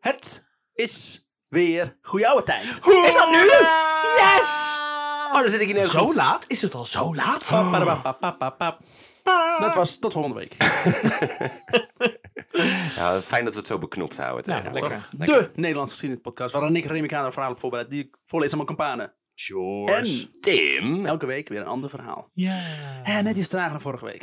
Het is weer goeie oude tijd. Is dat nu? Yes! Oh, dan zit ik hier nergens goed. Oh, Zo laat? Is het al zo laat? Pa, pa, pa, pa, pa, pa. Dat was tot volgende week. Ja, fijn dat we het zo beknopt houden. Nou, Theo. lekker. Toch? De Nederlandse geschiedenispodcast waarin ik Remy Kaner een verhaal heb voorbereid die ik voorlees aan mijn campanen. George. En Tim. elke week weer een ander verhaal. Ja. En net iets trager dan vorige week.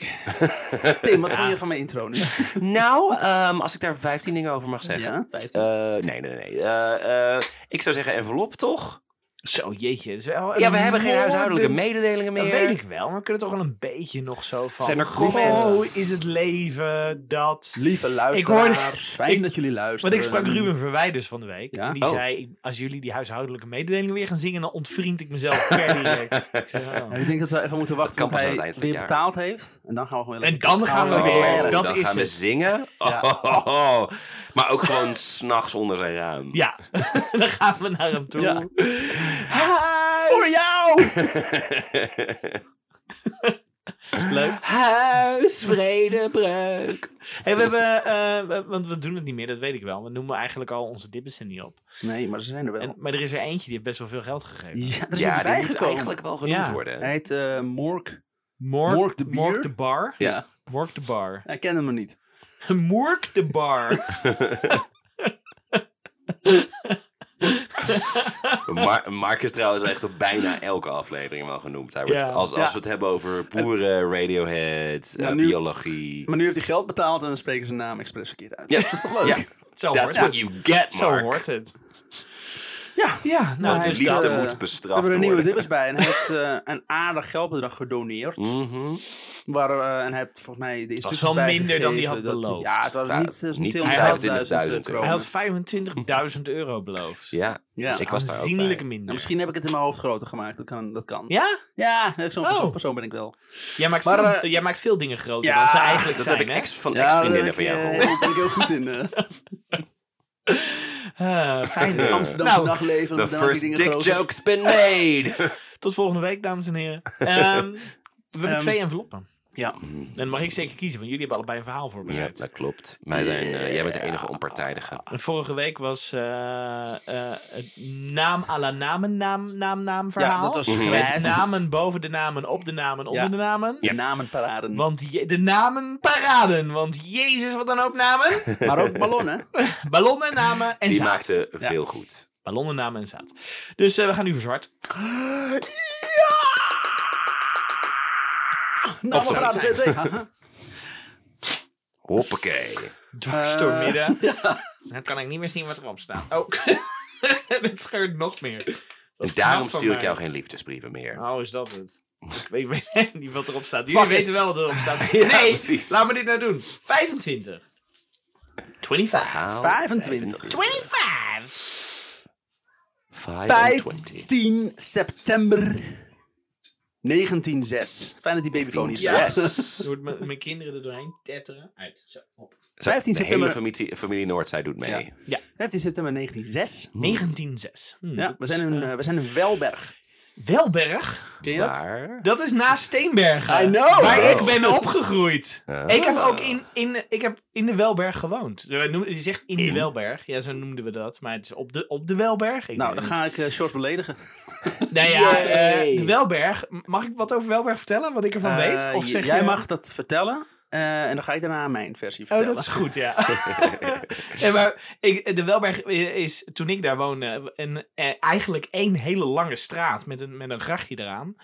Tim, wat vond je van mijn intro nu? Nou, ehm, als ik daar 15 dingen over mag zeggen. Ja, 15. Eh, nee, nee, nee. Eh, eh, ik zou zeggen envelop, toch? Zo, jeetje. het is wel Ja, een we hebben geen huishoudelijke moordend- mededelingen meer. Dat weet ik wel, maar we kunnen toch wel een beetje nog zo van... Zijn er Goh, comments? Hoe is het leven dat... Lieve Ik luisteraars, hoorde- fijn ik- dat jullie Want luisteren. ik sprak Ruben Verwijders van de week. Ja? En die Oh. zei, ik- als jullie die huishoudelijke mededelingen weer gaan zingen, dan ontvriend ik mezelf per direct. Ik zei, oh. En ik denk dat we even moeten wachten kan tot pas aan hij het weer eind van het jaar. betaald heeft. En dan gaan we gewoon weer En dan gaan we lekker weer. leren. Dat dan is gaan we het. zingen. Oh, Maar ook gewoon s'nachts onder zijn raam. Ja, dan gaan we naar hem toe. Ja. Huis! Voor jou! Leuk. Huisvredebreuk. Hey, we hebben, eh, we- want we doen het niet meer, dat weet ik wel. We noemen eigenlijk al onze dippensen niet op. Nee, maar ze zijn er wel. En, maar er is er eentje die heeft best wel veel geld gegeven. Ja, er is Ja, niet die bij moet gekomen. eigenlijk wel genoemd Ja. worden. Hij heet eh Mork. Mork, Mork de bier? Mork de bar. Ja. Mork de bar. Hij kende me niet. Mork de bar. Maar Mark is trouwens echt op bijna elke aflevering wel genoemd. Hij wordt, Ja. als, als Ja. we het hebben over boeren, Radiohead, eh, Ja, nu- biologie. Maar nu heeft hij geld betaald en dan spreken ze zijn naam expres verkeerd uit. Ja. Dat is toch leuk? Ja. Zo That's hoort what het. you get, Zo Mark. hoort het. Ja. Ja, nou, hij dus heeft, liefde dat, eh, moet We bestraft hebben er nieuwe worden. dippers bij. En hij heeft eh, een aardig geldbedrag gedoneerd. Mhm. Waar, eh, en hij heeft volgens mij de instructies wel bij minder dan die had gegeven dat- beloofd. Ja, het was Ja, niet, eh, niet 250.000 euro. hij kronen. had 25.000 euro beloofd. Ja. Ja. dus ik was daar ook Aanzienlijk bij. Nou, minder. misschien heb ik het in mijn hoofd groter gemaakt. Dat kan. Dat kan. Ja? Ja, nee, zo'n Oh. persoon ben ik wel. Jij maakt, Maar, veel, eh, jij maakt veel dingen groter ja, dan ze eigenlijk Dat zijn, heb ik hè? ex van daar ben ex-vriendinnen ik, van jou eh, Daar gehoord. ben ik heel goed in. eh. Eh, fijn. Het Amsterdamse Nou, nachtleven. The dan maak ik first dingen dick groter. joke's been made. tot volgende week, dames en heren. Ehm, we hebben Ehm, twee enveloppen. Ja. Dan mag ik zeker kiezen, want jullie hebben allebei een verhaal Ja, voorbereid. dat klopt. Wij zijn, eh, jij bent de enige onpartijdige. En Vorige week was eh eh, het naam à la namen, naam, naam, naam verhaal. Ja, dat was Mhm. grijs. Met namen boven de namen, op de namen, onder Ja. de namen. Ja. Namenparaden. Want je- de namen paraden. Want jezus, wat dan ook namen. Maar ook ballonnen. Ballonnen, namen en Die zaad. maakte veel goed. Ballonnen, namen en zaad. Dus eh, we gaan nu voor zwart. Nou, Namenparaden 2-2. haha. Hoppakee. Dwars door midden. Dan kan ik niet meer zien wat erop staat. Eh, Oh, het scheurt nog meer. En daarom knap van stuur ik mij. jou geen liefdesbrieven meer. Nou, is dat het? Ik weet, ik weet niet wat erop staat. Jullie Fuck it. weten wel wat erop staat. Ja, nee, precies. laat me dit nou doen. 25. 25. Haal 25. 25. 25. 15 september 1906. Het Fijn dat die babyfoon hier staat. Yes. Doet mijn mijn kinderen er doorheen tetteren. Uit. Zo, op. Zo, 15 de september. hele familie, familie Noordzij doet mee. Ja. 15 september 1906. Hm. 1906. Hm, Ja, dat we is, zijn in, eh, eh, we zijn in Welberg. Welberg. Ken je dat? Maar... Dat is naast Steenbergen. I know. Waar Oh. ik ben opgegroeid. Ah. Ik heb ook in, in, ik heb in de Welberg gewoond. Je noemt- je zegt in, de Welberg. Ja, zo noemden we dat. Maar het is op de, op de Welberg. Ik Nou, weet dan het. ga ik eh George beledigen. Nou ja, Yay. eh, de Welberg. M- Mag ik wat over Welberg vertellen? Wat ik Eh, ervan weet? Of j- zeg jij je- mag dat vertellen. eh, en dan ga ik daarna mijn versie Oh, vertellen. dat is goed, ja. en maar ik, de Welberg is, toen ik daar woonde, een, eh, eigenlijk één hele lange straat met een, met een grachtje eraan.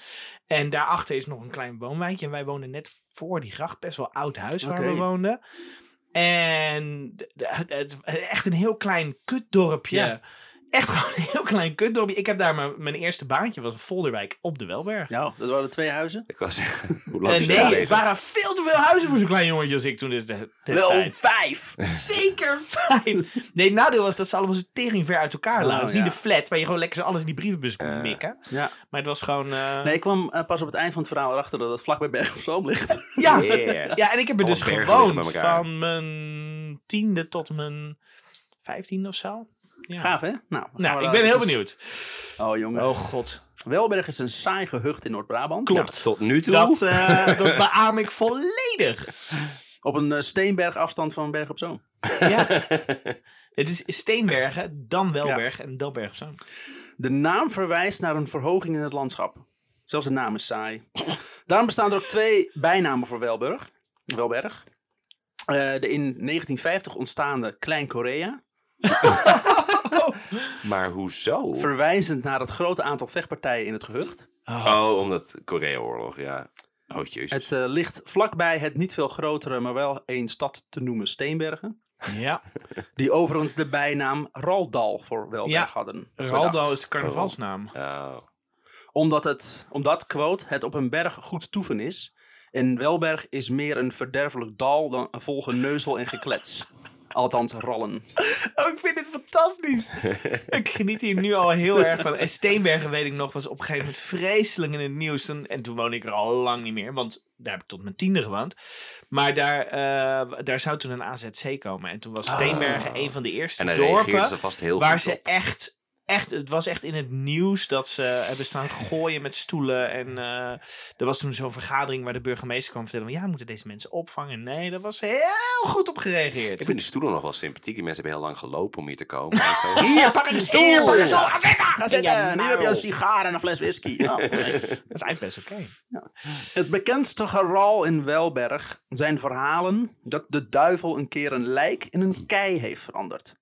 En daarachter is nog een klein woonwijkje. En wij woonden net voor die gracht, best wel oud huis waar Oké. we woonden. En d- d- het, echt een heel klein kutdorpje. Ja. Echt gewoon een heel klein kutdorpje. Ik heb daar mijn, mijn eerste baantje, was een Volderwijk op de Welberg. Nou, dat waren twee huizen. Ik was zeggen, hoe Eh, lang is nee, het bezig? waren veel te veel huizen voor zo'n klein jongetje als ik toen des- Wel destijds. vijf. Zeker vijf. Nee, het nadeel was dat ze allemaal zo tering ver uit elkaar lagen. Oh, dus niet ja. de flat waar je gewoon lekker z'n alles in die brievenbus kon mikken. Ja. Maar het was gewoon... eh, Nee, ik kwam eh, pas op het eind van het verhaal erachter dat het vlak bij Berg op Zoom ligt. ja. Yeah. ja, en ik heb er Alle dus bergen liggen gewoond bij elkaar. van mijn tiende tot mijn vijftiende of zo. Ja. Gaaf, hè? Nou, dan gaan Nou, we daar ik ben heel eens- benieuwd. Oh, jongen. Oh god. Welberg is een saai gehucht in Noord-Brabant. Klopt. Tot nu toe. Dat, eh, dat beaam ik volledig. Op een eh, steenberg afstand van Berg op Zoom. Ja. Het is Steenbergen, dan Welberg en Delberg of zo. De naam verwijst naar een verhoging in het landschap. Zelfs de naam is saai. Daarom bestaan er ook twee bijnamen voor Welburg, Welberg. Eh, de in 1950 ontstaande Klein-Korea, Maar hoezo? verwijzend naar het grote aantal vechtpartijen in het gehucht. Oh, omdat Korea-oorlog, ja. Oh, jezus. Het eh, ligt vlakbij het niet veel grotere, maar wel één stad te noemen, Steenbergen. Ja, Die overigens de bijnaam Raldal voor Welberg Ja, hadden. Raldo bedacht. is de carnavalsnaam. Oh. Omdat het, omdat, quote, het op een berg goed toeven is. En Welberg is meer een verderfelijk dal dan een vol geneuzel en geklets. Althans, rallen. Oh, ik vind dit fantastisch. ik geniet hier nu al heel erg van. En Steenbergen, weet ik nog, was op een gegeven moment vreselijk in het nieuws. En, en toen woonde ik er al lang niet meer, want daar heb ik tot mijn tiende gewoond. Maar daar, eh, daar zou toen een AZC komen. En toen was Steenbergen een van de eerste Ah. En daar reageerden dorpen ze vast heel waar goed ze op. echt... Echt, het was echt in het nieuws dat ze hebben staan gooien met stoelen. En eh, er was toen zo'n vergadering waar de burgemeester kwam vertellen: van, ja, we moeten deze mensen opvangen? Nee, daar was heel goed op gereageerd. Ik vind de stoelen nog wel sympathiek. Die mensen hebben heel lang gelopen om hier te komen. En zo, hier, pak ik een stoel! Hier, pak een stoel. Ga zitten! Ga In je zitten, hier heb je muil. een sigaar en een fles whisky. Oh, nee. Dat is eigenlijk best oké. Het bekendste geral in Welberg zijn verhalen dat de duivel een keer een lijk in een kei heeft veranderd.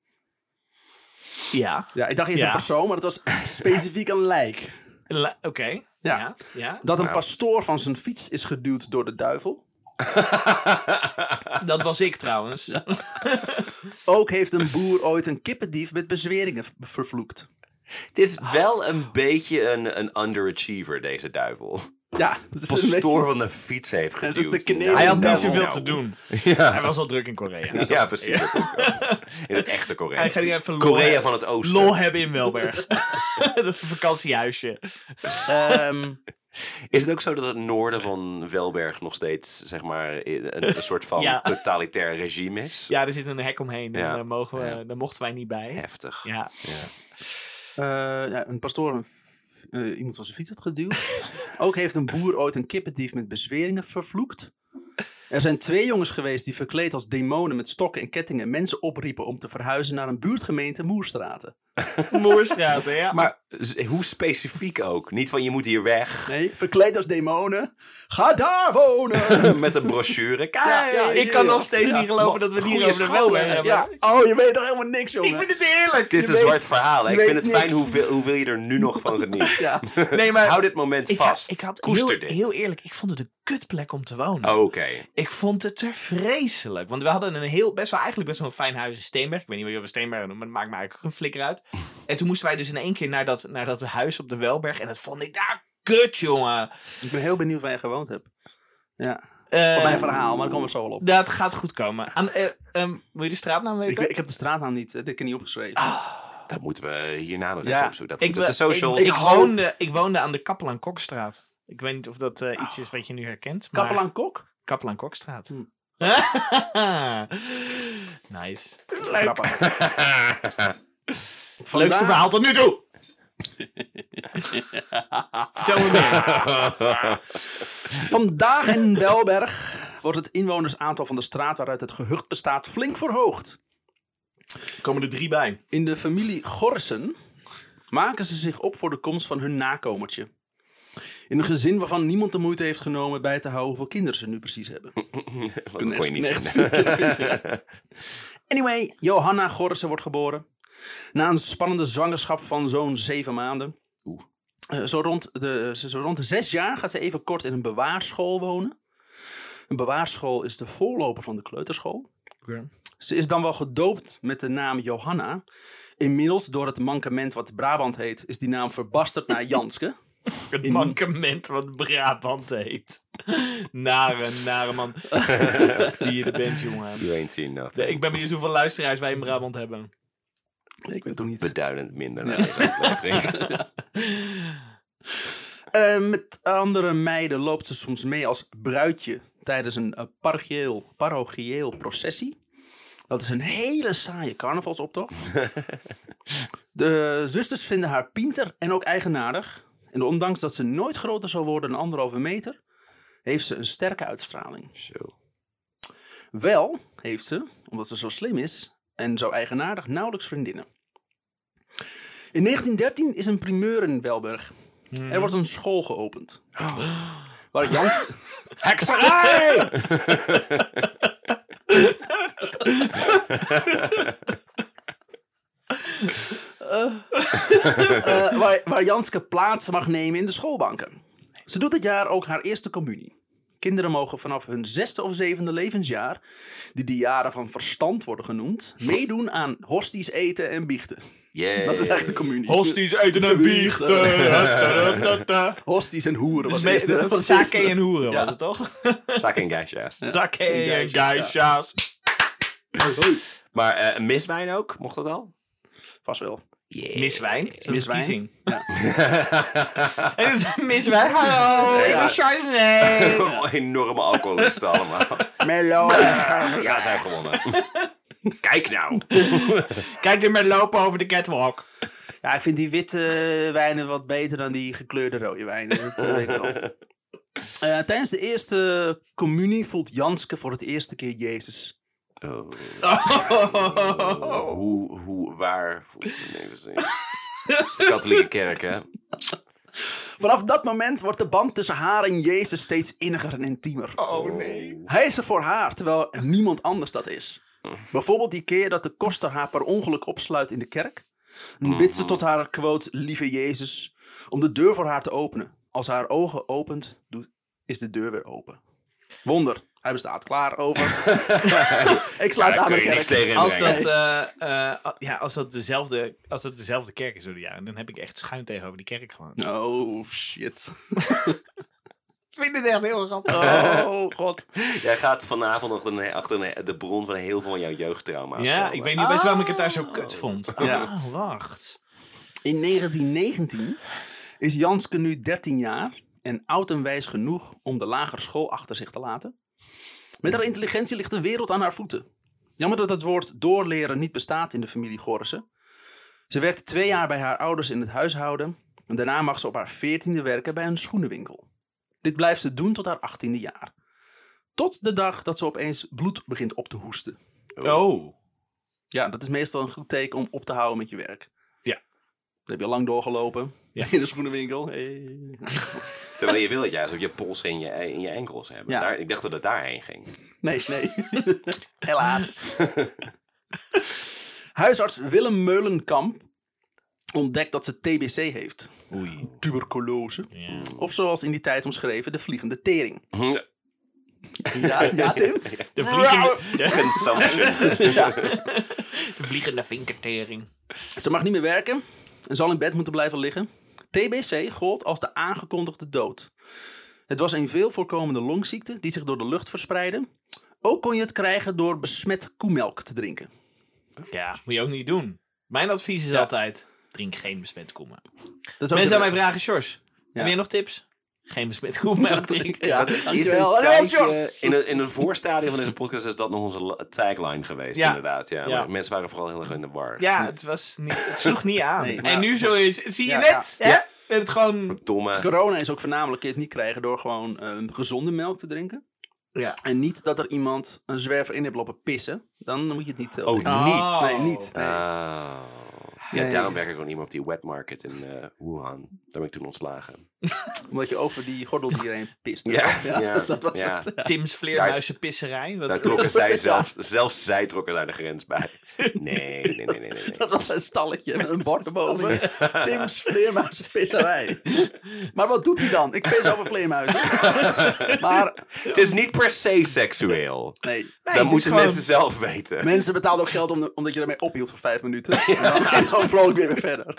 Ja. Ja, ik dacht eerst Ja. een persoon, maar het was specifiek een lijk. La- Oké. Ja. Ja. ja. Dat een Nou. pastoor van zijn fiets is geduwd door de duivel. Ah, Dat was ik trouwens. Ook heeft een boer ooit een kippendief met bezweringen v- vervloekt. Het Ah. is wel een beetje een, een underachiever, deze duivel. Ja, dat is een Pastoor beetje- van de fiets heeft geduwd. is de Canadian Hij had niet Duivel. zoveel te doen. Hij was al druk in Korea. Nou, Ja, precies. In het echte Korea. Hij gaat hier even lol Korea hebben. van het oosten. Lol hebben in Welberg. dat is een vakantiehuisje. Ehm, Is het ook zo dat het noorden van Welberg nog steeds, zeg maar, een, een soort van Ja. totalitair regime is? Ja, er zit een hek omheen. En Ja. daar, mogen we, daar mochten wij niet bij. Ja. Heftig. eh, ja, een pastoor een f- eh, iemand van zijn fiets had geduwd. Ook heeft een boer ooit een kippendief met bezweringen vervloekt. Er zijn twee jongens geweest die verkleed als demonen met stokken en kettingen mensen opriepen om te verhuizen naar een buurtgemeente Moerstraten. Moerstraat, ja. Maar z- hoe specifiek ook? Niet van je moet hier weg Nee, verkleed als demonen. Ga daar wonen! met een brochure. Kijk, Ja, ja, ik kan ja, nog steeds ja. niet geloven Wat dat we het goede hier over de scholen, Welberg hebben. Ja. Oh, je weet toch helemaal niks, Ik vind jongen? het heerlijk. het is je een weet- zwart verhaal. hè? je Ik vind weet het fijn niks. hoeveel, hoeveel je er nu nog van geniet. Ja. Nee, maar Hou dit moment ik, ha- vast. ik had Koester heel, dit. heel eerlijk, ik vond het een kutplek om te wonen. Oké. Ik vond het er vreselijk. Want we hadden een heel, best wel eigenlijk best wel een fijn huis in Steenberg. Ik weet niet wat je over Steenberg noemt, maar het maakt me eigenlijk een flikker uit. En toen moesten wij dus in één keer naar dat, naar dat huis op de Welberg. En dat vond ik daar kut, jongen. Ik ben heel benieuwd waar je gewoond hebt. Ja, Eh, van mijn verhaal, maar daar komen we zo wel op. Dat gaat goed komen. Aan, eh, ehm, wil je de straatnaam weten? Ik, weet- ik heb de straatnaam niet, eh, dit kan niet opgeschreven. Ah, Dat moeten we hierna nog Ja. even opzoeken. Dat ik, moeten we op wil- de socials. ik, ik, hoop- woonde, ik woonde aan de Kappelaan Kokstraat. Ik weet niet of dat eh, iets is wat je nu herkent. Maar... Kappelaan Kok? Kappelaan Kokstraat. Hm. nice. Grappig. Leukste Vandaar- verhaal tot nu toe. Vertel me meer. Vandaag in Belberg wordt het inwonersaantal van de straat waaruit het gehucht bestaat flink verhoogd. Komen er drie bij. In de familie Gorsen maken ze zich op voor de komst van hun nakomertje. In een gezin waarvan niemand de moeite heeft genomen bij te houden hoeveel kinderen ze nu precies hebben. dat kon je niet Nergens- vinden. nergens vinden. Anyway, Johanna Gorsen wordt geboren. Na een spannende zwangerschap van zo'n zeven maanden. Oeh. Eh, zo, rond de, ze- zo rond de zes jaar gaat ze even kort in een bewaarschool wonen. Een bewaarschool is de voorloper van de kleuterschool. Ze is dan wel gedoopt met de naam Johanna. Inmiddels, door het mankement wat Brabant heet, is die naam verbasterd naar Janske. Het mankement wat Brabant heet. Nare, nare man. Die je er bent, jongen. You ain't seen nothing. Ik ben benieuwd hoeveel luisteraars wij in Brabant hebben. Ik weet het ook niet. Beduidend minder naar deze aflevering. Eh, met andere meiden loopt ze soms mee als bruidje tijdens een eh, parochieel, parochieel processie. Dat is een hele saaie carnavalsoptocht. de zusters vinden haar pinter en ook eigenaardig. En ondanks dat ze nooit groter zal worden dan anderhalve meter, heeft ze een sterke uitstraling. Zo. Wel heeft ze, omdat ze zo slim is, en zo eigenaardig nauwelijks vriendinnen. In 1913 is een primeur in Welberg. Er wordt een school geopend. Waar Jans... Hekserij! eh, waar, waar Janske plaats mag nemen in de schoolbanken. Ze doet dit jaar ook haar eerste communie. Kinderen mogen vanaf hun zesde of zevende levensjaar, die de jaren van verstand worden genoemd, meedoen aan hosties eten en biechten. Yay. Dat is eigenlijk de communie. eten en biechten. Dat Hosties en hoeren was is eerst. Dus dat is sake en hoeren, was het toch? Zak en geisha's. Sake en geisha. geisha's. Maar eh, miswijn ook, mocht dat al? Vast wel. Miswijn? Is dat Miswijn. een verkiezing? Het is miswijn. Hallo, ik ben Chardonnay. Oh, enorme alcoholisten allemaal. Merlot. Ja, zij hebben gewonnen. Kijk nou. Kijk er maar lopen over de catwalk. Ja, ik vind die witte wijnen wat beter dan die gekleurde rode wijnen. Dat eh, weet ik wel. Eh, tijdens de eerste communie voelt Janske voor het eerste keer Jezus. Oh. Hoe, hoe, waar voelt ze? Nee, we zien. Het is de katholieke kerk, hè? Vanaf dat moment wordt de band tussen haar en Jezus steeds inniger en intiemer. Oh nee. Hij is er voor haar, terwijl er niemand anders dat is. Bijvoorbeeld die keer dat de koster haar per ongeluk opsluit in de kerk. Dan bidt ze tot haar, quote, lieve Jezus, om de deur voor haar te openen. Als haar ogen opent, doet- is de deur weer open. Wonder, hij bestaat klaar over. ik sluit daar aan kun de je niks tegen kerk. inbrengen. Als dat, eh, eh, ja, als dat, dezelfde, als dat dezelfde kerk is door de jaren, dan heb ik echt schuin tegenover die kerk gewoon. Oh, shit. Ik vind het echt heel grappig. Oh, god. Jij gaat vanavond nog een- achter een- de bron van heel veel van jouw jeugdtrauma's. Ja, komen. ik weet niet weet je waarom ik het daar zo kut vond. Ja. Ah, wacht. In 1919 is Janske nu 13 jaar en oud en wijs genoeg om de lagere school achter zich te laten. Met haar intelligentie ligt de wereld aan haar voeten. Jammer dat het woord doorleren niet bestaat in de familie Gorissen. Ze werkte twee jaar bij haar ouders in het huishouden en daarna mag ze op haar 14e werken bij een schoenenwinkel. Dit blijft ze doen tot haar 18e jaar. Tot de dag dat ze opeens bloed begint op te hoesten. Oh. Ja, dat is meestal een goed teken om op te houden met je werk. Ja. Dat heb je al lang doorgelopen. In de schoenenwinkel. Hey. Terwijl je wil dat juist op je pols en je, en je enkels hebben. Ja. Daar, ik dacht dat het daarheen ging. Nee, nee. Helaas. Huisarts Willem Meulenkamp ontdekt dat ze TBC heeft. Oei. Tuberculose. Ja. Of zoals in die tijd omschreven, de vliegende tering. Hm, Ja, ja Tim? De vliegende, de, Consumption. de vliegende vinkertering. Ze mag niet meer werken en zal in bed moeten blijven liggen. TBC gold als de aangekondigde dood. Het was een veel voorkomende longziekte die zich door de lucht verspreidde. Ook kon je het krijgen door besmet koemelk te drinken. Ja, moet je ook niet doen. Mijn advies is altijd, drink geen besmet koemelk. Dat is ook Mensen aan de- mij vragen, Sjors, heb jij nog tips? Geen besmet koemelk drinken. Ja, Dat is dankjewel. een Dankjewel, tijdje, Sjors. in, een, in een voorstadium van deze podcast is dat nog onze la- tagline geweest, Ja. inderdaad. Ja. Ja. Maar mensen waren vooral heel erg in de war. Ja, het, was niet, het sloeg niet aan. Nee, maar- en nu zo is, zie je Ja, net, ja. hè? Ja. We hebben het gewoon... Domme. Corona is ook voornamelijk kun je het niet krijgen door gewoon eh, gezonde melk te drinken. Ja. En niet dat er iemand een zwerver in heeft lopen pissen. Dan moet je het niet... eh, Oh, drinken. Oh. Nee, niet. Nee. Ah. Ja, Nee. daarom werk ik ook niet meer op die wet market in eh, Wuhan. Daar ben ik toen ontslagen. Omdat je over die gordel hierheen pist. Ja, ja, dat was ja. het. Tim's Vleermuizen pisserij. Wat- Daar trokken zij zelf, zelfs zij trokken daar de grens bij. Nee, nee, nee, nee. nee, nee. Dat was zijn stalletje met een bord erboven. Tim's vleermuizenpisserij. Maar wat doet hij dan? Ik pis over vleermuizen. Maar Het is niet per se seksueel. nee, dat het is moeten gewoon- mensen zelf weten. mensen betaalden ook geld om- omdat je ermee ophield voor vijf minuten. En dan ging je gewoon vrolijk weer weer verder.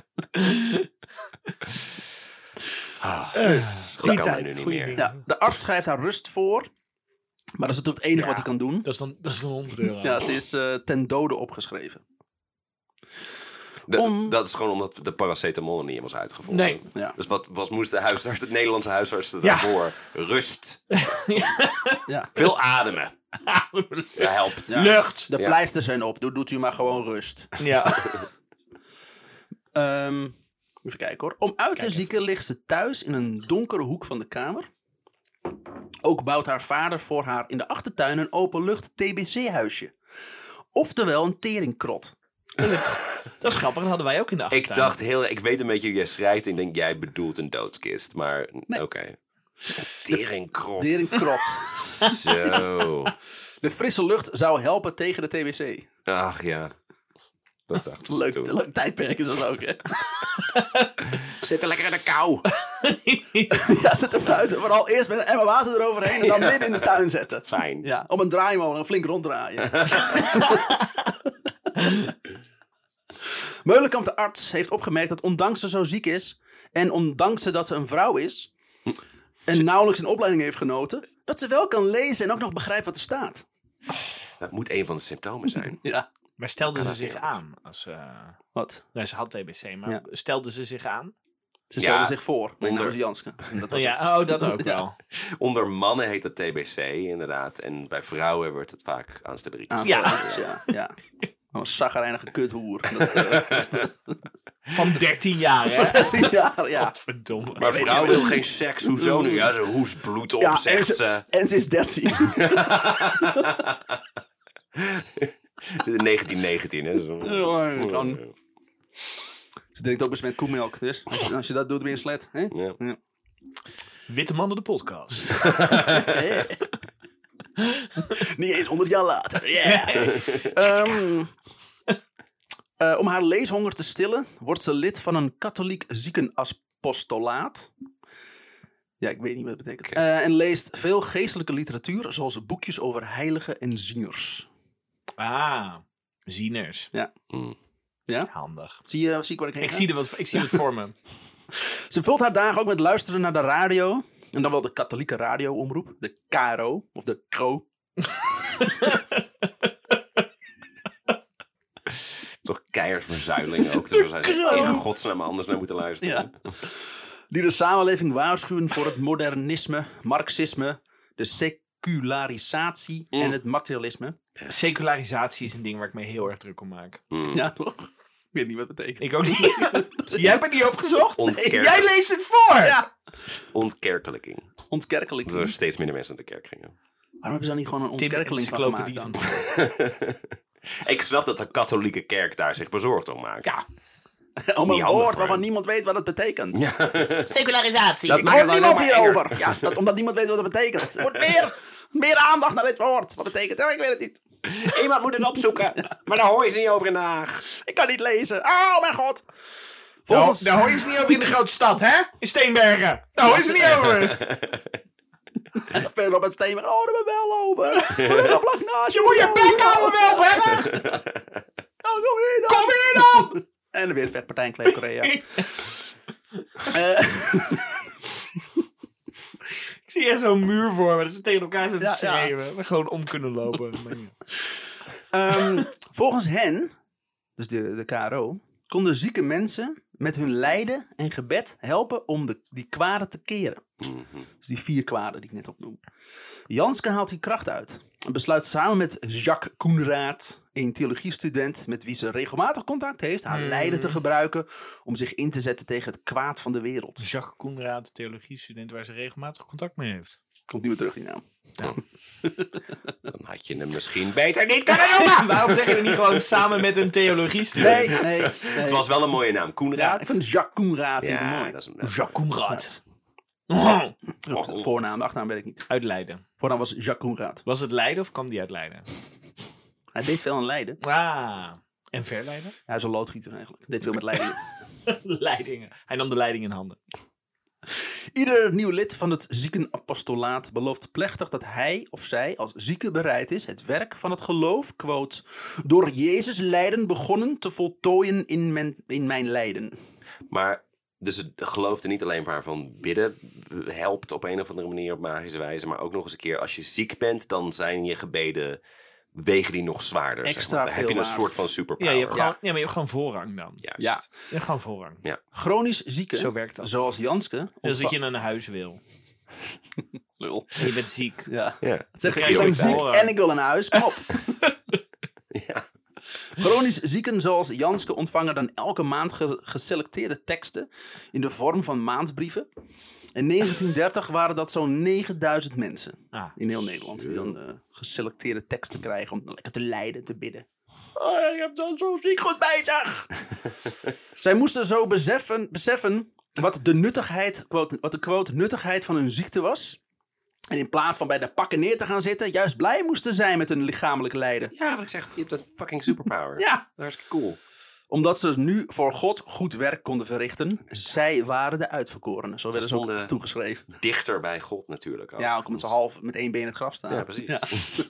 Ah, dus, dat goeie kan mij tijd, nu niet goeie meer. ding. Ja, de arts schrijft haar rust voor. Maar dat is natuurlijk het enige wat hij kan doen. Dat is dan, dat is dan 100 euro. Ja, ze is eh, ten dode opgeschreven. Dat- Om- Dat is gewoon omdat de paracetamol er niet was uitgevonden. Nee. Ja. Dus wat, wat moest de huisarts, de Nederlandse huisartsen Ja. daarvoor? Rust. Ja. Veel ademen. Dat helpt. Lucht. De Ja. pleisters zijn op. Doe, doet u maar gewoon rust. Ja. Ehm, even kijken hoor. Om uit te zieken ligt ze thuis in een donkere hoek van de kamer. Ook bouwt haar vader voor haar in de achtertuin een openlucht TBC-huisje. Oftewel een teringkrot. Dat is grappig, dat hadden wij ook in de Ik achtertuin. dacht heel... Ik weet een beetje, jij schrijft en ik denk, jij bedoelt een doodskist. Maar oké. Teringkrot. Teringkrot. Zo. De frisse lucht zou helpen tegen de TBC. Ach ja. Dat dacht ik Leuk, toen. leuk tijdperk is dat ook, hè? Zit er lekker in de kou. Ja, zet er buiten. Vooral eerst met een emmer water eroverheen en dan midden in de tuin zetten. Fijn. Ja, op een draaimolen flink ronddraaien. Meulenkamp de arts heeft opgemerkt dat ondanks ze zo ziek is... en ondanks ze dat ze een vrouw is... en nauwelijks een opleiding heeft genoten... dat ze wel kan lezen en ook nog begrijpt wat er staat. Dat moet een van de symptomen zijn. Ja. Maar stelde ze dat zich niet aan? Als, eh Wat? nou, ze had TBC, maar Ja. stelde ze zich aan? Ze stelde Ja, zich voor. Mijn naam onder- is Janske. En Dat was het. ja, oh, dat ook Ja. wel. Onder mannen heet dat TBC inderdaad. En bij vrouwen wordt het vaak Ah. aanstaberitis. Ja. Aanvallen, ja. ja. Oh, Een zagrijnige kuthoer. Dat, eh, Van 13 jaar, hè? ja, ja. Godverdomme. Maar vrouw wil geen seks, hoezo nu? Ja, ze hoest bloed op, eh. Ja, en, zegt ze, ze. en ze is 13. Dit is 1919, hè? dus Zo. Dan- ze drinkt ook besmet koemelk. Dus als je, als je dat doet, ben je een slet. Hè? Ja. Witte mannen de podcast. Hè? Niet eens 100 jaar later. Yeah. Ehm, eh, om haar leeshonger te stillen, wordt ze lid van een katholiek ziekenapostolaat. Ja, ik weet niet wat dat betekent. Oké. Eh, en leest veel geestelijke literatuur, zoals boekjes over heiligen en zieners. Ah, zieners. Mm. Handig. Zie je zie ik waar ik heen Ik ga? zie er wat, ik zie het voor me. Ze vult haar dagen ook met luisteren naar de radio. En dan wel de katholieke radioomroep. De KRO. Of de KRO. Toch keihard verzuiling ook. Daar zijn ze in godsnaam anders naar moeten luisteren. Die de samenleving waarschuwen voor het modernisme, marxisme, de secularisatie Mm. en het materialisme. Secularisatie is een ding waar ik me heel erg druk om maak. Mm. Ja, toch? Ik weet niet wat het betekent. Ik ook niet. Jij hebt het niet opgezocht? Ontkerk- Jij leest het voor! Ja. Ontkerkelijking. Ontkerkelijk. Dat er steeds minder mensen naar de kerk gingen. Waarom hebben ze daar niet gewoon een Tim, ontkerkeling van gemaakt? encyclopedie Dan? van- Ik snap dat de katholieke kerk daar zich bezorgd om maakt. Ja. Om niet een handig Oh woord voor waarvan hen. niemand weet wat het betekent. Secularisatie. Dat Ik maakt hoor het alleen niemand maar hierover. Ja, dat, omdat niemand weet wat het betekent. Er wordt meer, meer aandacht naar dit woord. Wat betekent het? Ja, ik weet het niet. erger. Iemand moet het opzoeken. Maar daar hoor je ze niet over in Den Haag. Ik kan niet lezen. Oh, mijn god. Nou, Volgens, daar hoor je ze niet over in de grote stad, hè? In Steenbergen. Daar hoor je ze niet over. verder op het steen. Oh, daar ben ik wel over. Oh, daar vlak naast je. Moet je bek houden, Welberg! Oh, kom hier dan. Kom hier dan. En weer vechtpartij in Kleef-Korea. Eh, Ik zie echt zo'n muur voor me. Dat ze tegen elkaar zitten Ja, te schreeuwen. We gewoon om kunnen lopen. Maar ja. ehm, volgens hen, dus de, de KRO, konden zieke mensen met hun lijden en gebed helpen om de, die kwade te keren. Mhm. Dus die vier kwaden die ik net opnoem. Janske haalt die kracht uit. En besluit samen met Jacques Koenraad, een theologiestudent met wie ze regelmatig contact heeft, Mhm. haar lijden te gebruiken om zich in te zetten tegen het kwaad van de wereld. Jacques Koenraad, theologiestudent waar ze regelmatig contact mee heeft. Komt niet meer terug, die naam. Dan had je hem misschien beter niet kunnen doen. Waarom zeg je dat niet gewoon samen met een theologiestudent? Nee, nee. nee. Het was wel een mooie naam. Ja, ik Koenraad. vind Jacques Koenraad vind ik Ja, mooi. dat is een Oh, Jacques Koenraad. Dat is de Voornaam, de achternaam weet ik niet. Uit Leiden. Voornaam was Jacques Koenraad. Was het Leiden of kwam die uit Leiden? Hij deed veel aan Leiden. Ah, en verleiden? Hij is een loodgieter eigenlijk. Deed veel met Leiden. Leidingen. Hij nam de leiding in handen. Ieder nieuw lid van het ziekenapostolaat belooft plechtig dat hij of zij als zieke bereid is het werk van het geloof, quote, door Jezus lijden begonnen te voltooien in, men, in mijn lijden. Maar dus het geloof er niet alleen maar van bidden helpt op een of andere manier op magische wijze, maar ook nog eens een keer als je ziek bent, dan zijn je gebeden wegen die nog zwaarder. zeg Extra maar. Dan heb je veel een waard. soort van Ja, superpower. je hebt gewoon, ja. maar je hebt gewoon voorrang dan. Ja. Juist. Ja. Je hebt gewoon voorrang. Chronisch zieken, Zo werkt dat. zoals Janske, Dus dat je ontvangen... naar een huis wil. Lul. En je bent ziek. Ja. Ja. Zeg, Dan ik krijg eh, ben je ook ziek wel. en ik wil een huis. Kom op. Ja. Chronisch zieken zoals Janske ontvangen dan elke maand ge- geselecteerde teksten in de vorm van maandbrieven. In 1930 waren dat zo'n 9000 mensen Ah. in heel Nederland. Die dan eh, geselecteerde teksten krijgen om lekker te lijden, te bidden. Oh, ik heb dan zo ziek goed bezig. Zij moesten zo beseffen, beseffen wat, de nuttigheid, quote, wat de quote nuttigheid van hun ziekte was. En in plaats van bij de pakken neer te gaan zitten, juist blij moesten zijn met hun lichamelijk lijden. Ja, wat ik zeg, je hebt een fucking superpower. Ja, Hartstikke cool. omdat ze nu voor God goed werk konden verrichten. Zij waren de uitverkorenen, zo werden ze ook stonden- toegeschreven. Dichter bij God natuurlijk. ook. Ja, ook omdat ze half met één been in het graf staan. Ja, precies.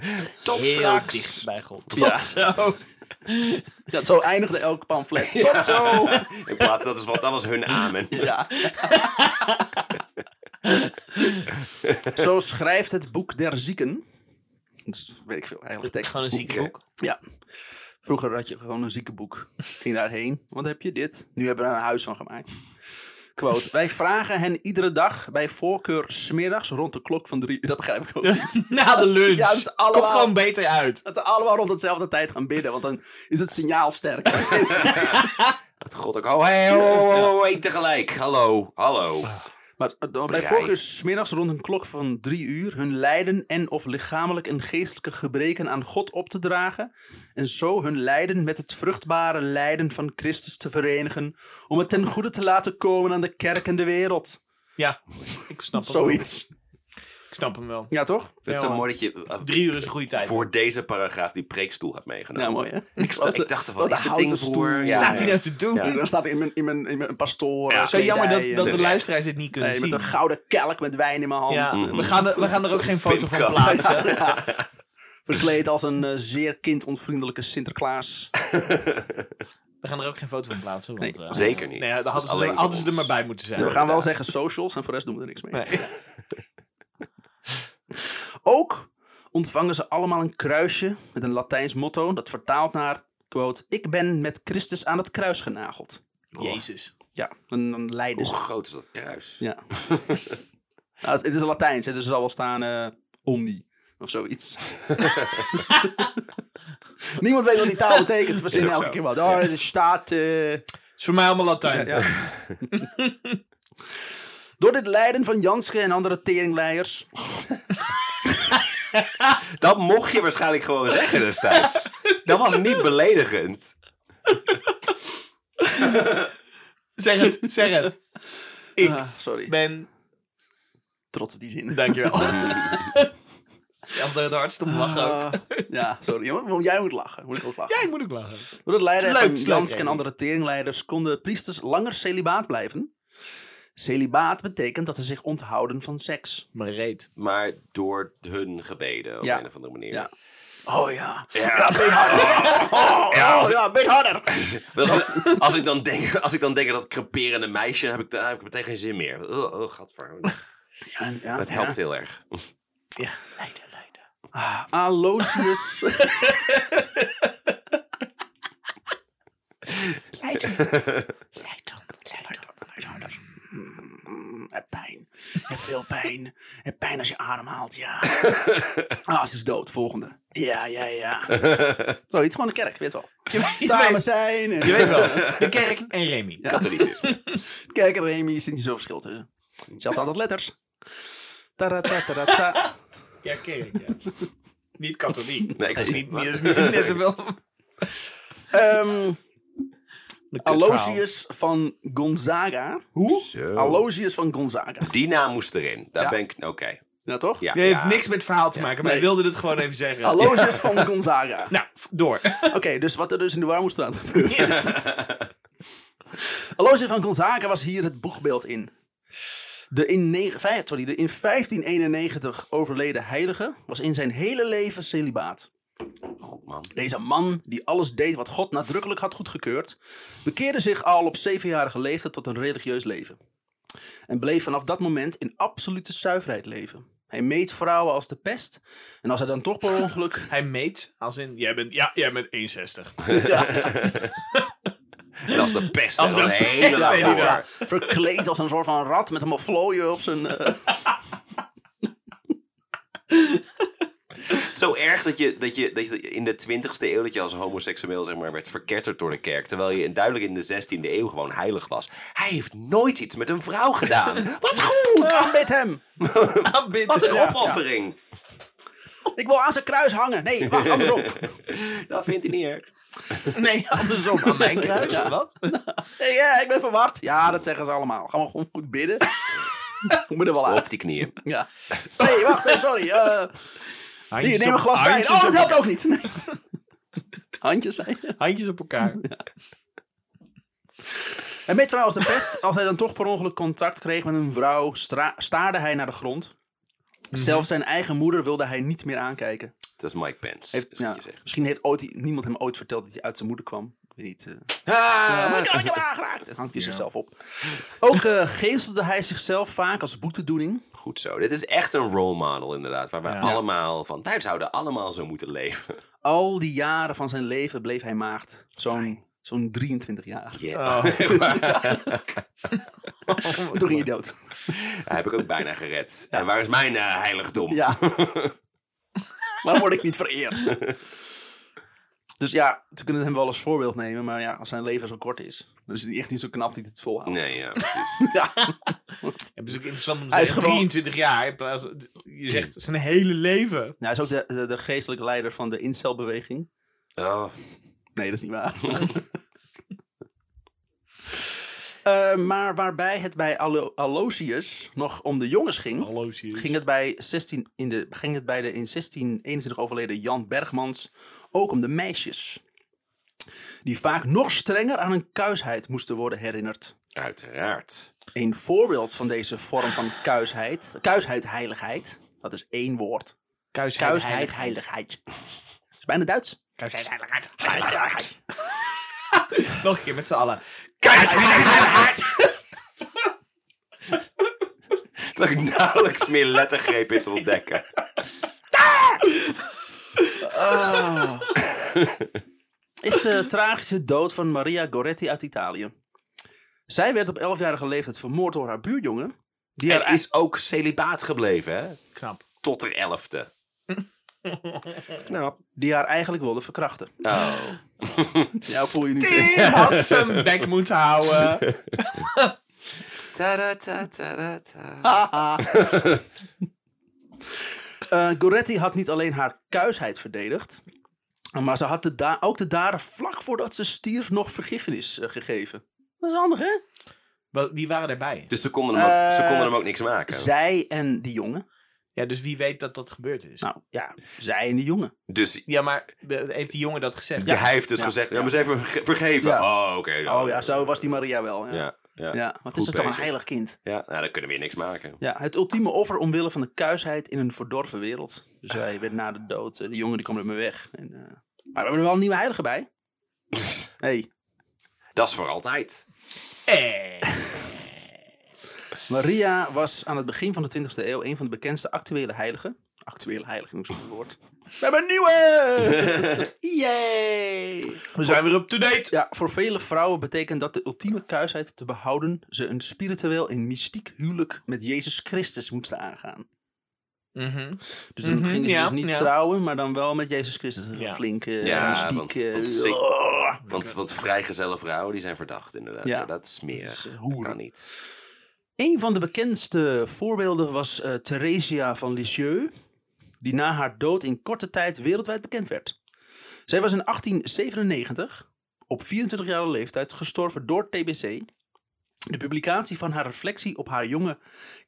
Ja. Tot Heel straks. dicht bij God. Ja. Ja, zo eindigde elk pamflet. Tot zo! In plaats dat, is wat, dat was hun amen. Ja. Zo schrijft het boek der zieken. Dat is, weet ik veel, eigenlijk tekst. Gewoon een ziekenboek. Ja. Vroeger had je gewoon een ziekenboek. Ging daarheen. Wat heb je dit? Nu hebben we er een huis van gemaakt. Quote. Wij vragen hen iedere dag, bij voorkeur smiddags, rond de klok van drie uur. Dat begrijp ik ook niet. Na de lunch. Ja, dat is allemaal- Komt gewoon beter uit. Dat ze allemaal rond hetzelfde tijd gaan bidden, want dan is het signaal sterker. Dat God ook. Oh, hey, oh, oh, oh, oh, hey, tegelijk. Hallo, hallo. Maar eh, dan bij Brei. voorkeur 's middags rond een klok van drie uur hun lijden en of lichamelijk en geestelijke gebreken aan God op te dragen en zo hun lijden met het vruchtbare lijden van Christus te verenigen om het ten goede te laten komen aan de kerk en de wereld. Ja, ik snap hem wel. Zoiets. Ik snap hem wel. Ja toch? Dat is Ja, zo man. mooi dat je eh, Drie uur is een goede tijd. voor deze paragraaf die preekstoel hebt meegenomen. Nou mooi hè? Ik, sta- ik dacht Wat ervan, is een dit ding houten stoel. voor... Ja, Staat hij ja. nou te doen? En dan staat hij in mijn, in mijn, in mijn pastoor. eh, Ja. Zo jammer dat, dat de terecht. luisteraars dit niet kunnen Nee, met zien. een Mm. gouden kelk met wijn in mijn hand. Ja, we, gaan er, we gaan er ook geen foto van Pimpkap. plaatsen. Ja. Verkleed als een eh, zeer kindonvriendelijke Sinterklaas. We gaan er ook geen foto van plaatsen. Want, eh, zeker niet. Nee, daar Dat hadden, is ze er, alleen voor hadden ze er ons. maar bij moeten zijn. We gaan wel zeggen socials en voor de rest doen we er niks mee. Nee. Ook ontvangen ze allemaal een kruisje met een Latijns motto dat vertaalt naar, quote, ik ben met Christus aan het kruis genageld. Jezus. Ja, een, een leider. Hoe groot is dat kruis? Ja. Nou, het, het is Latijns, hè, dus er zal wel staan eh omni of zoiets. Niemand weet wat die taal betekent. We zien ook elke zo. keer wat. Oh, er staat... eh, is voor mij allemaal Latijn. Ja. Door dit lijden van Janske en andere teringleiers. Dat mocht je waarschijnlijk gewoon zeggen destijds. Dat was niet beledigend. Zeg het, zeg het. Ik Ah, sorry, ben... trots op die zin. Dankjewel. Zelfs door het hardst om lachen ook. Ah, ja, sorry. jongen, Jij moet lachen. Moet ik ook lachen. Ja, moet ik lachen. Door het lijden Leuk, van leuk, Janske en Henry. andere teringleiders konden priesters langer celibaat blijven. Celibaat betekent dat ze zich onthouden van seks. Maar reet. maar door hun gebeden op Ja. een of andere manier. Ja. Oh ja. Ja. Ja, oh, ja, beetje harder. Dat is- Dus, als, ik dan denk, als ik dan denk aan dat creperende meisje, heb ik, daar heb ik meteen geen zin meer. Oh, oh gadver. Ja, ja, Dat ja. helpt heel erg. Ja. Ah, Leiden, leiden. Aloysius. Leiden. Leiden. Leiden. Mm, heb pijn. Heb veel pijn. Heb pijn als je ademhaalt, ja. Ah, ze is dood. Volgende. Ja, ja, ja. Zoiets, gewoon de kerk, weet wel. Samen zijn. en- Je weet wel. De kerk en Remy. Katholicisme. Kerk en Remy zit niet zoveel verschil tussen. Hetzelfde aantal letters. Taratatata. Ja, kerk, ja. Niet katholiek. Nee, ik Dat is zie niet, het, maar- dat is niet, dat is wel... Ehm Een kutverhaal. Aloysius van Gonzaga. Oh. Hoe? Zo. Aloysius van Gonzaga. Die naam moest erin. Daar Ja. ben ik... Oké. Ja, toch? Ja. Dit heeft niks met het verhaal te maken, maar Nee. ik wilde het gewoon even zeggen. Aloysius van Gonzaga. Nou, f- door. Oké, dus wat er dus in de Warmoestraat gebeurt. Aloysius van Gonzaga was hier het boegbeeld in. De in, negen- vijf- sorry, de in 1591 overleden heilige was in zijn hele leven celibaat. Goed Oh, man. Deze man, die alles deed wat God nadrukkelijk had goedgekeurd, bekeerde zich al op zevenjarige leeftijd tot een religieus leven. En bleef vanaf dat moment in absolute zuiverheid leven. Hij meet vrouwen als de pest. En als hij dan toch per ongeluk Hij meet, als in, jij bent, ja, jij bent 61. En als de pest. Als Als de de pest, hele dag ja. door. verkleed als een soort van rat met allemaal vlooien op zijn... eh, zo erg dat je, dat, je, dat je in de 20e eeuw dat je als homoseksueel zeg maar, werd verketterd door de kerk. Terwijl je in- duidelijk in de 16e eeuw gewoon heilig was. Hij heeft nooit iets met een vrouw gedaan. Wat goed! Aanbid hem! Wat een Ja, opoffering! Ik wil aan zijn kruis hangen. Nee, wacht, andersom. Dat vindt hij niet erg. Nee, andersom aan mijn kruis. kruis, wat? Hey, ja, ik ben verward. Ja, dat zeggen ze allemaal. Gaan we gewoon goed bidden? Kom er wel uit. Op die knieën. Ja. Nee, wacht, nee, sorry. eh hier, neem een glas wijn. Oh, dat helpt ook niet. Nee. Handjes zijn. Handjes op elkaar. En met trouwens de pest, als hij dan toch per ongeluk contact kreeg met een vrouw, stra- staarde hij naar de grond. Zelfs zijn eigen moeder wilde hij niet meer aankijken. Dat is Mike Pence. Heeft, is wat ja, je zegt. misschien heeft ooit, niemand hem ooit verteld dat hij uit zijn moeder kwam. Ik Weet niet. eh. Ah! Maar ik heb hem aangeraakt. Hangt hij zichzelf op. Ook eh geestelde hij zichzelf vaak als boetedoening. Goed zo. Dit is echt een role model inderdaad. Waar we Ja. allemaal van... Wij zouden allemaal zo moeten leven. Al die jaren van zijn leven bleef hij maagd. Zo'n zo'n 23 jaar. Yeah. Oh. En toen ging hij dood. Daar heb ik ook bijna gered. En waar is mijn eh, heiligdom? Ja. Waarom word ik niet vereerd? Dus ja, we kunnen hem wel als voorbeeld nemen. Maar ja, als zijn leven zo kort is, dan is hij echt niet zo knap dat hij het volhoudt. Nee, ja, precies. Ja. Nou, Het is ook interessant om te Hij is zeggen, gewoon- 23 jaar. in plaats- Je zegt zijn hele leven. Nou, hij is ook de, de, de geestelijke leider van de incelbeweging. Oh, Nee, dat is niet waar. Eh, maar waarbij het bij Allo- Aloysius nog om de jongens ging, Hallo, ging het bij, 16 in de, ging het bij de in 1621 overleden Jan Bergmans ook om de meisjes. Die vaak nog strenger aan hun kuisheid moesten worden herinnerd. uiteraard. Een voorbeeld van deze vorm van kuisheid, kuisheid heiligheid, dat is één woord. Kuisheid, Kuisheid heiligheid. is bijna Duits. Kuisheid, heiligheid. Nog een keer met z'n allen. Dat ik nauwelijks meer lettergrepen in te ontdekken. Ah. is de tragische dood van Maria Goretti uit Italië. Zij werd op 11-jarige leeftijd vermoord door haar buurjongen. Die haar Er is ook celibaat gebleven, hè? Knap. Tot de elfde. Nou. die haar eigenlijk wilde verkrachten. Oh. Ja, voel je niet. Tim had zijn bek moeten houden. Ta ta ta ta. Eh, Goretti had niet alleen haar kuisheid verdedigd, maar ze had de da- ook de daden vlak voordat ze stierf nog vergiffenis eh, gegeven. Dat is handig, hè? Wel, Wie waren erbij? Dus ze konden, hem ook, ze Eh, konden hem ook niks maken. Zij en die jongen. Ja, dus wie weet dat dat gebeurd is. Nou ja, zij en die jongen. Dus Ja, maar de- heeft die jongen dat gezegd? hij heeft dus gezegd, ja, maar ze hebben verge- vergeven. Ja. Oh, oké. Oh ja, zo was die Maria wel. Ja, ja. Ja, ja. wat Goed is het toch een bezig. heilig kind? Ja, nou, dan kunnen we hier niks maken. Ja, het ultieme offer omwille van de kuisheid in een verdorven wereld. Dus hij werd na de dood, eh, de jongen die kwam er mee weg. En, eh, maar we hebben er wel een nieuwe heilige bij. hey, Dat is voor altijd. Eh. Maria was aan het begin van de 20e eeuw een van de bekendste actuele heiligen. Actuele heiligen, hoe is het woord? We hebben een nieuwe! Yay! We zijn weer up-to-date. Ja, voor vele vrouwen betekent dat de ultieme kuisheid te behouden ze een spiritueel en mystiek huwelijk met Jezus Christus moesten aangaan. Mhm. Dus dan Mhm, gingen ze ja, dus niet ja. trouwen, maar dan wel met Jezus Christus. Een Ja. flinke, Ja, mystieke... oh. want- want ze- Want, want vrijgezelle vrouwen die zijn verdacht, inderdaad. Ja. Ja. Dat is Dat smerig. is, eh, Dat hoeren. kan niet. Een van de bekendste voorbeelden was eh, Theresia van Lisieux, die na haar dood in korte tijd wereldwijd bekend werd. Zij was in 1897 op 24-jarige leeftijd gestorven door TBC. De publicatie van haar reflectie op haar jonge,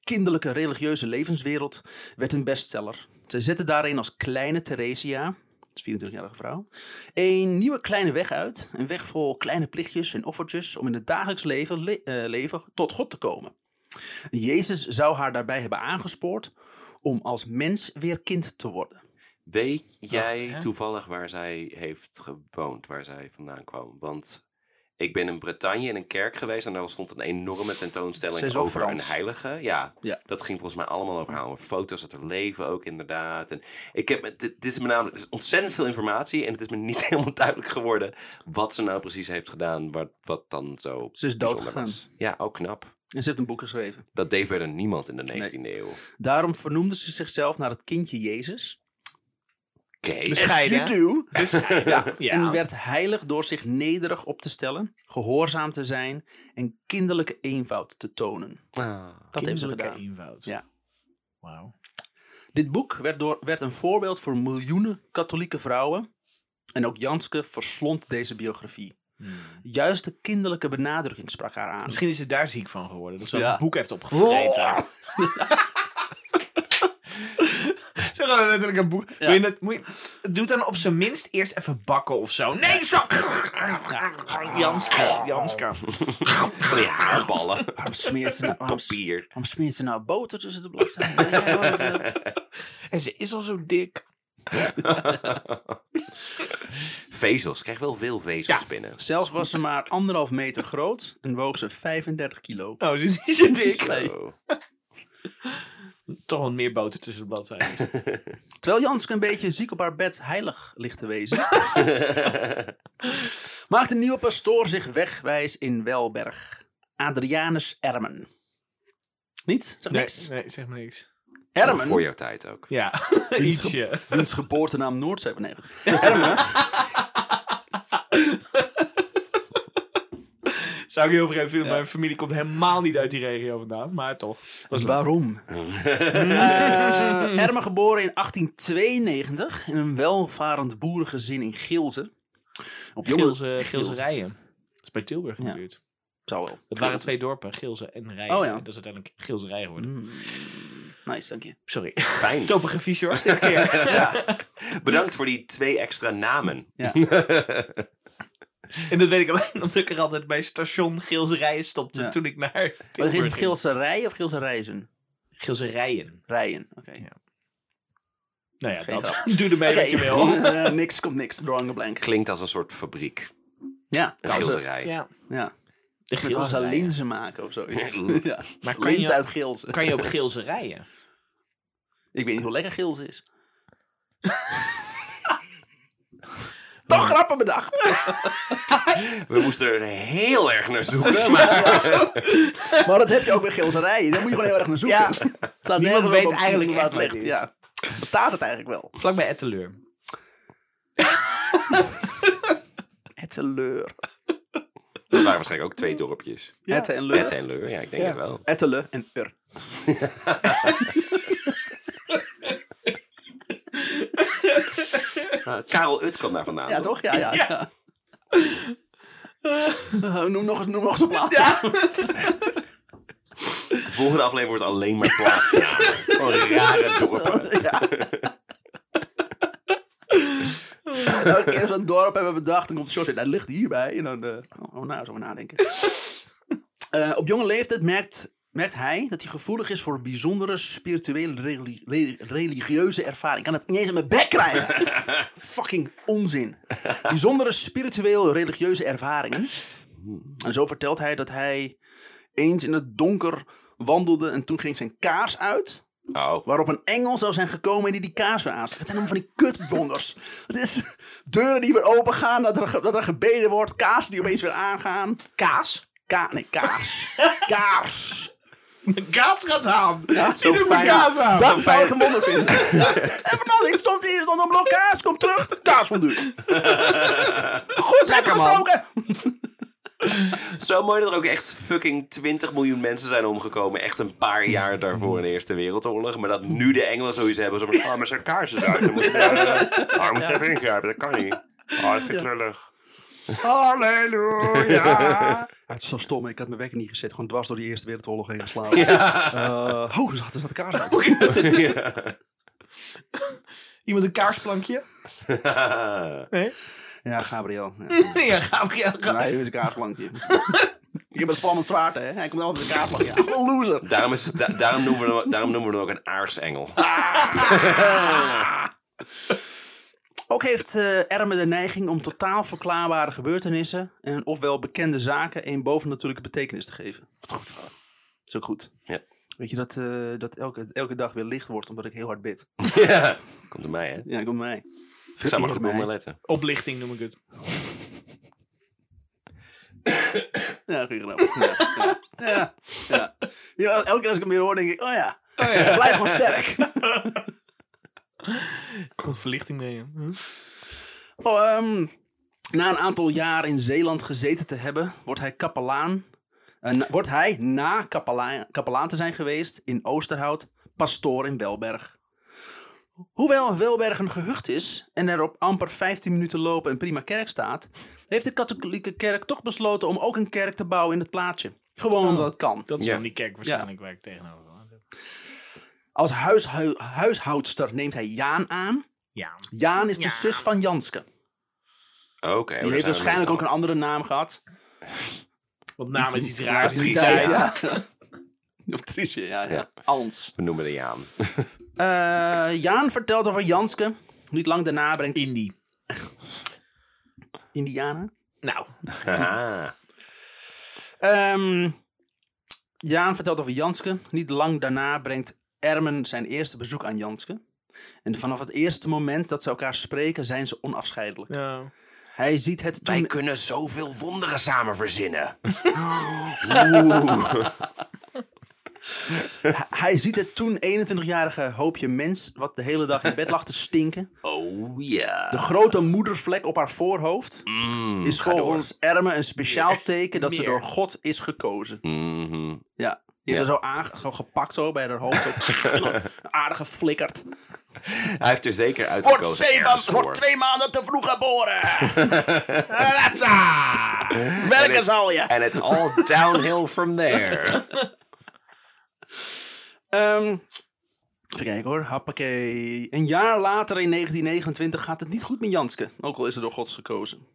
kinderlijke religieuze levenswereld werd een bestseller. Zij zette daarin als kleine Theresia, dat is een 24-jarige vrouw, een nieuwe kleine weg uit. Een weg vol kleine plichtjes en offertjes om in het dagelijks leven, le- eh, leven tot God te komen. Jezus zou haar daarbij hebben aangespoord om als mens weer kind te worden. Weet jij hè? toevallig waar zij heeft gewoond, waar zij vandaan kwam? Want ik ben in Bretagne in een kerk geweest en daar stond een enorme Ze tentoonstelling is wel over Frans. een heilige. Ja, Ja. dat ging volgens mij allemaal over haar. over Foto's uit haar leven ook inderdaad. En ik heb, met- dit dit is me namelijk het is ontzettend veel informatie en het is me niet helemaal duidelijk geworden wat ze nou precies heeft gedaan, wat, wat dan zo Ze is bijzonder doodgegaan. was. Ja, ook knap. En ze heeft een boek geschreven. Dat deed verder Dus niemand in de 19e eeuw. Daarom vernoemde ze zichzelf naar het kindje Jezus. As Bescheiden, you do. hè? Dus, ja. En werd heilig door zich nederig op te stellen, gehoorzaam te zijn en kinderlijke eenvoud te tonen. Ah. Dat heeft ze Kinderlijke gedaan. eenvoud. Ja. Wauw. Dit boek werd, door, werd een voorbeeld voor miljoenen katholieke vrouwen. En ook Janske verslond deze biografie. Hmm. Juist de kinderlijke benadrukking sprak haar aan. Misschien is ze daar ziek van geworden. Dat ze Ja. een boek heeft opgevreten. Ze gaan letterlijk een boek. Moet je dat, moet je, doe het dan op zijn minst eerst even bakken of zo. Nee, zo! Janska. Janska. Ja, haarballen. Waarom smeert ze nou, waarom, Papier. waarom smeert ze nou boter tussen de bladzijden? Ja, wat is dat? En ze is al zo dik. Vezels. Krijg wel veel vezels binnen. Zelf was ze maar anderhalf meter groot en woog ze 35 kilo. Oh, ze is niet zo dik. Nee. Oh. Toch wat meer boter tussen de bladzijden. Terwijl Janske een beetje ziek op haar bed heilig ligt te wezen. maakt een nieuwe pastoor zich wegwijs in Welberg. Adrianus Ermen. Niet? Zeg niks. nee, zeg maar niks. Ermen. Voor jouw tijd ook. Ja, wiens ge- ietsje. Wiens geboortenaam Noord zijn beneden. Ermen. Zou ik heel vreemd vinden. Mijn familie komt helemaal niet uit die regio vandaan. Maar toch. Waarom? Eh Ermen geboren in 1892 in een welvarend boerengezin in Gilze. Op jonge- Geelse, Geelse Rijen. Dat is bij Tilburg in de Ja. buurt. Zou wel. Dat waren twee dorpen, Geelse en Rijen. Oh ja. Mm. En Dat is uiteindelijk Geelse Rijen geworden. Nice, dank je. Sorry. Fijn. Topografie, George, dit keer. Bedankt voor die twee extra namen. Ja. En dat weet ik alleen omdat ik er altijd bij station Geelse Rijen stopte Ja. toen ik naar Wat is het Geel... Gilse Rij of Gilse Reizen? Geelse Rijen. Rijen, oké. Nou ja, Geen dat. Doe ermee wat je Oké, wil. eh, niks komt niks. Drawing a blank. Klinkt als een soort fabriek. Ja, Een gilderij. Ja. Ja. Iets met als Gilzenrijen. linzen maken of zoiets. Mm. ja. Maar kan Linzen je- uit Gilsen. Kan je op Geelse Rijen? Ik weet niet hoe lekker Gilsen is. Toch grappen bedacht. We moesten er heel erg naar zoeken. Maar maar dat heb je ook bij Gilserijen. Daar moet je gewoon heel erg naar zoeken. Ja. Staat Niemand nergens weet op- op eigenlijk waar het echt ligt. wat het Ja. Bestaat het eigenlijk wel? Vlakbij Etteleur. Het en leur. dat waren waarschijnlijk ook twee dorpjes. Het en Bert leur. en Leur, ja, ik denk Ja. het wel. Ettele en ur. Karel Ut kwam daar vandaan. Ja, toch? Ja, ja. Ja. ja. Eh, noem nog eens, noem nog eens een plaat. De volgende aflevering wordt alleen maar plaatsnamen. Gewoon rare dorpen. Ja. Elke keer als we een dorp hebben bedacht, dan komt George, dat ligt hierbij. En dan, eh oh, oh, nou, zo maar nadenken. Eh, op jonge leeftijd merkt, merkt hij dat hij gevoelig is voor bijzondere spirituele reli- re- religieuze ervaring. Ik kan het niet eens aan mijn bek krijgen. Fucking onzin. Bijzondere spiritueel religieuze ervaringen. En zo vertelt hij dat hij eens in het donker wandelde en toen ging zijn kaars uit. Oh, Waarop een engel zou zijn gekomen en die die kaars weer aanstak. Het zijn allemaal van die kutdonders. Het is deuren die weer open gaan, dat er, ge- dat er gebeden wordt. Kaars die opeens weer aangaan. Kaas? Ka nee, kaars. kaars. Mijn kaas gaat aan. Ja, zo mijn fijn. kaas aan. Dat zou ik een wonder vinden. Ja. En vanaf, ik stond hier, stond een blok kaas, kom terug. Kaas van duur. Goed uitgesproken. zo mooi dat er ook echt fucking 20 miljoen mensen zijn omgekomen. Echt een paar jaar daarvoor in de Eerste Wereldoorlog. Maar dat nu de Engelsen zoiets hebben. Zo van, ah, maar zijn kaarsen uit. Dan moeten we daar, eh, ah, we moeten even ingrijpen, dat kan niet. Ah, dat vind ik lullig. Halleluja. het is zo stom, ik had mijn wekker niet gezet. Gewoon dwars door die Eerste Wereldoorlog heen geslagen. oh, er zat, er zat kaars uit. Iemand een kaasplankje? Nee? Ja, Gabriel. Ja, Gabriel. ga- Nee, hij Ah, is een kaartplankje. Je bent spannend zwaard, hè? Hij komt altijd met een kaartplankje. Wat een loser. Daarom, is, da- daarom, noemen we, hem- daarom noemen we hem ook een aarsengel. Ah. Ook heeft eh Erme de neiging om totaal verklaarbare gebeurtenissen en ofwel bekende zaken een bovennatuurlijke betekenis te geven. Dat is goed van hem. Dat is ook goed. Ja. Weet je dat, eh, dat elke, elke dag weer licht wordt omdat ik heel hard bid? Ja. Komt door mij, hè? Ja, kom mij. Ik zou maar goed op Vereer me mij. letten. Oplichting noem ik het. Ja, goed gedaan. Ja, ja. ja. ja. Oh Ja, elke keer als ik hem weer hoor, denk ik, oh ja, blijf gewoon sterk. Komt verlichting mee. hè? Oh, ehm, na een aantal jaar in Zeeland gezeten te hebben, wordt hij kapelaan. eh, na- wordt hij na kapelaan, kapelaan te zijn geweest in Oosterhout, pastoor in Welberg. Hoewel Welberg een gehucht is en er op amper 15 minuten lopen een prima kerk staat, heeft de katholieke kerk toch besloten om ook een kerk te bouwen in het plaatsje. Gewoon omdat het kan. Dat is Ja. dan die kerk waarschijnlijk waar ik tegenover zat. Als huishu- huishoudster neemt hij Jaan aan. Ja. Jaan is de Ja. zus van Janske. Oké. oh, daar Die zijn heeft we waarschijnlijk nog ook een andere naam gehad. Want naam is iets raars. Patricia, die Tijd, tijd. ja. Of Triesje, ja, ja. Ans. We noemen de Jaan. Eh, Jaan vertelt over Janske. Niet lang daarna brengt Indie. Indiana. Nou, Ah, Ehm, Jaan vertelt over Janske. Niet lang daarna brengt Ermen zijn eerste bezoek aan Janske. En vanaf het eerste moment dat ze elkaar spreken, zijn ze onafscheidelijk. ja. Hij ziet het wij toen... kunnen zoveel wonderen samen verzinnen. Hij ziet het toen 21-jarige hoopje mens, wat de hele dag in bed lag te stinken. Oh ja. De grote moedervlek op haar voorhoofd is Mm, ga door. volgens Ermen een speciaal teken dat ze Meer. door God is gekozen. Mhm. Ja. Die heeft haar zo, aange- zo gepakt zo bij haar hoofd. Zo, aardig geflikkerd. Hij heeft er zeker uitgekozen. Wordt, zeven, ergens voor. wordt twee maanden te vroeg geboren. Ratza! And Werken it's- zal je. And it's all downhill from there. Ehm, even kijken hoor. Hoppakee. Een jaar later in 1929 gaat het niet goed met Janske. Ook al is er door Gods gekozen.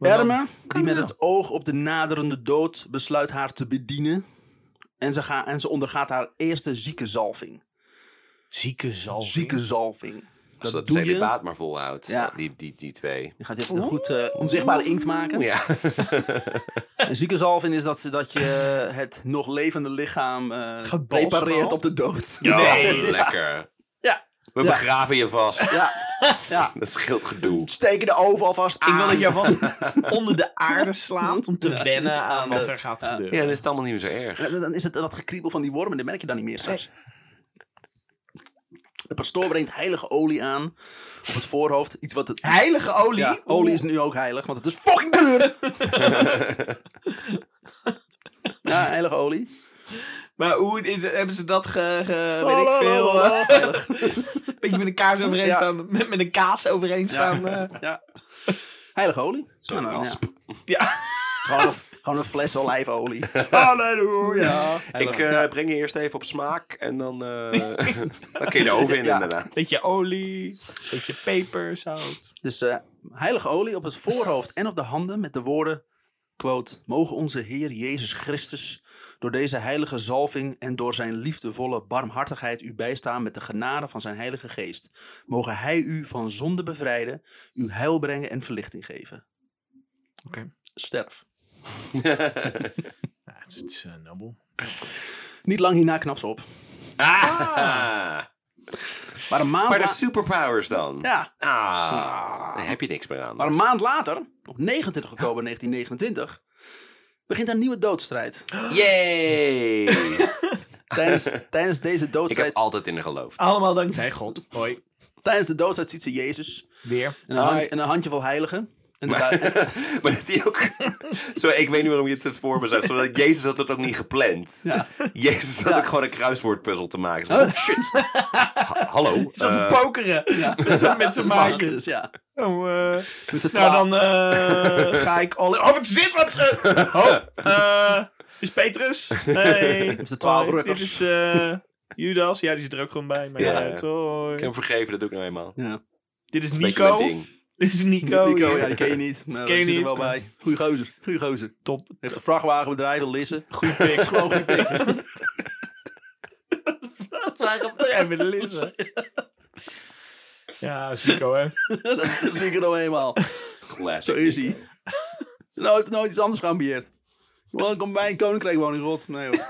Erme, die met het oog op de naderende dood besluit haar te bedienen. En ze, ga, en ze ondergaat haar eerste ziekenzalving. Zieke zal. Ziekenzalving. Als dat doe je. celibaat maar volhoudt. Ja. Die, die, die twee. Je gaat even een goed eh, onzichtbare inkt maken. Ja. Een ziekenzalving is dat, ze, dat je eh, het nog levende lichaam eh, Gebalsemd. repareert op de dood. Nee. Lekker. Ja. We Ja. begraven je vast. Ja. ja. Dat scheelt gedoe. Steken de oven alvast Ah, aan. Ik wil dat jij vast onder de aarde slaat om te wennen aan wat er gaat gebeuren. Ja, dat is het allemaal niet meer zo erg. Ja, Eh, Dan is het dat gekriebel van die wormen, dat merk je dan niet meer straks. De pastoor brengt heilige olie aan op het voorhoofd. Iets wat het, Heilige olie? Ja, olie is nu ook heilig, want het is fucking duur. ja, heilige olie. Maar hoe is- hebben ze dat ge, ge- weet ik veel, eh, Lalalala, Heilig. een beetje met een kaas overeen Ja. staan, met, met een kaas overeen staan. eh. Ja. Heilige olie. Ja, nou, ja. Ja. Gewoon, een, gewoon een fles olijfolie. Halleluja. Ik eh, breng je eerst even op smaak en dan, eh, dan kun je de oven in Ja. inderdaad. Beetje olie, beetje peper, zout. Dus eh, heilige olie op het voorhoofd en op de handen met de woorden, quote, mogen onze Heer Jezus Christus door deze heilige zalving en door zijn liefdevolle barmhartigheid u bijstaan met de genade van zijn heilige geest. Mogen hij u van zonde bevrijden, u heil brengen en verlichting geven. Oké. Sterf. Ja, het is eh, nobel. Niet lang hierna knapt ze op. Ah. Maar een maand, Maar dus- de la- superpowers dan? Ah. ja, Ah, daar heb je niks meer aan. maar een maand later, op 29 oktober 1929, begint een nieuwe doodstrijd. Yay! Tijdens, tijdens deze Ik heb doodstrijd altijd in geloofd. Allemaal dankzij God. Hoi. Tijdens de doodstrijd ziet ze Jezus. Weer. En een, hand, en een handjevol heiligen. En de bui- maar dat hij ook... Zo, ik weet niet waarom je het het voor me zegt. Zodat Jezus had het ook niet gepland. Ja. Jezus had ook gewoon een kruiswoordpuzzel te maken. Zo, oh shit. Ha- hallo. Zat te eh, pokeren. Met z'n- Met z'n maken. varkens, Dus ja. Oh, eh, Met z'n nou, twa- dan eh, ga ik alle. Oh, wat is dit? Wat? eh, oh, eh, is Petrus? Nee. Met z'n twaalf Hoi, rukkers. Dit is eh, Judas. Ja, die zit er ook gewoon bij. Maar Ja, ja, ja. hoi. ik heb hem vergeven, dat doe ik nou eenmaal. ja. Dit is Dat is een beetje Nico. mijn ding. Dit is Nico. Nico, ja, die ken je niet. Maar Ken je ik zit er niet, wel maar- bij. Goeie gozer. Goeie gozer. Top. Heeft een vrachtwagenbedrijf in Lisse. Goeie pik. Gewoon goede pik. Dat waren we ja, met de lissen. Ja, dat is Nico, hè. dat is Nico nou eenmaal. Zo Classic. is hij. Nooit, nooit iets anders geambieerd. Welkom bij een koninkrijk wonen in God. Nee hoor.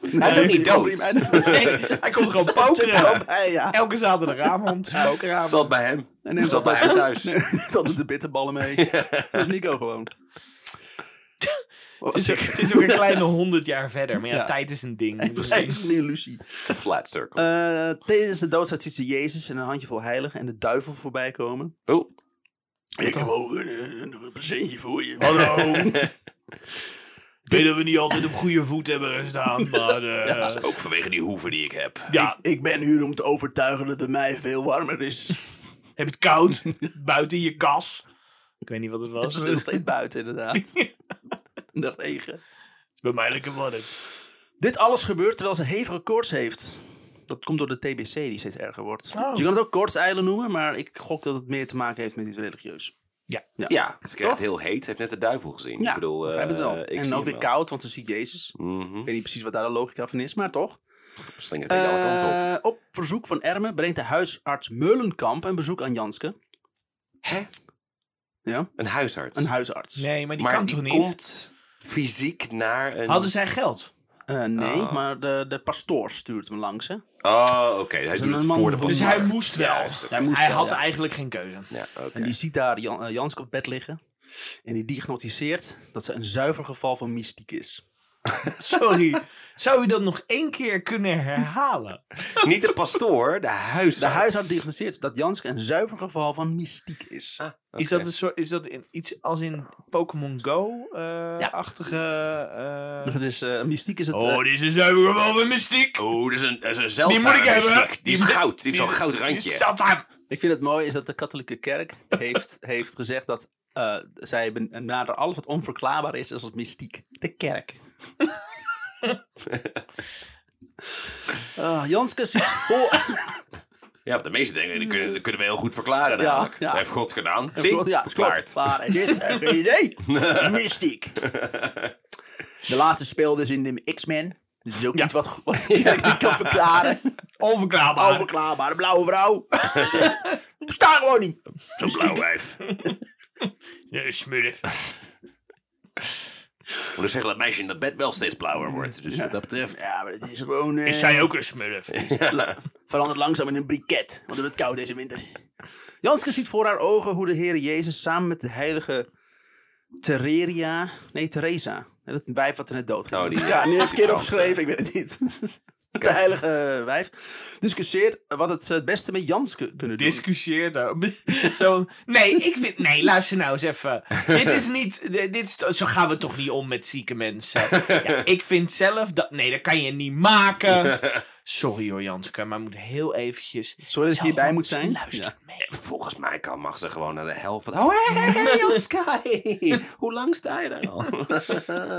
Hij is ook niet dood. Hij doet Nee, hij komt gewoon er wel pokeren. bij, ja. Elke zaterdagavond. Het Pokeravond. zat bij hem. En Het zat bij hem thuis. Nee, er zaten de bitterballen mee. Dat is Nico gewoon. Het is, ook- het is ook een kleine honderd jaar verder. Maar ja, Ja. tijd is een ding. Precies, een illusie. een flat circle. Eh, tijdens de doodstrijd ziet ze Jezus en een handjevol heiligen en de duivel voorbij komen. oh, Ik heb ook een, een, een presentje voor je. Hallo. Ik weet dat we niet altijd op goede voet hebben gestaan, maar... eh, ook vanwege die hoeven die ik heb. ja, ik ben hier om te overtuigen dat het mij veel warmer is. heb je het koud? Buiten je kas? Ik weet niet wat het was. Het is nog steeds buiten inderdaad. In de regen. Het is bij mij lekker warm. Dit alles gebeurt terwijl ze hevige koorts heeft. Dat komt door de TBC die steeds erger wordt. Oh. Dus je kan het ook koortseilen noemen, maar ik gok dat het meer te maken heeft met iets religieus. Ja, ze krijgt heel heet. Heeft net de duivel gezien. ik bedoel, eh, begrijp het wel. en Ik zie ook hem weer wel. koud, want ze ziet Jezus. Mhm. Ik weet niet precies wat daar de logica van is, maar toch. Slingert weer alle kanten op. Eh, op verzoek van Erme brengt de huisarts Meulenkamp een bezoek aan Janske. Hè? Eh, Ja, Een huisarts. een huisarts. Nee, maar die maar kan die toch niet? komt fysiek naar een... Hadden zij geld? Eh, nee, maar de, de pastoor stuurt hem langs. Hè? Oh, oké. Hij een doet het man voor de van- Dus Onmarkt. hij moest wel. Ja, juist. Hij moest hij wel, had ja. eigenlijk geen keuze. Ja, oké. En die ziet daar Jan, eh, Janske op bed liggen. En die diagnosticeert dat ze een zuiver geval van mystiek is. Sorry. Zou u dat nog één keer kunnen herhalen? Niet de pastoor, de huisarts. De huisarts diagnosticeert dat Janske een zuiver geval van mystiek is. Ah, Is oké. dat, een soort, is dat in, iets als in Pokémon eh, Go-achtige... Dat is, eh, mystiek is het... eh, Oh, dit is een zuivere wel van mystiek. Oh, dat is een, dat is een Die zeldzame moet ik hebben. mystiek. Die is moet- goud. Die heeft zo'n goud Die randje. staat aan. ik vind het mooi is dat de katholieke kerk heeft, heeft gezegd dat eh, zij benaderen alles wat onverklaarbaar is als mystiek. De kerk. Ah, Janske ziet voor... Ja, want de meeste dingen die kunnen, die kunnen we heel goed verklaren Ja, namelijk. ja. Dat heeft God gedaan. Zie, ja, verklaard. klopt. Klaar. En dit, eh, geen idee. Mystiek. De laatste speel dus in de X-Men. Dat is ook iets wat, wat de kerk niet kan verklaren. Onverklaarbaar. Onverklaarbaar, de blauwe vrouw. Bestaat gewoon niet. Zo'n blauw wijf. Nee, smullen. Ik moet dus zeggen dat meisje in dat bed wel steeds blauwer wordt. Dus wat dat betreft. Ja, maar het is gewoon... eh, ook een smurf? verandert langzaam in een briket, want het wordt koud deze winter. Janske ziet voor haar ogen hoe de Heer Jezus samen met de heilige Tereria... Nee, Teresa. Nee, Dat wijf wat er net dood ging. Oh, die- ja, nu heb ik die keer Franse. opgeschreven, ik weet het niet. De heilige eh, wijf discussieert wat het eh, het beste met Janske kunnen doen. Discussieert ook. Zo, nee, ik vind, nee, luister nou eens even. dit is niet. Dit is, zo gaan we toch niet om met zieke mensen. Ja, ik vind zelf dat. Nee, dat kan je niet maken. Sorry hoor, Janske, maar moet heel eventjes. Sorry dat je Zo, hierbij moet zijn. Luister Ja. mee. Volgens mij kan, mag ze gewoon naar de hel van... Oh, hey, hey, hey, Janska, hey. Hoe lang sta je daar al?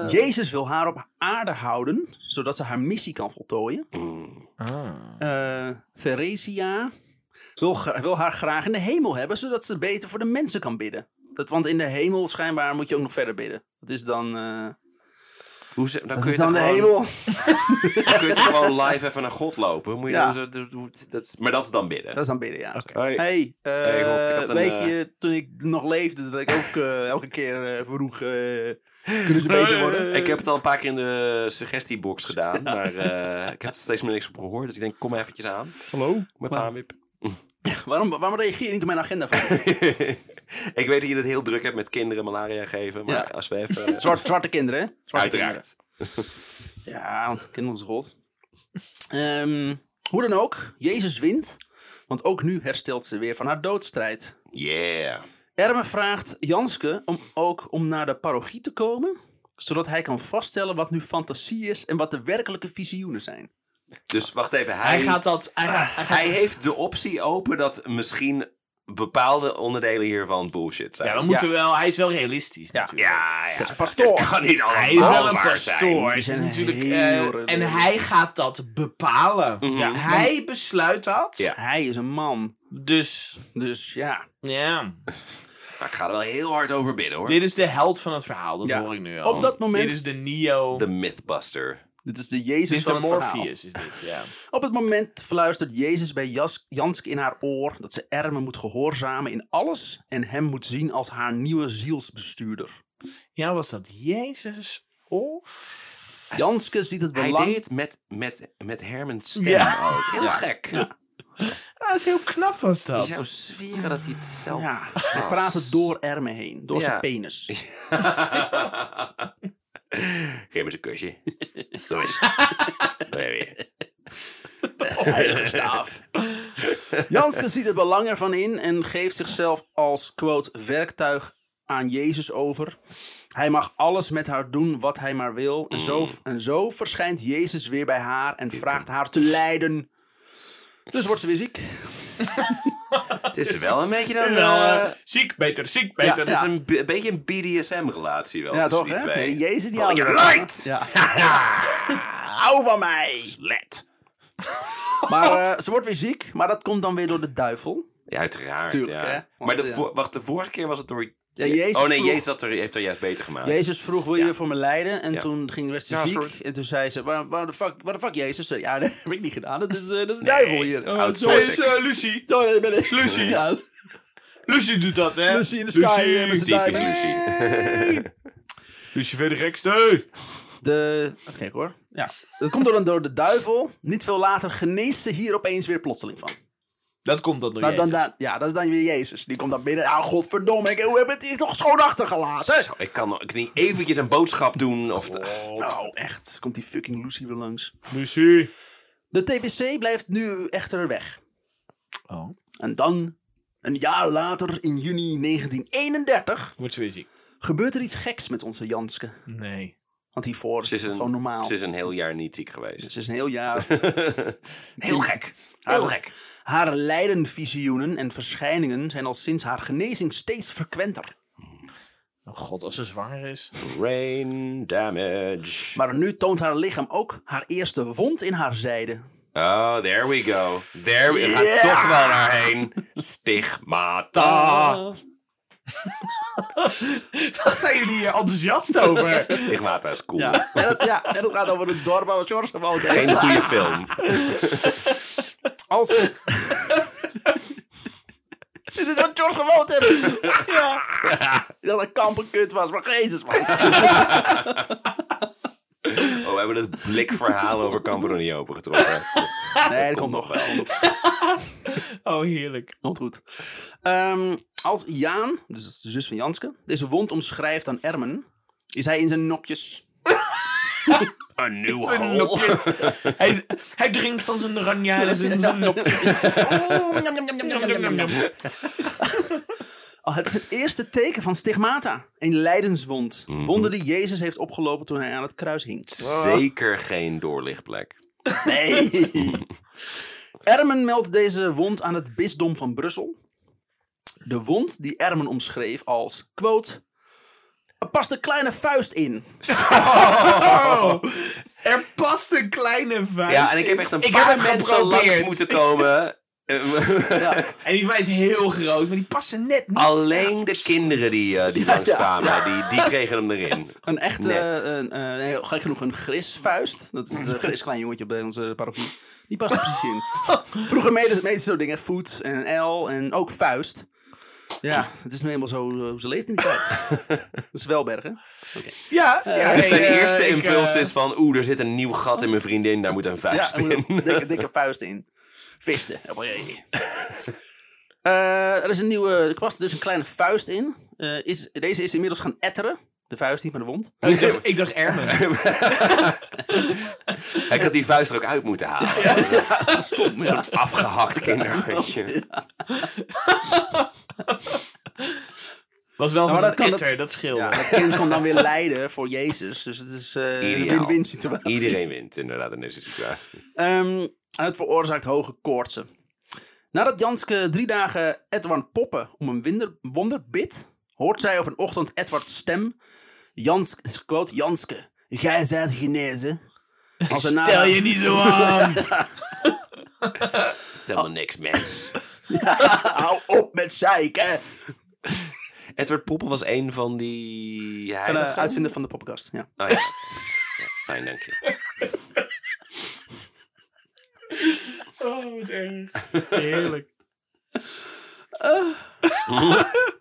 Jezus wil haar op aarde houden, zodat ze haar missie kan voltooien. Ah. Eh, Theresia wil, gra- wil haar graag in de hemel hebben, zodat ze beter voor de mensen kan bidden. Dat, want in de hemel schijnbaar moet je ook nog verder bidden. Dat is dan, eh, Hoe ze, dan dat kun is je dan toch de gewoon- hemel. Dan kun je toch gewoon live even naar God lopen. Moet je Ja. dan zo- dat- dat- dat- maar dat is dan bidden. Dat is dan bidden, ja. Hoi. Hey, eh, Hey, God, ik had een, weet eh, je, toen ik nog leefde, dat ik ook eh, elke keer eh, vroeg, eh, kunnen ze beter worden? Ik heb het al een paar keer in de suggestiebox gedaan, maar eh, ik heb er steeds meer niks op gehoord. Dus ik denk, kom eventjes aan. Hallo. Met de aanwip. Waarom, waarom reageer je niet op mijn agenda? van? ik weet dat je het heel druk hebt met kinderen malaria geven, maar Ja. als we even... Zwart, zwarte kinderen, hè? Zwarte kinderen. Uiteraard. Ja, want kinderen is rot. Ehm, hoe dan ook, Jezus wint. Want ook nu herstelt ze weer van haar doodstrijd. Yeah. Erme vraagt Janske om ook om naar de parochie te komen. Zodat hij kan vaststellen wat nu fantasie is en wat de werkelijke visioenen zijn. Dus wacht even, hij, Hij gaat dat. Hij, gaat- hij gaat- hij heeft de optie open dat misschien bepaalde onderdelen hiervan bullshit zijn. ja, dan moeten we wel. Hij is wel realistisch. Ja, natuurlijk. ja, ja. pastoor. Het kan niet allemaal Hij is wel een Oh, waar pastoor. zijn. Het is zijn natuurlijk, heel eh, en realistisch. hij gaat dat bepalen. Ja. Hij besluit dat. Ja. Hij is een man. Dus Dus ja. ja, Maar ik ga er wel heel hard over bidden hoor. dit is de held van het verhaal. Dat Ja. hoor ik nu al. Op dat moment- Dit is de Neo. De Mythbuster. Dit is de dit Jezus is de van het verhaal. Morpheus. Is dit, ja. Op het moment fluistert Jezus bij Jas- Janske in haar oor dat ze Erme moet gehoorzamen in alles en hem moet zien als haar nieuwe zielsbestuurder. ja, was dat Jezus of... Janske ziet het Hij belang. deed het met, met, met Herman's stem Ja. ook. Heel gek. Ah, dat is heel knap was Je dat. zou zweren dat hij het zelf Ja, was. hij praat het door Erme heen, door Ja. zijn penis. Geef me eens een kusje. Doe eens. Doe jij weer. Heilige staaf. Janske ziet het belang ervan in en geeft zichzelf als quote werktuig aan Jezus over. Hij mag alles met haar doen wat hij maar wil. En zo, Mm. en zo verschijnt Jezus weer bij haar en vraagt haar te lijden. Dus wordt ze weer ziek. Het is wel een beetje dan... Wel, eh, eh, ziek, beter, ziek, beter. het is een, be- een beetje een BDSM-relatie wel Ja, tussen toch? die Hè? twee. Nee, Jezus die Want je houdt ervan. lijkt! Ja. Hou van mij! Let. Maar eh, ze wordt weer ziek, maar dat komt dan weer door de duivel. Ja, uiteraard. Tuurlijk, ja. hè? Want, maar de, ja. vo- wacht, de vorige keer was het door... Ja, Jezus oh nee, vroeg- Jezus had er, heeft er juist beter gemaakt. Jezus vroeg, wil je weer voor me lijden? En Ja. toen ging werd ze Ja, ziek. soort. En toen zei ze, waar, waar, de, fuck, waar de fuck Jezus? Zei, ja, dat heb ik niet gedaan. Dat is, eh, dat is de Nee, duivel hier. het Oh, oud sorry, Sosik. eh, Lucie. sorry, ik ben ik. Lucy. Ja, Lucie doet dat, hè? Lucy in the sky. eh, met zijn Typisch duivel. Lucie. Lucie verder rekste. De, even kijken hoor. Ja. Dat komt door, door de duivel. Niet veel later geneest ze hier opeens weer plotseling van. Dat komt dan door Nou, dan, Jezus. dan, ja, dat is dan weer Jezus. Die komt dan binnen. Ah, godverdomme, ik, hoe heb ik het hier toch schoon achtergelaten? Zo, ik kan nog- ik kan niet eventjes een boodschap doen. Of Nou, echt. Komt die fucking Lucy weer langs. Lucie. De TVC blijft nu echter weg. Oh. En dan, een jaar later, in juni 1931, Wordt ze weer ziek? gebeurt er iets geks met onze Janske. Nee. Want hiervoor is Ze het is, gewoon een, normaal. ze is een heel jaar niet ziek geweest. Ze is een heel jaar. Heel gek. Heel Ah, gek. Haar lijdenvisioenen en verschijningen zijn al sinds haar genezing steeds frequenter. Oh god, als ze zwanger is. Brain damage. Maar nu toont haar lichaam ook haar eerste wond in haar zijde. Oh, there we go. There we we gaan Yeah. toch wel daarheen. Stigmata. Wat zijn jullie hier enthousiast over? Stigmata is cool. En dat, ja, en dat gaat over het dorp waar George gewoond heeft. Geen goede film. Als... Dit is wat George gewoond heeft. ja. Dat een kamp een kut was, maar Jezus man. Oh, we hebben het blikverhaal over Kampen nog niet opengetrokken. Nee, dat komt nog wel. Oh, heerlijk. Komt goed. Ehm, als Jaan, dus dat is de zus van Janske, deze wond omschrijft aan Ermen, is hij in zijn nopjes. Een nieuw Zijn hol. nopjes. hij, hij drinkt van zijn ranja en zijn, zijn nopjes. Oeh, njam, njam, njam, njam, njam, njam, njam. Oh, het is het eerste teken van stigmata. Een lijdenswond. Wonden die Jezus heeft opgelopen toen hij aan het kruis hing. Zeker geen doorlichtplek. Nee. Ermen meldt deze wond aan het bisdom van Brussel. De wond die Ermen omschreef als, quote, er past een kleine vuist in. Oh. Er past een kleine vuist Ja, en ik heb in. echt een Ik heb paar het mensen geprobeerd. langs moeten komen. Eh, En die vuist is heel groot, maar die passen net niet. Alleen de kinderen die, eh, die langskwamen, die, die kregen hem erin. Een echte, Net. eh, een, eh, heel gek genoeg, een grisvuist. Dat is een gris klein jongetje bij onze parochie. Die past er precies in. Vroeger meten meten ze zo dingen, voet en een L en ook vuist. Ja, het is nu eenmaal zo, eh, hoe ze leeft in die tijd. Dat is Welbergen. Ja, ja Dus zijn nee, eh, eerste ik, eh, impuls is van, oeh, er zit een nieuw gat in mijn vriendin, daar moet een Ja, vuist er moet in. een dikke, dikke vuist in. Visten. Oh, jee. Eh, er is een nieuwe, er past dus een kleine vuist in. Eh, is, deze is inmiddels gaan etteren. De vuist, niet maar de wond. ik, dacht, ik dacht Ermen. Ik had die vuist er ook uit moeten halen. Ja, stom. Ja. Afgehakt kinderhandje. Was wel Nou, van maar dat kan- een etter, dat, dat- scheelde. Ja, dat kind kon dan weer leiden voor Jezus. Dus het is eh, een Ideaal. win-win situatie. Iedereen wint inderdaad in deze situatie. Ehm, en het veroorzaakt hoge koortsen. Nadat Janske drie dagen Edward poppen om een winder, wonder bidt, hoort zij op een ochtend Edwards stem. Janske, quote, Janske, gij zijt genezen. Als ze na- Tel je niet zo aan. Het is Oh. helemaal niks, mens. Hou op met zeiken. Edward Poppel was een van die... En, eh, heiligen? uitvinder van de podcast, ja. Oh ja. Ja, Fijn, dank je. oh, wat erg. Heerlijk.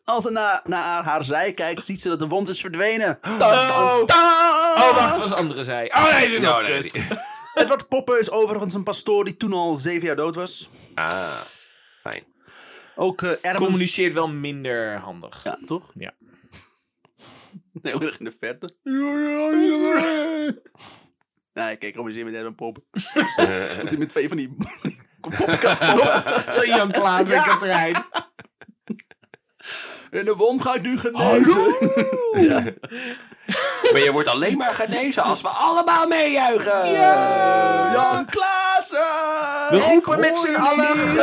Als ze na, naar haar zij kijkt, ziet ze dat de wond is verdwenen. Oh, oh wacht, was andere zij. Oh nee, ze is Nou, nog daar is kut. hij. Edward Poppen is overigens een pastoor die toen al zeven jaar dood was. Ah, fijn. Ook eh Ermens... Communiceert wel minder handig. Ja, toch? Ja. Heel erg in de verte. Nee, kijk, kom eens in met een pop. Eh. Komt hij met twee van die popkasten op. Zo Jan Klaas en Katrijn. En de wond gaat nu genezen. Maar je wordt alleen maar genezen als we allemaal meejuichen. Jan Klaassen! We roepen met z'n allen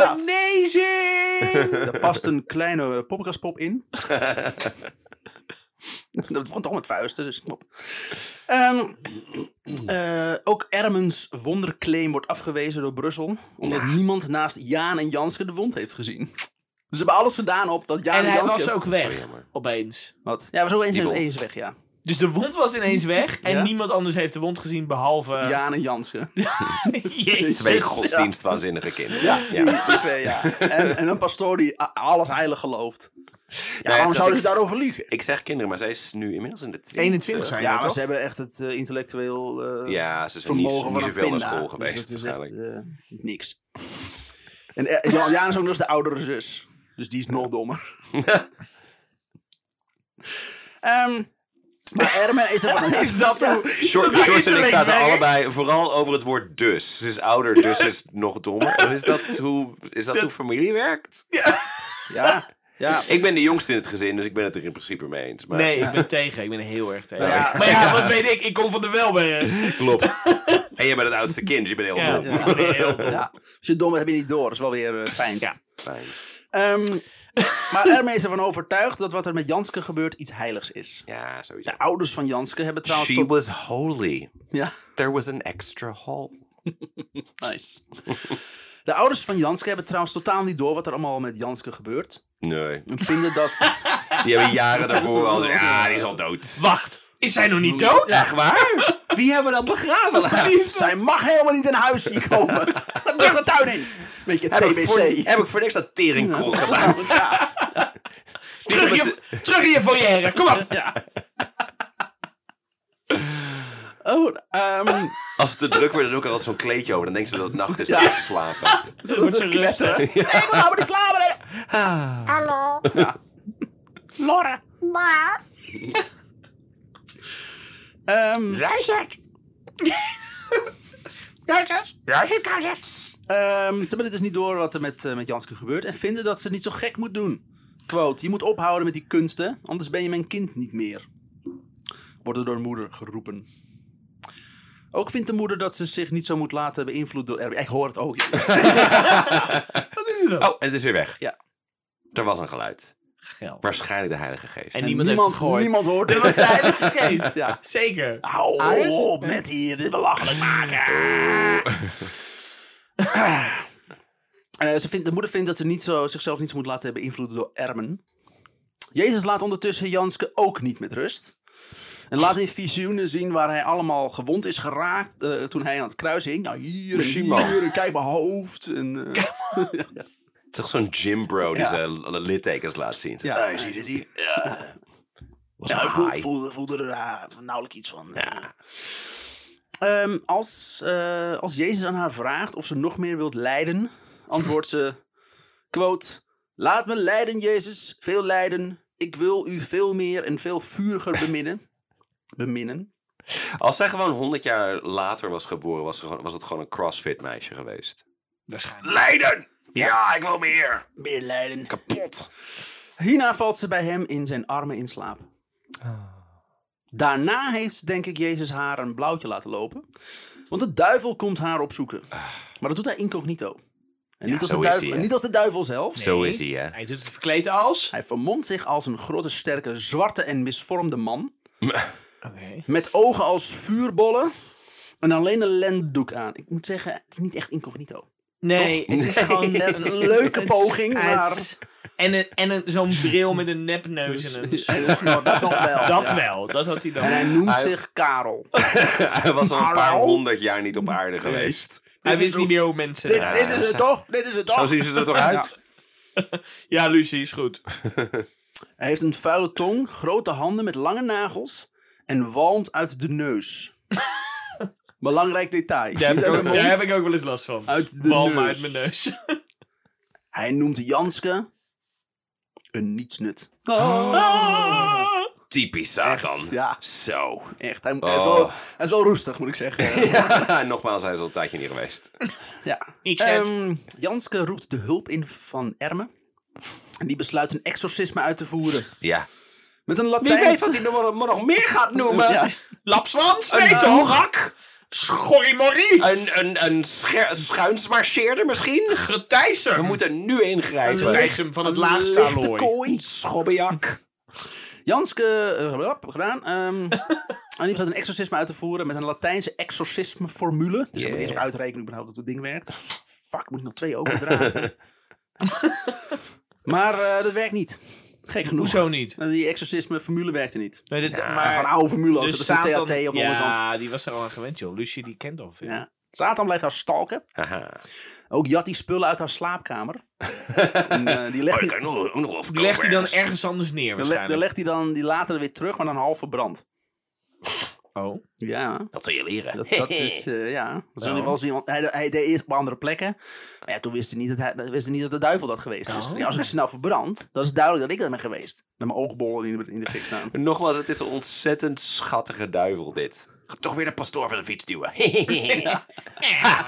Daar past een kleine eh, poppenkastpop in. Dat begon toch met vuisten, dus kom op. Ehm, eh, ook Ermens wonderclaim wordt afgewezen door Brussel. Omdat niemand naast Jaan en Janske de wond heeft gezien. Ze hebben alles gedaan op dat Jaan en, En hij Janske... was ook weg, jammer. opeens. Wat? Ja, hij was ook eens Die en wond. eens weg, ja. Dus de wond was ineens weg en Ja. niemand anders heeft de wond gezien behalve... Jaan en Janske. Jezus. Twee godsdienstwaanzinnige kinderen. Ja, die- die twee, ja. En, en een pastoor die a- alles heilig gelooft. Ja, waarom dat zouden is- ze daarover liegen? Ik zeg kinderen, maar zij is nu inmiddels in de 21 zijn Ja, dat maar toch? ze hebben echt het eh, intellectueel eh, Ja, ze zijn niet, vermogen niet van een zoveel naar pinda. school Dus geweest. dat is echt waarschijnlijk. eh, niks. En eh, Jan, Jaan is ook nog eens de oudere zus. Dus die is nog dommer. Ehm, maar Ermen is er vanuit. Is dat hoe? eh, Short, Shorts en ik Intellect, zaten hè? allebei vooral over het woord dus. Ze is ouder, dus ze is nog dommer. Is dat, hoe, is dat hoe familie werkt? Ja, ja. Ik ben de jongste in het gezin, dus ik ben het er in principe mee eens. Maar Nee, ik ben tegen. Ik ben heel erg tegen. Ja. Maar ja, wat weet ik? Ik kom van de Welberg. klopt. En jij bent het oudste kind, dus je bent heel Ja, dom. ik ben heel dom. ja. Als je dom bent, heb je niet door. Dat is wel weer eh, fijn. Ja. Fijn. Ehm, maar Ermen is ervan overtuigd dat wat er met Janske gebeurt iets heiligs is. Ja, sowieso. De ouders van Janske hebben trouwens... She tot- was holy. Ja. There was an extra hole. Nice. De ouders van Janske hebben trouwens totaal niet door wat er allemaal met Janske gebeurt. Nee. En vinden dat. Die hebben jaren daarvoor al gezegd, ja, die is al dood. Wacht, is zij nog niet dood? Echt waar? Wie hebben we dan begraven laatst? Zij mag helemaal niet in huis hier komen. Terug de tuin in. Beetje Heb ik, voor, TBC. heb ik voor niks dat teringkool gedaan? Ja. Terug, Niet om je, terug in je foyer, kom op. ja. Oh, ehm Als het te druk wordt, dan doe ik er altijd zo'n kleedje over. Dan denken ze dat het nacht is dat ze slapen. zullen we Moet ze dat kletteren? rusten. Nee, we gaan niet slapen. Hallo. Lorre. Ma. Ehm, Luistert. Luistert. Luistert, luistert. Ehm, ze hebben het dus niet door wat er met, eh, met Janske gebeurt. En vinden dat ze het niet zo gek moet doen. Quote, je moet ophouden met die kunsten, anders ben je mijn kind niet meer. Wordt er door de moeder geroepen. Ook vindt de moeder dat ze zich niet zo moet laten beïnvloeden door Erwin. Ik hoor het ook. Wat is het dan? Oh, en het is weer weg. Ja. Er was een geluid. Geld. Waarschijnlijk de Heilige Geest. En niemand heeft het gehoord. Niemand hoort Dat was de het. Heilige Geest. Ja. Zeker. Hou op Oh, met hier dit belachelijk maken. Eh, ze vindt, de moeder vindt dat ze niet zo, zichzelf niet zo moet laten beïnvloeden door ermen. Jezus laat ondertussen Janske ook niet met rust. En laat in visioenen zien waar hij allemaal gewond is geraakt eh, toen hij aan het kruis hing. Nou, hier en Simon. hier, en kijk mijn hoofd. En, eh, Het is toch zo'n gym bro die Ja. zijn l- littekens laat zien. Ja. Ah, je ziet het hier. Ja. Was Ja, ik voel- high. voelde, voelde er eh, nauwelijks iets van. Ehm, als, eh, als Jezus aan haar vraagt of ze nog meer wilt lijden, antwoordt ze, quote, Laat me lijden, Jezus, veel lijden. Ik wil u veel meer en veel vuriger beminnen. Beminnen? Als zij gewoon 100 jaar later was geboren, was, ze gewoon, was het gewoon een CrossFit meisje geweest. Waarschijnlijk. Leiden! Ja, ik wil meer. Meer lijden. Kapot. Hierna valt ze bij hem in zijn armen in slaap. Ah. Daarna heeft, denk ik, Jezus haar een blauwtje laten lopen. Want de duivel komt haar opzoeken. Maar dat doet hij incognito. En niet, als Ah. zo de is duivel, hij, hè? en niet als de duivel zelf. Zo is hij, hè? Hij doet het verkleed als... Hij vermomt zich als een grote, sterke, zwarte en misvormde man. Oké. Met ogen als vuurbollen. En alleen een lendoek aan. Ik moet zeggen, het is niet echt incognito. Nee, het is gewoon net een leuke poging, maar- En, een, en een, zo'n bril met een nepneus en een... Dus- En dat is nog- dat nog wel. Dat ja. wel, dat had hij dan. En hij noemt Hij- zich Karel. Hij was al een paar Hallo? honderd jaar niet op aarde geweest. hij dit is wist niet ook- meer hoe mensen... dit, eruit dit zagen. is het toch? Dit is het toch? Zo zien ze er toch uit? Ja, Lucie, is goed. Hij heeft een vuile tong, grote handen met lange nagels en walmt uit de neus. Belangrijk detail. Daar Niet heb, ik uit ook, de mond. daar heb ik ook wel eens last van. Uit de Walm neus. uit mijn neus. Oh. Ah! Hij noemt Janske een nietsnut. Typisch Satan. Echt, ja. Zo. Echt, hij, hij is Oh. wel, hij is wel roestig, moet ik zeggen. Ja, nogmaals, hij is al een tijdje niet geweest. Ja. Iets uit. Ehm, Janske roept de hulp in van Ermen. En die besluit een exorcisme uit te voeren. Ja. Met een Wie weet Latijns... wat hij nog, nog meer gaat noemen? Ja. Lapswans? Een Nee toch? doerak? Schorrimorrie? Een, een, een scher- schuinsmarcheerder misschien? Getijzer? We moeten nu ingrijpen. Lijkt hem van het laagste lichte allooi. kooi. Schobbejak. Janske... eh, hop, gedaan. ehm, en die besluit een exorcisme uit te voeren met een Latijnse exorcisme-formule. Dus ik moet Yeah. eerst ook uitrekenen überhaupt dat het ding werkt. Fuck, moet ik nog twee overdragen. maar eh, dat werkt niet. Gek genoeg. Hoezo niet? Die exorcisme-formule werkte niet. Nee, dit, Van maar oude formule, ook, dus dat is een Satan- THT op de ja, onderkant. die was er al aan gewend, joh. Lucie, die kent al veel. Ja. Satan blijft haar stalken. Haha. Ook jat die spullen uit haar slaapkamer. en, eh, die legt Oh, hij ik kan ook nog wel Die legt hij dan verkopen ergens anders neer, die le- die waarschijnlijk. legt hij dan die later weer terug, maar dan half verbrand. Oh. Ja, Dat zal je leren. dat, dat is... eh, ja, dat zullen we wel zien. Want hij, hij deed eerst op andere plekken. Maar ja, toen wist hij niet dat, hij, wist hij niet dat de duivel dat geweest Oh. is. Ja, als ik ze nou verbrand, dan is het duidelijk dat ik dat ben geweest. Met mijn oogbollen die in de, in de fik staan. Nogmaals, het is een ontzettend schattige duivel dit. Ga Toch weer de pastoor van de fiets duwen. Eh, Ah.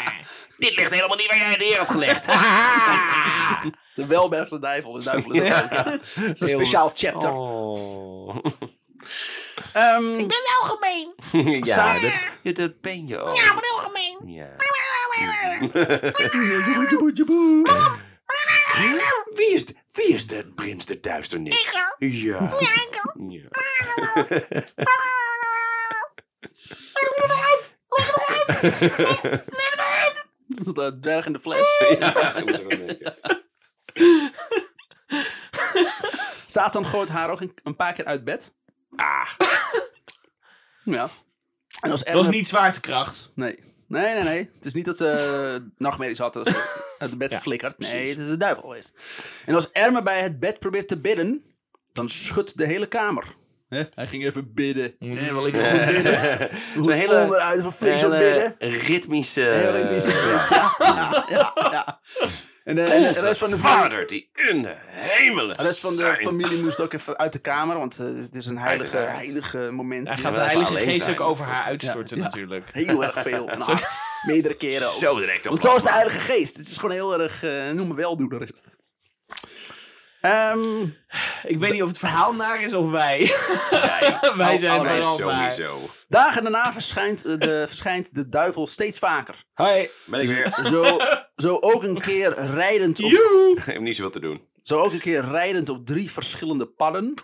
Dit ligt helemaal niet waar jij het neer had gelegd. De Welbergse duivel, de duivel is dat ook, ja. Dat is een speciaal chapter. oh. Ehm, Ik ben wel gemeen. ja, dat, ja, dat ben je ook. Ja, maar heel gemeen. Ja. Wie is, de, wie is de prins der duisternis? Ik, Ja. Ja, ik ook. ja. de dwerg in de fles. Ja, ik moet er aan denken. Satan gooit haar ook een, een paar keer uit bed. Ah, Ja. En als Dat Erwin- is niet zwaartekracht. Nee. Nee, nee, nee. Het is niet dat ze eh, nachtmerries had dat ze uit het bed flikkert. Nee, het is de duivel geweest. En als Erme bij het bed probeert te bidden, dan schudt de hele kamer. Hè? Hij ging even bidden. Hè, wel lekker goed bidden. een hele, Onderuit van flink zo hele bidden. ritmische... Heel erg niet bid. Ja, ja, ja, ja. En de, en de Onze rest van de familie- vader die in de hemelen de rest van de zijn. familie moest ook even uit de kamer, want eh, het is een heilige, Uiteraard. heilige moment. Hij Die gaat de we even heilige alleen geest zijn. ook over haar uitstorten, Ja, ja. natuurlijk. Heel erg veel. Een acht. Meerdere keren ook. Zo direct op Want zo is de plasma. Heilige Geest. Het is gewoon heel erg, eh, noem me weldoener is het. Ehm, Ik weet niet of het verhaal naar is of wij. wij Al- zijn allebei Wij vooral naar. sowieso. dagen daarna verschijnt eh, de, verschijnt de duivel steeds vaker. Hoi, ben ik weer. Zo, zo, ook een keer rijdend op, ik heb niet zoveel te doen. zo ook een keer rijdend op drie verschillende padden.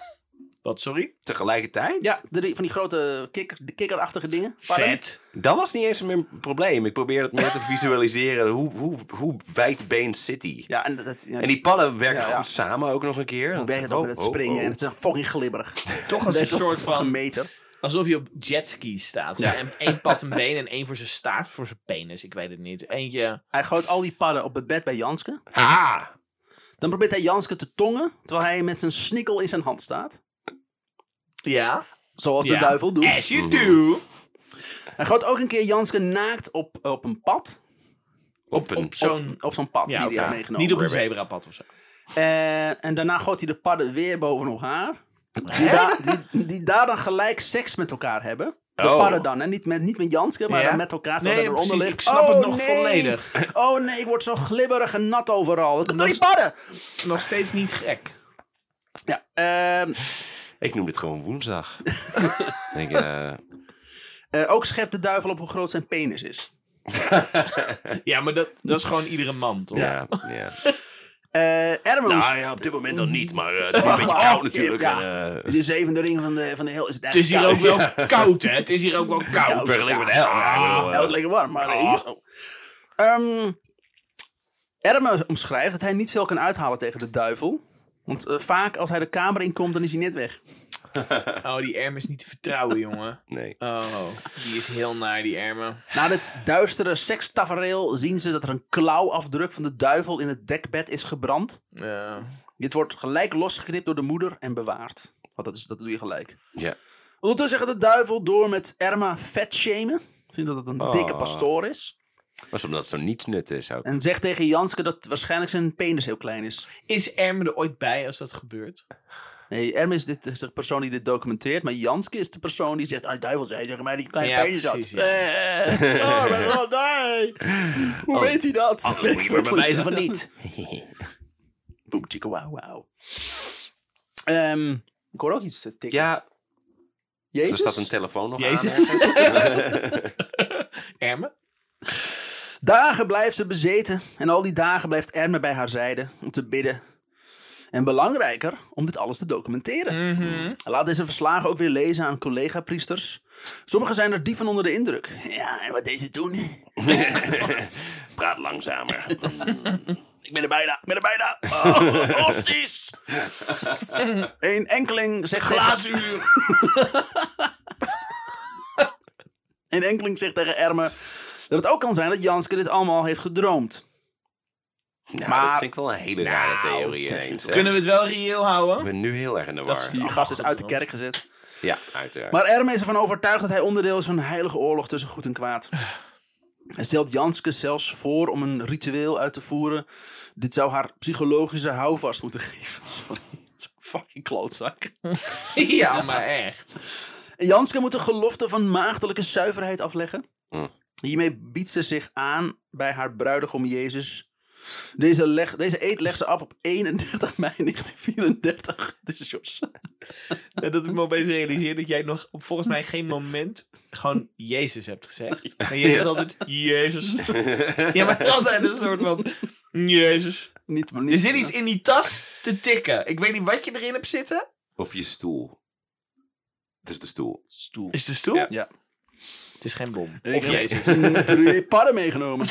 Wat, sorry? Tegelijkertijd? Ja, drie, van die grote kikker, de kikkerachtige dingen. Padden. Vet. Dat was niet eens mijn probleem. Ik probeer het meer te visualiseren. Hoe, hoe, hoe wijdbeen zit die? Ja, en, dat, ja, En die pallen werken Ja, ja. goed samen ook nog een keer. Dat- werkt ook oh, met het oh, springen oh. en het is een fucking glibberig. Toch als een soort van- Een meter. Alsof je op jetski staat. En één pad een been en één voor zijn staart, voor zijn penis. Ik weet het niet. Eentje. Hij gooit al die padden op het bed bij Janske. oh. Ha! Dan probeert hij Janske te tongen, terwijl hij met zijn snikkel in zijn hand staat. Ja. Zoals Ja. de duivel doet. As you do. Hij gooit ook een keer Janske naakt op, op een pad. Op een... Op zo'n. Of zo'n pad Ja, die hij oké. had meegenomen. Niet op een zebrapad of zo. Eh, en, en daarna gooit hij de padden weer bovenop haar. Die, daar- die, die daar dan gelijk seks met elkaar hebben. De Oh. padden dan, hè? Niet, met, niet met Janske, maar Ja. dan met elkaar. terwijl Nee, hij eronder precies. ligt. Ik snap het Oh, nog nee. volledig. Oh nee, ik word zo glibberig en nat overal. Ik heb drie padden! Nog steeds niet gek. Ja, ehm, Ik noem dit gewoon woensdag. ik, eh, eh, ook schept de duivel op hoe groot zijn penis is. Ja, maar dat, dat is gewoon iedere man, toch? ja, ja. Eh Ermen Nou ja, op dit moment dan niet, maar eh, het is wel een beetje koud natuurlijk. Ja. En, eh, Het is de zevende ring van de, van de heel... Is het, Het is hier ook eigenlijk wel koud, hè? Het is hier ook wel koud. vergeleken met hel. ja, ik koud? bedoel, Ja, eh, het is lekker warm, maar hier... oh. Ehm, Erme omschrijft dat hij niet veel kan uithalen tegen de duivel. Want eh, vaak als hij de kamer inkomt, dan is hij net weg. Oh, die erm is niet te vertrouwen, jongen. nee. Oh, die is heel naar, die ermen. Na dit duistere sekstafereel zien ze dat er een klauwafdruk van de duivel in het dekbed is gebrand. Ja. Dit wordt gelijk losgeknipt door de moeder en bewaard. Want dat, is, dat doe je gelijk. Ja. Ondertussen gaat de duivel door met Erma vetshamen. Zien dat het een dikke pastoor is. Was omdat het zo niet nut is ook. En zegt tegen Janske dat waarschijnlijk zijn penis heel klein is. Is ermen er ooit bij als dat gebeurt? Nee, Erm is dit, is de persoon die dit documenteert. Maar Janske is de persoon die zegt... Ah, duivel zei tegen mij die kleine Ja, penis had. precies, Eh, oh mijn god, nee. Hoe weet hij dat? Anders moet je maar bewijzen van niet. Boem, chicka, wauw, wauw. Ehm, ik hoor ook iets eh, tikken. Ja, er Jezus? staat een telefoon nog aan. Jezus. ergens. Ermen? Dagen blijft ze bezeten en al die dagen blijft Erme bij haar zijde om te bidden. En belangrijker, om dit alles te documenteren. Laat deze verslagen ook weer lezen aan collega-priesters. Sommigen zijn er diep van onder de indruk. Ja, en wat deed ze toen? Praat langzamer. Ik ben er bijna, ik ben er bijna. Oh, hosties! Een enkeling zegt... Glazuur! Een enkeling zegt tegen Erme dat het ook kan zijn dat Janske dit allemaal heeft gedroomd. Nou, Maar- dat vind ik wel een hele rare wat theorie zeg je ineens. toch? hè. Kunnen we het wel reëel Ik houden? ben nu heel erg in de war. Die gast is uit de kerk gezet. Ja, uiteraard. Maar Erme is ervan overtuigd dat hij onderdeel is van een heilige oorlog tussen goed en kwaad. Hij stelt Janske zelfs voor om een ritueel uit te voeren. Dit zou haar psychologische houvast moeten geven. Sorry, zo'n fucking klootzak. Ja, maar echt. En Janske moet de gelofte van maagdelijke zuiverheid afleggen. Mm. Hiermee biedt ze zich aan bij haar bruidegom Jezus. Deze, leg, deze eet legt ze af op 31 mei 1934. Dit is Jos. Ja, Dat ik me opeens realiseer dat jij nog op volgens mij geen moment gewoon Jezus hebt gezegd. Maar je zegt altijd Jezus. Ja, maar het is altijd een soort van Jezus. Niet, maar niet. Er zit iets in die tas te tikken. Ik weet niet wat je erin hebt zitten. Of je stoel. Het is de stoel. Stoel. Is de stoel? Ja. Het is geen bom. Ik Of heb Jezus. Drie parren meegenomen.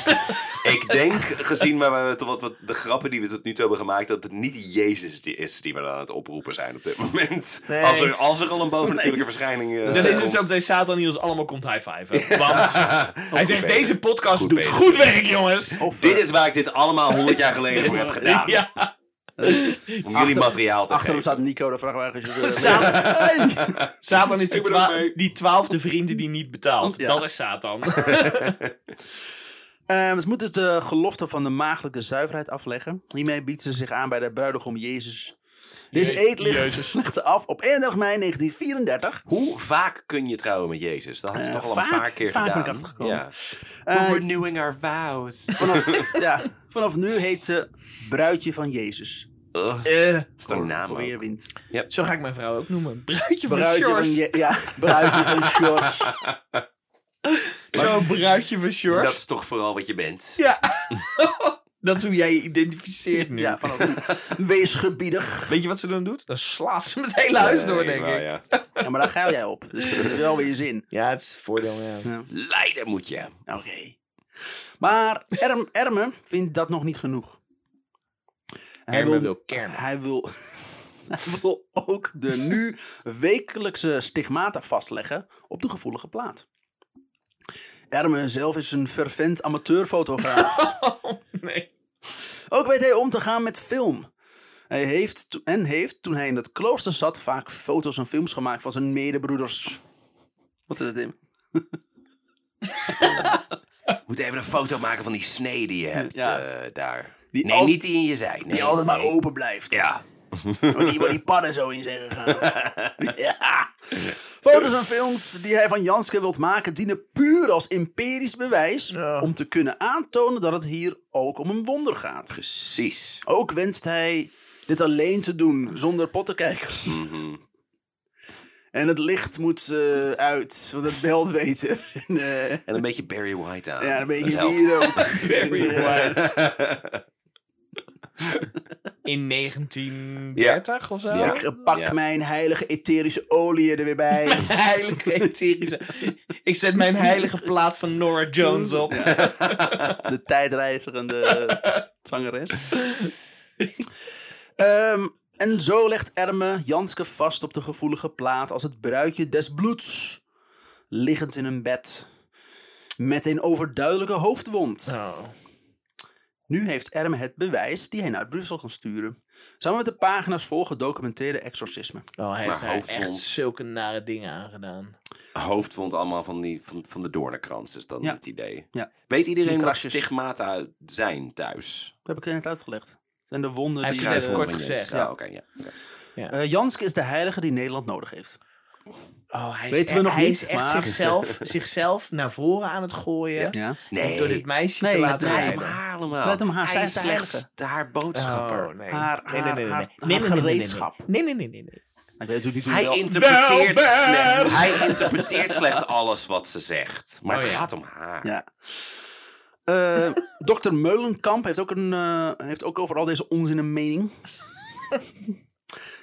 Ik denk, gezien maar we tot wat, wat de grappen die we tot nu toe hebben gemaakt, dat het niet Jezus die is die we dan aan het oproepen zijn op dit moment. Nee. Als, er, als er al een bovennatuurlijke verschijning eh, Dan is komt. het zo dat Satan die ons allemaal komt high-fiven. Want hij Goed zegt, bezig. deze podcast Goed doet bezig. goed werk, jongens. Of, Dit eh, is waar ik dit allemaal 100 jaar geleden voor heb gedaan. Ja. Om jullie Achter- materiaal te Achter hem geven. staat Nico, de vrachtwagenchauffeur. Samen- Hey! Satan is die, Ik ben ook twa- mee. die twaalfde vriend die niet betaalt. Ja. Dat is Satan. Eh, ze moet dus de gelofte van de maagdelijke zuiverheid afleggen. Hiermee biedt ze zich aan bij de bruidegom Jezus. Deze Je- eed ligt, Jezus. legt ze af op 31 mei 1934. Hoe vaak kun je trouwen met Jezus? Dat had ze Eh, toch al vaak- een paar keer vaak ben ik gedaan. achtergekomen. We're Eh, renewing our vows. vanaf, ja, vanaf nu heet ze bruidje van Jezus. Ugh, Eh, is toch een naam ook. Weer wind. zo ga ik mijn vrouw ook noemen. Bruidje van Bruidje van, George. Je- ja, bruidje van George. Zo'n bruidje van George. Dat is toch vooral wat je bent. Ja. dat is hoe jij je identificeert nu. Ja, vanaf nu. Wees gebiedig. Weet je wat ze dan doet? Dan slaat ze het hele huis door, Eh, denk wel, ik. Ja. ja. Ja, maar daar ga jij op. Dus dat is wel weer je zin. Nou, het is voordeel, ja. Leiden moet je. Oké. Maar Erm, Erme vindt dat nog niet genoeg. Hij Erme wil kermen. Hij wil, hij wil ook de nu wekelijkse stigmata vastleggen op de gevoelige plaat. Erme zelf is een fervent amateurfotograaf. Nee. ook weet hij om te gaan met film. Hij heeft to- en heeft toen hij in het klooster zat vaak foto's en films gemaakt van zijn medebroeders. Wat is dat, Tim? Moet even een foto maken van die snee die je hebt Ja. eh, daar. Die nee, al- niet die in je zij. Nee, Die altijd maar nee. open blijft. Ja. Waar die, waar die padden zo in zijn gegaan. ja. Foto's en films die hij van Janske wilt maken dienen puur als empirisch bewijs Ja. om te kunnen aantonen dat het hier ook om een wonder gaat. Precies. Ook wenst hij dit alleen te doen, zonder pottenkijkers. Mhm. En het licht moet eh, uit, want het belt weten. En, eh, En een beetje Barry White aan. ja, een beetje Dat hier ook. Very Ja. white. helpt. In 1930 of zo? Ja. Ik pak Ja. mijn heilige etherische olie er weer bij. Heilige etherische. Ik zet mijn heilige plaat van Nora Jones op. de tijdreizigende zangeres. Ehm, en zo legt Erme Janske vast op de gevoelige plaat als het bruidje des bloeds. Liggend in een bed. Met een overduidelijke hoofdwond. Oh. Nu heeft Erme het bewijs die hij naar Brussel kan sturen. Samen met de pagina's vol gedocumenteerde exorcismen. Oh, hij heeft Maar haar hoofdwond. echt zulke nare dingen aangedaan. Hoofdwond allemaal van, die, van, van de doornenkrans is dan eh, Ja. het idee. Ja. Weet Die iedereen wat krasjes. stigmata zijn thuis? Dat heb ik net uitgelegd. En de wonden Hij die... heeft het eh, even kort Jezus. gezegd. Ah, oké, ja. Ja. Eh, Janske is de heilige die Nederland nodig heeft. Oh, hij is, Weten we e- nog hij niet, is echt maar- zichzelf, zichzelf naar voren aan het gooien. Ja. Nee, Door dit meisje Nee, te het laten draait draait om rijden. haar allemaal. Draait om haar. Hij Zij is is de slechts heilige. haar boodschapper. Oh, nee. Haar- nee, nee, nee, nee. haar- haar nee. nee, nee, nee, nee, nee. gereedschap. Nee, nee, nee, nee. nee. Ik weet het niet hoe Hij wel- interpreteert, Wel, slecht, Bert! hij interpreteert slecht alles wat ze zegt. Maar Oh, het ja. gaat om haar. Ja. Eh Dr. Meulenkamp heeft ook, een, eh, heeft ook over al deze onzin een mening.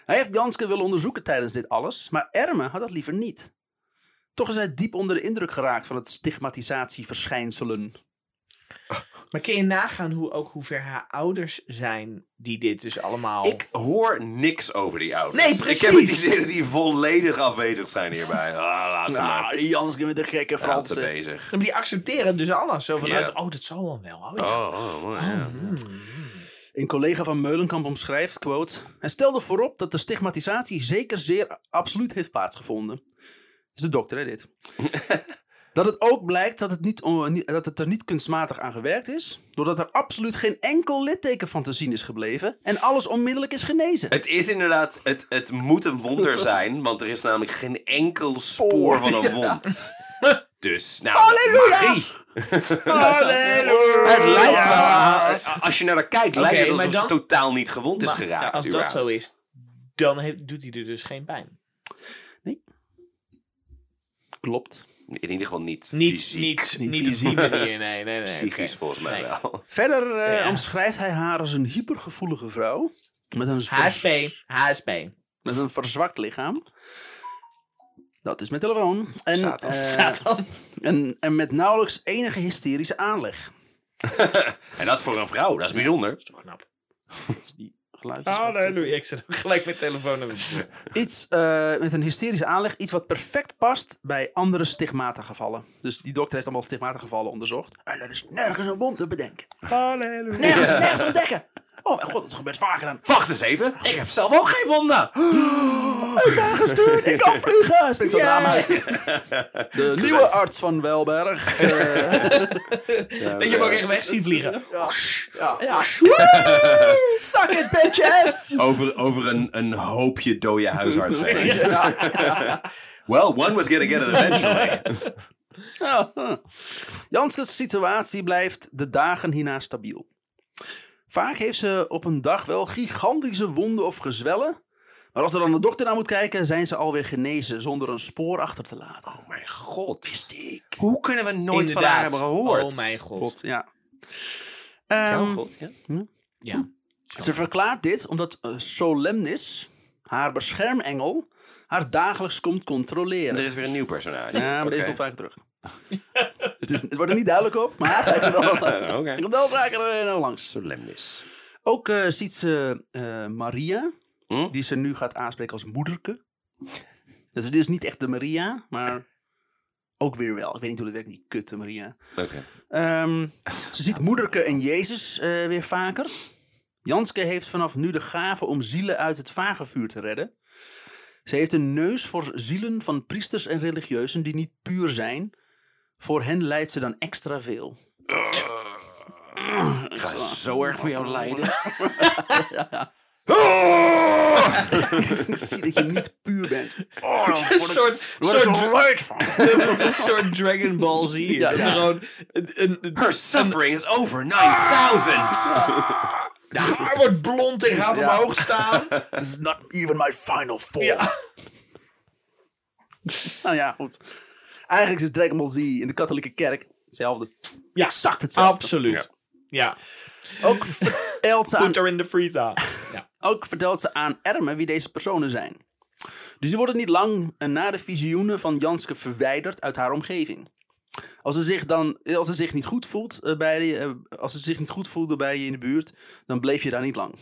Hij heeft Janske willen onderzoeken tijdens dit alles, maar Erme had dat liever niet. Toch is hij diep onder de indruk geraakt van het stigmatisatieverschijnselen. Maar kun je nagaan hoe, ook hoe ver haar ouders zijn die dit dus allemaal... Ik hoor niks over die ouders. Nee, precies. Ik heb het idee dat die volledig afwezig zijn hierbij. Ah, laat ze Nou, maar. die Janske met de gekke Laat ze Fransen. bezig. Maar die accepteren dus alles. Zo van, Ja. oh, dat zal wel wel. Oh, ja. Oh, oh, oh, ja. Een collega van Meulenkamp omschrijft, quote... En stelde voorop dat de stigmatisatie zeker zeer absoluut heeft plaatsgevonden. Het is de dokter, hè, dit. dat het ook blijkt dat het, niet, on- niet- dat het er niet kunstmatig aan gewerkt is... doordat er absoluut geen enkel litteken van te zien is gebleven... en alles onmiddellijk is genezen. Het is inderdaad, het, het moet een wonder zijn, want er is namelijk geen enkel spoor Spoor, van Oh, een wond. Dus, nou, Halleluja! magie. Halleluja! Het lijkt wel, aan- als je naar haar kijkt, lijkt het Oké, maar alsof ze dan- totaal niet gewond is Maar geraakt. als dat überhaupt. zo is, dan heeft- doet hij er dus geen pijn. Klopt. In ieder geval niet Niet, fysiek. niet niet, niet, op die fysiek. manier, nee, nee, nee. Psychisch oké. volgens mij Nee. wel. Verder eh, Ja. omschrijft hij haar als een hypergevoelige vrouw... Met een, vers- HSP, HSP. met een verzwakt lichaam. Dat is mijn telefoon. En, Satan. eh, Satan. En, en met nauwelijks enige hysterische aanleg. En dat voor een vrouw, dat is bijzonder. Toch knap. Dus Die geluidjes. eh, Halleluja, ik zet ook gelijk mijn telefoon op. Iets eh, met een hysterische aanleg. Iets wat perfect past bij andere stigmata gevallen. Dus die dokter heeft allemaal stigmata gevallen onderzocht. En er is nergens een wond te bedenken. Halleluja. Nergens, nergens te ontdekken. Oh mijn god, dat gebeurt vaker dan. Wacht eens even, ik heb zelf ook geen wonden. Ik ben gestuurd, ik kan vliegen. Spreekt zo'n Yeah. raam uit. De nieuwe arts van Welberg. eh, Dat je hem ook echt weg ziet vliegen. Ja. Ja. woe, Suck it, bitches. Over, over een, een hoopje dode huisartsen. Ja. Well, one was gonna get it eventually. Ja. Janske's situatie blijft de dagen hierna stabiel. Vaak heeft ze op een dag wel gigantische wonden of gezwellen. Maar als er dan de dokter naar moet kijken, zijn ze alweer genezen zonder een spoor achter te laten. Oh mijn god. Hoe kunnen we nooit Inderdaad. van haar hebben gehoord? Oh mijn god. God, ja. Jouw Ehm, god, ja. Ja. ze verklaart dit omdat eh, Solemnis, haar beschermengel, haar dagelijks komt En er controleren. is weer een nieuw personage. Ja, maar deze Oké. komt vaker terug. het, is, het wordt er niet duidelijk op, maar zij komt wel, Oh, Oké. komt wel vaker eh, langs. Solemnis. Ook eh, ziet ze eh, Maria, Hm? die ze nu gaat aanspreken als moederke. Dus dit is niet echt de Maria, maar ook weer wel. Ik weet niet hoe dat werkt, die kutte Maria. Oké. Ehm, ze ziet moederke en Jezus eh, weer vaker. Janske heeft vanaf nu de gave om zielen uit het vagevuur te redden. Ze heeft een neus voor zielen van priesters en religieuzen die niet puur zijn. Voor hen leidt ze dan extra veel. Ik ga zo erg voor jou lijden. Oh, Ik zie dat je niet puur bent. Een soort, soort, leid van. een soort Dragon Ball Z. Ja, dat is ja. gewoon een, een, een, Her suffering is over 9000. de haar wordt blond en gaat Ja. omhoog staan. This is not even my final form. Ja. Nou ja, goed. Eigenlijk is Dragon Ball Z in de katholieke kerk hetzelfde. Ja, Exact hetzelfde. absoluut. Ja. Ook vertelt, ze aan, Put her in the freezer. Ja. ook vertelt ze aan Ermen wie deze personen zijn. Dus die worden niet lang eh, na de visioenen van Janske verwijderd uit haar omgeving. Als ze zich, dan, eh, als ze zich niet goed voelt eh, bij, je, eh, als ze zich niet goed voelde bij je in de buurt, dan bleef je daar niet lang.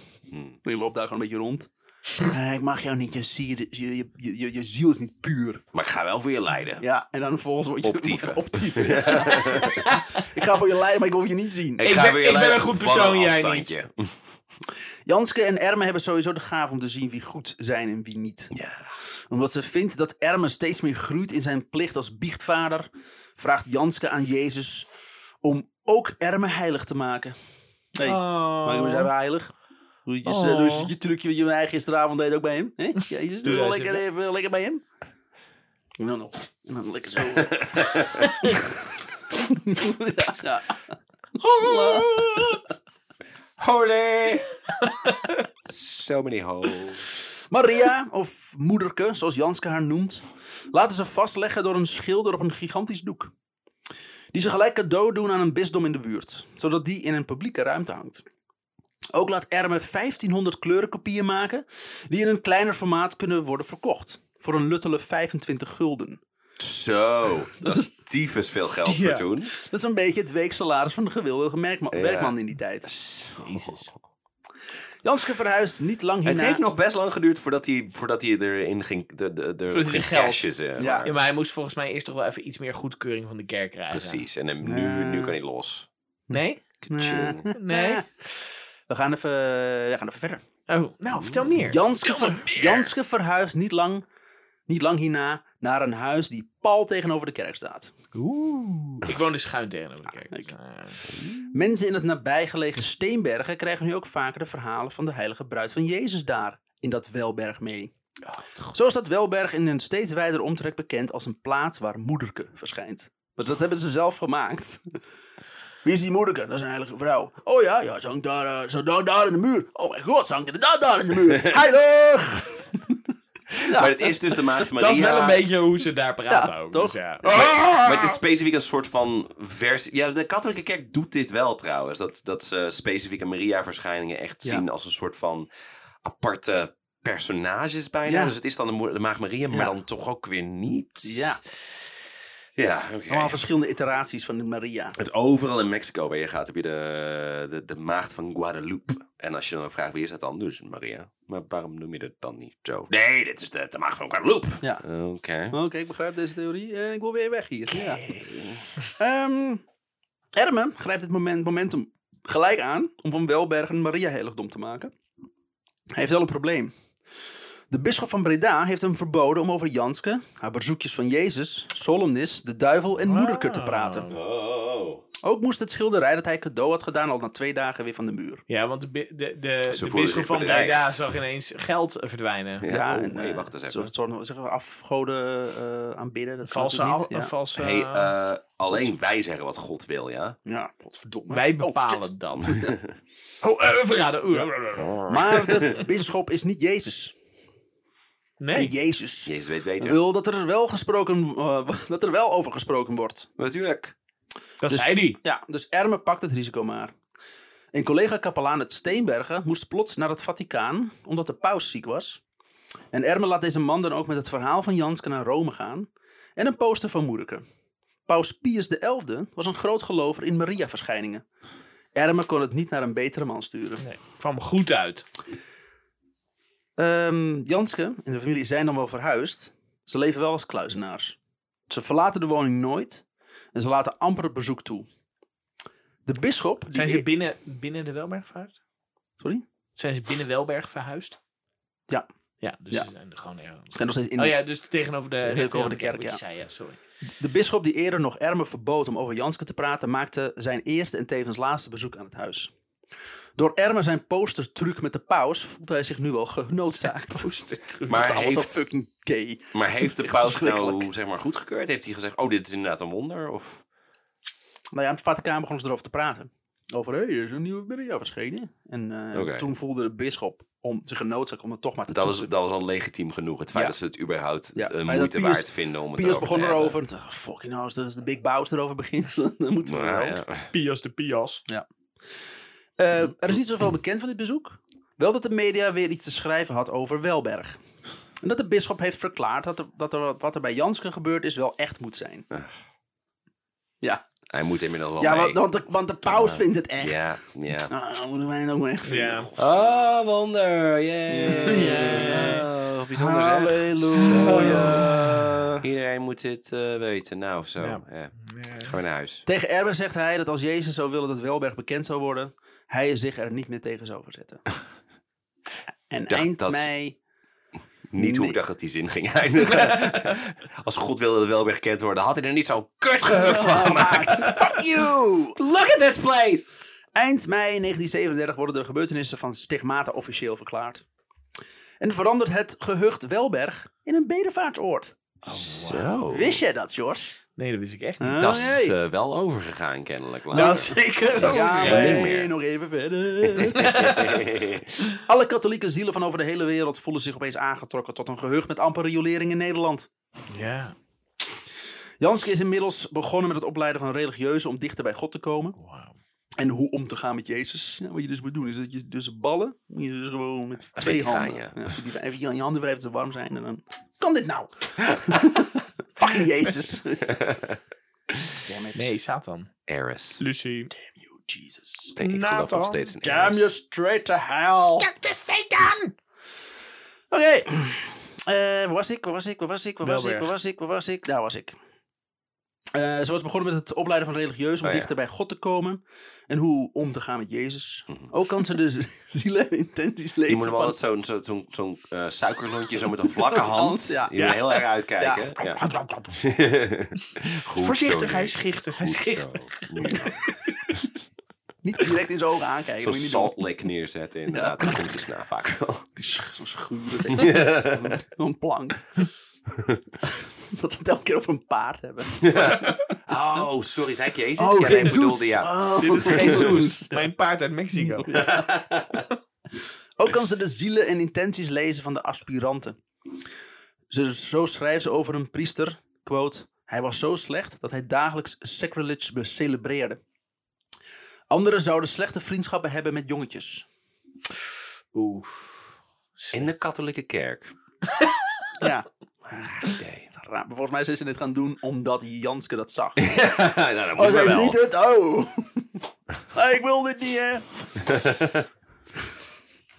Je loopt daar gewoon een beetje rond. Eh, ik mag jou niet, je, ziel- je, je, je, je, je ziel is niet puur. Maar ik ga wel voor je lijden. Ja, en dan volgens word je Optieven. Optieven, ja. ik ga voor je leiden, maar ik wil je niet zien. Ik ga ben- voor je ik ben lijden een goed van persoon, jij afstandje. Janske en Erme hebben sowieso de gave om te zien wie goed zijn en wie niet. Ja. Omdat ze vindt dat Erme steeds meer groeit in zijn plicht als biechtvader, vraagt Janske aan Jezus om ook Erme heilig te maken. Nee, Oh. maar hoe zijn we heilig? Hoe je, oh. dus je trucje wat je mij gisteravond deed ook bij hem. hè? Jezus, doe Doe wel jij lekker, even, lekker bij hem. En dan nog. En dan lekker zo. ja, ja. Oh. Holy! so many holes. Maria, of moederke, zoals Janske haar noemt, laten ze vastleggen door een schilder op een gigantisch doek. Die ze gelijk cadeau doen aan een bisdom in de buurt, zodat die in een publieke ruimte hangt. Ook laat Erme 1500 kleurenkopieën maken, die in een kleiner formaat kunnen worden verkocht. Voor een luttele 25 gulden. Zo, dat is tyfus veel geld Ja. voor toen. Dat is een beetje het weeksalaris van de gewilde merkma- werkman in die tijd. Janske verhuist niet lang hierna. Het heeft nog best lang geduurd voordat hij, voordat hij erin ging, de, de, de, hij ging geld- cashen, zeg Ja. maar. Ja, maar hij moest volgens mij eerst toch wel even iets meer goedkeuring van de kerk krijgen. Precies, en hem, nu, nu kan hij los. Nee? Nee. Nee? We gaan even, we gaan even verder. Oh, nou, vertel meer. Janske, ver- Janske verhuist niet lang, niet lang hierna naar een huis die pal tegenover de kerk staat. Oeh. Ik woonde schuin tegenover de kerk. dus, eh, Mensen in het nabijgelegen Steenbergen krijgen nu ook vaker de verhalen van de heilige bruid van Jezus daar, in dat Welberg mee. Zo is dat Welberg in een steeds wijder omtrek bekend als een plaats waar moederke verschijnt. Want dat hebben ze zelf gemaakt. Wie is die moederke? Dat is een heilige vrouw. Oh ja, ja, ze hangt daar, eh, ze hangt daar in de muur. Oh mijn god, ze hangt inderdaad daar in de muur. Heilig! Maar het is dus de maagd Maria. Dat is wel een beetje hoe ze daar praten Ja, over. toch? Ah! dus ja. Oh. Maar het is specifiek een soort van versie. Ja, de katholieke kerk doet dit wel trouwens. Dat, dat ze specifieke Maria-verschijningen echt Ja. zien als een soort van aparte personages bijna. Ja. Dus het is dan de, moeder- de maagd Maria, maar dan toch ook weer niet. Ja. Ja, oké. Allemaal verschillende iteraties van de Maria. Het overal in Mexico waar je gaat, heb je de, de, de maagd van Guadalupe. En als je dan vraagt, wie is dat dan? Dus Maria. Maar waarom noem je dat dan niet zo? Nee, dit is de, de maagd van Guadalupe. Ja. Oké. Oké, ik begrijp deze theorie en ik wil weer weg hier. Ja. Ehm, Erme grijpt het moment, momentum gelijk aan om van Welberg een Maria-heiligdom te maken. Hij heeft wel een probleem. De bisschop van Breda heeft hem verboden om over Janske, haar bezoekjes van Jezus, Solemnis, de duivel en moederke te praten. Oh. Ook moest het schilderij dat hij cadeau had gedaan al na twee dagen weer van de muur. Ja, want de, bi- de, de, de voelen bisschop zich van bedreigd. Breda zag ineens geld verdwijnen. Ja, oh, en, nee, eh, wacht eens het even. soort- soort- zeggen we afgoden eh, aanbidden. Dat kan Valse, natuurlijk al, niet. Ja. valse Hey, Ah, eh, alleen wij zeggen wat God wil, ja? ja, godverdomme. Wij bepalen dat. oh, eh, we verraden. Oeh. Maar de bisschop is niet Jezus. En Nee. Jezus Jezus weet beter. wil dat er wel, gesproken, eh, dat er wel over gesproken wordt. Natuurlijk. Dat Dus- zei hij. Ja, dus Erme pakt het risico maar. En collega kapelaan het Steenbergen moest plots naar het Vaticaan, omdat de paus ziek was. En Erme laat deze man dan ook met het verhaal van Janske naar Rome gaan. En een poster van Moederke. Paus Pius XI was een groot gelover in Maria-verschijningen. Erme kon het niet naar een betere man sturen. Nee, kwam goed uit. Ehm, Janske en de familie zijn dan wel verhuisd. Ze leven wel als kluizenaars. Ze verlaten de woning nooit en ze laten amper het bezoek toe. De bisschop. die Zijn ze eer- binnen, binnen de Welberg verhuisd? Sorry? Zijn ze binnen Welberg verhuisd? Ja. Ja, dus Ja. ze zijn er gewoon ergens. Ze zijn nog steeds in Oh de- ja, dus tegenover de, tegenover de kerk, wat je ja. zei, ja, sorry. De bisschop die eerder nog Erme verbood om over Janske te praten, maakte zijn eerste en tevens laatste bezoek aan het huis. Door Erme zijn postertruc met de paus voelt hij zich nu wel genoodzaakt. Maar Dat is allemaal zo heeft- fucking gay. Maar heeft de echt paus nou verschrikkelijk. zeg maar, goedgekeurd? Heeft hij gezegd, oh, dit is inderdaad een wonder? Of... Nou ja, in het Vaticaan begonnen ze erover te praten. Over, hé, hey, er is een nieuwe Maria verschenen. En eh, Oké. toen voelde de bisschop om zich genoodzaakt om het toch maar te Dat was, doen. dat was al legitiem genoeg. Het feit Ja. dat ze het überhaupt Ja, eh, het feit moeite dat Pius- waard vinden om het Pius begon te erover. En dacht, fucking nou, als de, als de Big Bows erover begint, dan moeten we hebben. wel. Nou, ja. Pias de Pias. Eh, er is niet zoveel bekend van dit bezoek. Wel dat de media weer iets te schrijven had over Welberg. En dat de bisschop heeft verklaard dat, er, dat er, wat er bij Janske gebeurd is wel echt moet zijn. Ah. Ja, Hij moet inmiddels wel ja mee. want, want, de, want de paus vindt het echt. Ja, ja. Nou, dan moeten wij het ook maar echt vinden. Ja. Oh, wonder. Yay. Oh, bijzonder zeg. Halleluja. Iedereen moet dit eh, weten. Nou, zo. Ja. Ja. Gewoon naar huis. Tegen Erben zegt hij dat als Jezus zou willen dat Welberg bekend zou worden, hij zich er niet meer tegen zou verzetten. En dacht eind dat- mei. Niet hoe Nee. ik dacht dat die zin ging eindigen. Als God wilde dat wel weer gekend worden, had hij er niet zo'n kutgehucht van gemaakt. Fuck you! Look at this place! Eind mei 1937 worden de gebeurtenissen van Stigmata officieel verklaard. En verandert het gehucht Welberg in een bedevaartsoord. Zo. Wist jij dat, George? Oh, Nee, dat wist ik echt niet. Ah, Dat is hey. eh, wel overgegaan, kennelijk. Nou, later. zeker. Dat Ja, is er niet nee, meer. nog even verder. Alle katholieke zielen van over de hele wereld voelen zich opeens aangetrokken tot een gehucht met amper riolering in Nederland. Ja. Janske is inmiddels begonnen met het opleiden van religieuzen om dichter bij God te komen. Wauw. En hoe om te gaan met Jezus. Nou, wat je dus moet doen, is dat je dus ballen, moet je dus gewoon met twee fijn, handen. ja. Ja, even- even je- je handen wrijven ze warm zijn en dan, kan dit nou? Fucking Jezus. Damn it. Nee, Satan. Eris. Lucy. Damn you, Jesus. Ik geloof nog Nathan. steeds in Damn Eris. you straight to hell. Dr. Satan! Oké. Eh, waar was ik? Waar was ik? Waar was ik? Waar was ik? Waar was ik? Waar was ik? Daar was ik. Eh, ze was begonnen met het opleiden van religieus om Oh ja. dichter bij God te komen. En hoe om te gaan met Jezus. Ook kan ze de z- zielen en intenties lezen. Je moet hem van- altijd zo'n zo, zo'n zo'n eh, suikerlontje zo met een vlakke hand. Ja. Je moet Ja. heel erg uitkijken. Ja. Ja. Goed Voorzichtig, zo, hij is Nick. schichtig. Hij Goed is zo. schichtig. Moet Niet je direct in zijn ogen aankijken. Zo'n moet je niet doen. saltlick neerzetten inderdaad. Dat komt dus na vaak wel. Het is Zo'n schuur. Zo'n plank. Dat ze het elke keer over een paard hebben. Oh, sorry, zei ik Jezus? Oh, ja, nee, dat Jezus. bedoelde ja. Oh, Dit is geen Jezus. zoes. Mijn paard uit Mexico. Ook kan ze de zielen en intenties lezen van de aspiranten. Ze, zo schrijft ze over een priester, quote, hij was zo slecht dat hij dagelijks sacrilege becelebreerde. Anderen zouden slechte vriendschappen hebben met jongetjes. Oeh. In de katholieke kerk. Ja, Nee. raar. Maar volgens mij zijn ze dit gaan doen omdat Janske dat zag. nou, dat Oh, moet maar zij wel. ziet het? Oh. Ah, Ik wil dit niet, hè.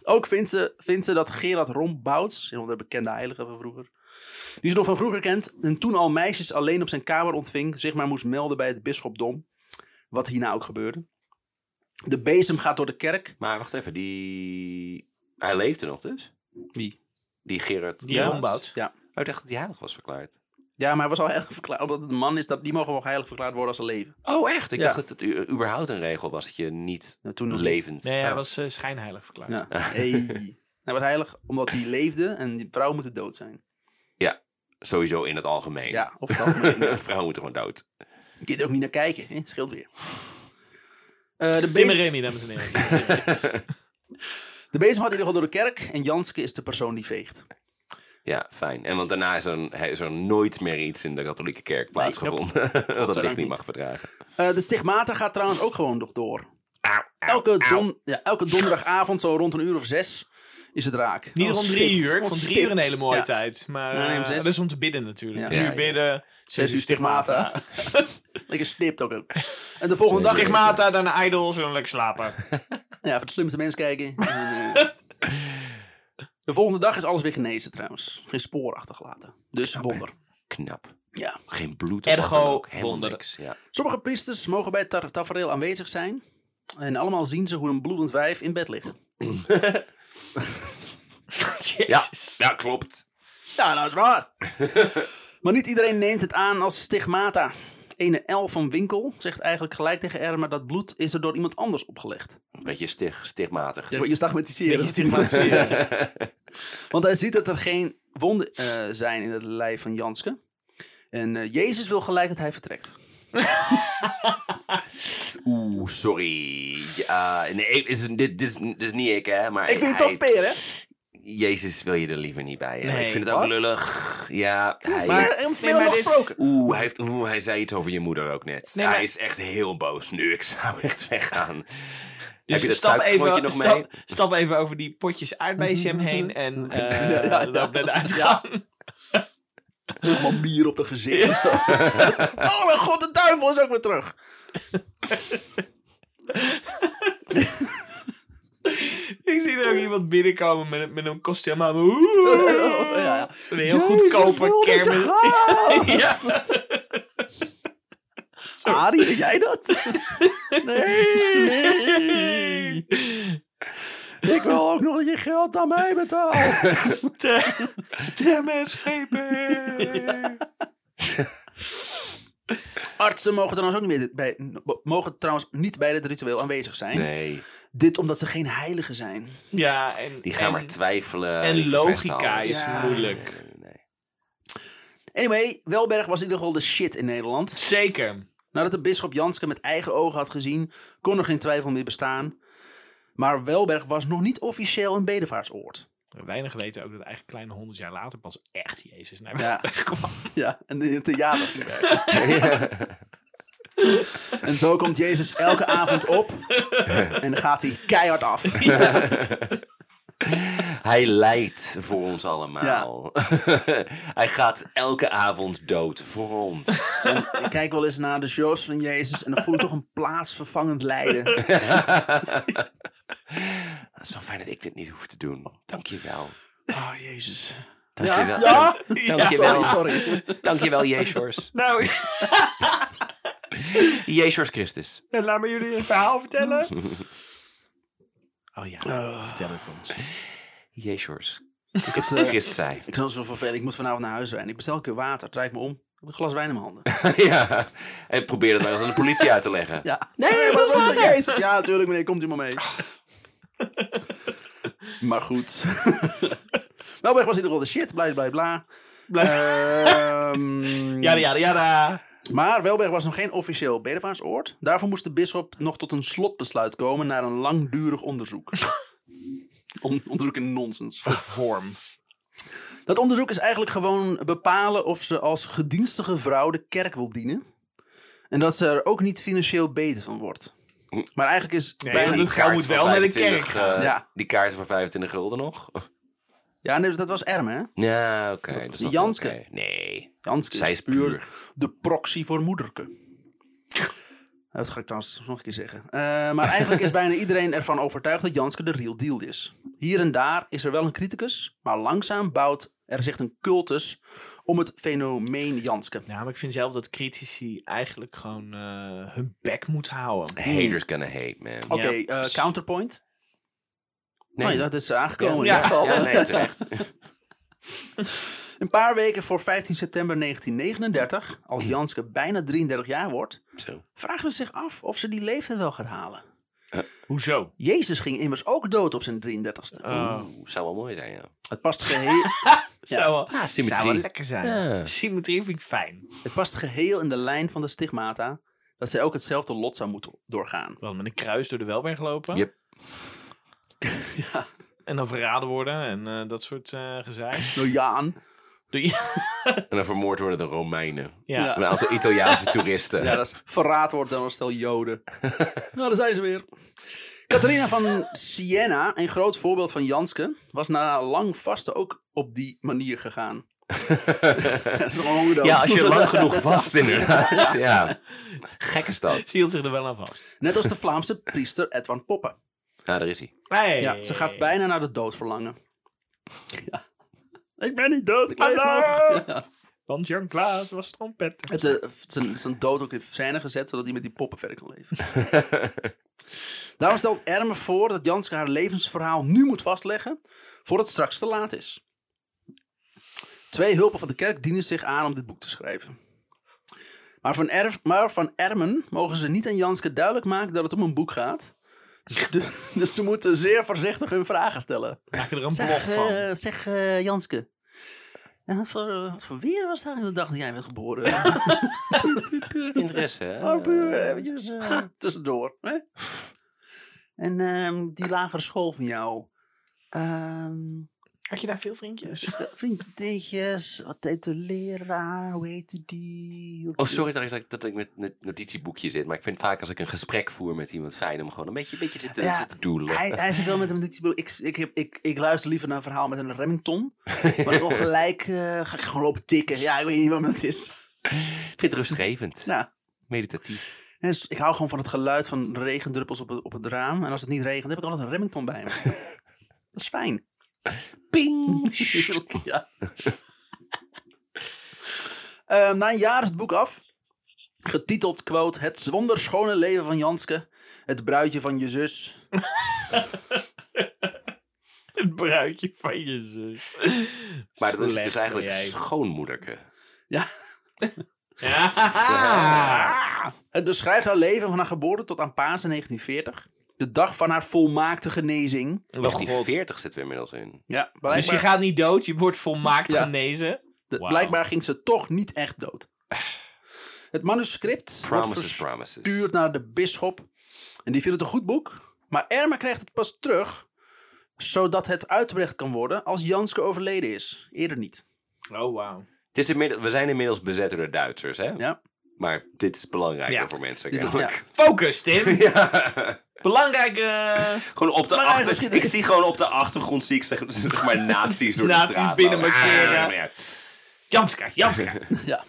Ook vindt ze, vindt ze dat Gerard Rombouts, een van de bekende heilige van vroeger, die ze nog van vroeger kent, en toen al meisjes alleen op zijn kamer ontving, zich maar moest melden bij het bisschopdom. Wat hierna ook gebeurde. De bezem gaat door de kerk. Maar wacht even, die... Hij leefde nog dus? Wie? Die Gerard. Die Rombouts. Ja. Oh, ik dacht dat hij heilig was verklaard. Ja, maar hij was al heilig verklaard. Omdat het een man is, dat, die mogen wel heilig verklaard worden als ze leven. Oh, echt? Ik Ja. dacht dat het u- überhaupt een regel was dat je niet Nou, toen nog niet. levend... Nee, Oh. hij was eh, schijnheilig verklaard. Ja. Hey. Hij was heilig omdat hij leefde en die vrouw moet dood zijn. Sowieso in het algemeen. Ja, of dat. Vrouwen moeten gewoon dood. Je kunt er ook niet naar kijken, hè? scheelt weer. Eh, de, Tim en bezem, Remy, dames en heren. de bezem gaat in ieder geval door de kerk en Janske is de persoon die veegt. Ja, fijn. En want daarna is er, is er nooit meer iets in de katholieke kerk plaatsgevonden. dat Godzijdank licht niet niet. mag verdragen. Eh, de stigmata gaat trouwens ook gewoon nog door. Auw, auw, Elke, auw. don, ja, elke donderdagavond, zo rond een uur of zes, is het raak. Niet om drie Onstipt, uur. Ik vond drie onstipt. uur een hele mooie Ja. tijd. Maar Nee, om eh, zes. dat is om te bidden natuurlijk. Ja. Drie Ja, uur ja. bidden, zes uur stigmata. Lekker stipt ook. ook. En de volgende dag... Stigmata, daarna idols en dan lekker slapen. Ja, voor de slimste mens kijken. En, eh, de volgende dag is alles weer genezen trouwens. Geen spoor achtergelaten. Dus wonder. Knap. Ja. Geen bloed of wat Ergo dan ook. Helemaal wonder. niks. Ja. Sommige priesters mogen bij het ta- tafereel aanwezig zijn. En allemaal zien ze hoe een bloedend wijf in bed liggen. Ja, Jezus. ja, klopt. Ja, nou is waar. maar niet iedereen neemt het aan als stigmata. Ene L van Winkel zegt eigenlijk gelijk tegen Erma dat bloed is er door iemand anders opgelegd. Een beetje stig, stigmatig. Zeg maar, je stigmatiseren. Beetje stigmatiseren. Want hij ziet dat er geen wonden eh, zijn in het lijf van Janske. En eh, Jezus wil gelijk dat hij vertrekt. Oeh, sorry. Ja, nee, ik- dit, is, dit, dit, is, dit is niet ik, hè. Maar Ik vind het hij- toch peer, hè? Jezus wil je er liever niet bij. hè. Nee, ik vind het ook wat? lullig. Ja, hij... Maar, heel veel nee, maar nog dit- gesproken. Oeh, hij, heeft, oeh, hij zei iets over je moeder ook net. Nee, hij maar- is echt heel boos nu. Ik zou echt weggaan. Dus Heb je dat stap, suikerpotje even, nog stap, mee? stap even over die potjes aardbeisjam heen en eh ja. loop naar de uitgang. Man bier op de gezicht. oh mijn god, de duivel is ook weer terug. Ik zie er ook iemand binnenkomen met, met een kostuum aan. Ja, ja. Een heel goedkope kermis. Ja. Ja. Arie, ben jij dat? nee. Ik wil ook nog dat je geld aan mij betaalt. Stem- Stemmen, schepen. Artsen mogen trouwens ook niet meer bij, mogen trouwens niet bij het ritueel aanwezig zijn. Nee, Dit omdat ze geen heiligen zijn. Ja, en, die gaan en- maar twijfelen. en die verpesten logica alles. is Ja. moeilijk. Nee. Anyway, Welberg was in ieder geval de shit in Nederland. Zeker. Nadat de bisschop Janske met eigen ogen had gezien, kon er geen twijfel meer bestaan. Maar Welberg was nog niet officieel een bedevaartsoord. Weinig weten ook dat eigenlijk kleine honderd jaar later pas echt Jezus naar Ja. beneden kwam. Ja, en in het theater ging werken. En zo komt Jezus elke avond op en gaat hij keihard af. Hij leidt voor ons allemaal. Hij gaat elke avond dood voor ons. Ik kijk wel eens naar de shows van Jezus en dan voel ik toch een plaatsvervangend lijden. Het is zo fijn dat ik dit niet hoef te doen. Dankjewel. Oh, Jezus. Dankjewel. Ja? Dankjewel. Sorry, sorry. Dankjewel, Jezus. Nou, Jezus Christus. laat me jullie een verhaal vertellen. Oh ja, vertel het ons. Jezus. Ik, heb, eh, Christus zei. ik zal zo vervelen. Ik moet vanavond naar huis rijden. Ik bestel een keer water. Draai ik me om. Ik heb een glas wijn in mijn handen. ja. En probeer dat maar eens aan de politie uit te leggen. Ja. Nee, dat was toch Jezus? Ja, natuurlijk meneer. Komt u maar mee. Maar goed. Welberg was in ieder geval de shit. Bla, bla, bla. Ehm, Ja, ja, ja. Maar Welberg was nog geen officieel bedevaartsoord. Daarvoor moest de bisschop nog tot een slotbesluit komen na een langdurig onderzoek. On- onderzoek in nonsens. Vorm. Dat onderzoek is eigenlijk gewoon bepalen of ze als gedienstige vrouw de kerk wil dienen. En dat ze er ook niet financieel beter van wordt. Maar eigenlijk is. Nee, bijna- want het geld moet wel naar de kerk gaan. Ja. eh, Die kaart van 25 gulden nog? Ja, nee, dat was Erme, hè? Ja, oké. dat is die nog Janske. oké. Nee. Janske Zij is puur. de proxy voor moederke. Dat ga ik trouwens nog een keer zeggen. Eh, maar eigenlijk is bijna iedereen ervan overtuigd dat Janske de real deal is. Hier en daar is er wel een criticus, maar langzaam bouwt er zich een cultus om het fenomeen Janske. Nou, maar ik vind zelf dat critici eigenlijk gewoon eh, hun bek moeten houden. Haters gonna hate, man. Oké, eh, counterpoint. Nee. Oh, ja, dat is aangekomen Ja. in ieder geval. Ja, nee, terecht. Een paar weken voor 15 september 1939, als Janske bijna 33 jaar wordt, Zo. vragen ze zich af of ze die leeftijd wel gaat halen. Hoezo? Jezus ging immers ook dood op zijn 33ste. Oh. Oeh, zou wel mooi zijn, ja. Het past geheel. Zou, wel, Ah, zou wel symmetrie. lekker zijn. Ja. Symmetrie vind ik fijn. Het past geheel in de lijn van de stigmata dat zij ook hetzelfde lot zou moeten doorgaan. Wel met een kruis door de welberg lopen. Yep. Ja, En dan verraden worden en eh, dat soort eh gezeik. nou Jaan. Doe je- En dan vermoord worden de Romeinen. ja. Ja. Een aantal Italiaanse toeristen. Ja, dat is verraad wordt dan een stel Joden. nou, daar zijn ze weer. Catharina van Siena, een groot voorbeeld van Janske, was na lang vasten ook op die manier gegaan. dat is toch wel hongerdood. Ja, als je lang genoeg vast inderdaad. Ja. Gek is dat. Ze hield zich er wel aan vast. Net als de Vlaamse priester Edwin Poppe. Nou, daar is hij. Hey. Ja, ze gaat bijna naar de dood verlangen. Ja. Ik ben niet dood, ik leef nog. Hallo! Want Jan Klaas was trompet. Heeft ze heeft zijn, zijn dood ook in scène gezet, zodat hij met die poppen verder kan leven. Daarom stelt Erme voor dat Janske haar levensverhaal nu moet vastleggen, voor het straks te laat is. Twee hulpen van de kerk dienen zich aan om dit boek te schrijven. Maar van, Erf, maar van Ermen mogen ze niet aan Janske duidelijk maken dat het om een boek gaat. Dus, de- dus ze moeten zeer voorzichtig hun vragen stellen. Maak je er een blog Zeg, van. eh, zeg eh, Janske. Ja, wat, voor, wat voor weer was het eigenlijk de dag dat jij werd geboren? Eh, Puur interesse, hè? Maar Oh, puur eventjes eh, tussendoor. Hè? En ehm, die lagere school van jou. Ehm dus, eh, Had je daar veel vriendjes? vriendjes, wat deed de leraar? Hoe heette die? Oh, sorry dat ik, dat ik met het notitieboekje zit. Maar ik vind vaak als ik een gesprek voer met iemand fijn om gewoon een beetje, een beetje te, te, Ja, te doelen. Hij, hij zit wel met een notitieboek. Ik, ik, heb- ik, ik luister liever naar een verhaal met een Remington. Maar dan gelijk eh, ga ik gewoon lopen tikken. Ja, ik weet niet wat dat is. Ik vind het rustgevend. Nou, Meditatief. en dus ik hou gewoon van het geluid van regendruppels op het, op het raam. En als het niet regent, heb ik altijd een Remington bij me. Dat is fijn. Ping! ja. Ehm, na een jaar is het boek af. Getiteld, quote, Het wonderschone leven van Janske. Het bruidje van je zus. Het bruidje van je zus. Maar dat is Slecht dus ben eigenlijk jij. schoonmoederke. Ja, Ja. Het beschrijft haar leven van haar geboorte tot aan Pasen 1940. De dag van haar volmaakte genezing. Of die 40 zitten we inmiddels in. Ja, Dus je blijkbaar, gaat niet dood, je wordt volmaakt Ja. genezen. de- Wauw. blijkbaar ging ze toch niet echt dood. Het manuscript wordt Promises, verstuurd promises. naar de bisschop. En die viel het een goed boek. Maar Erma krijgt het pas terug. Zodat het uitgebracht kan worden als Janske overleden is. Eerder niet. Oh, wauw. Het is inmiddel- we zijn inmiddels bezet door de Duitsers, hè? Ja. Maar dit is belangrijker Ja. voor mensen. Dit is- kennelijk. Focus, Tim. Ja. Belangrijke Gewoon op de Maar hij achter... geschiedenis. Ik zie gewoon op de achtergrond zie ik zeg, zeg maar nazi's door Nazi's de straat. binnenmarcheren. Ah, maar ja. Janska, Janska. Ja.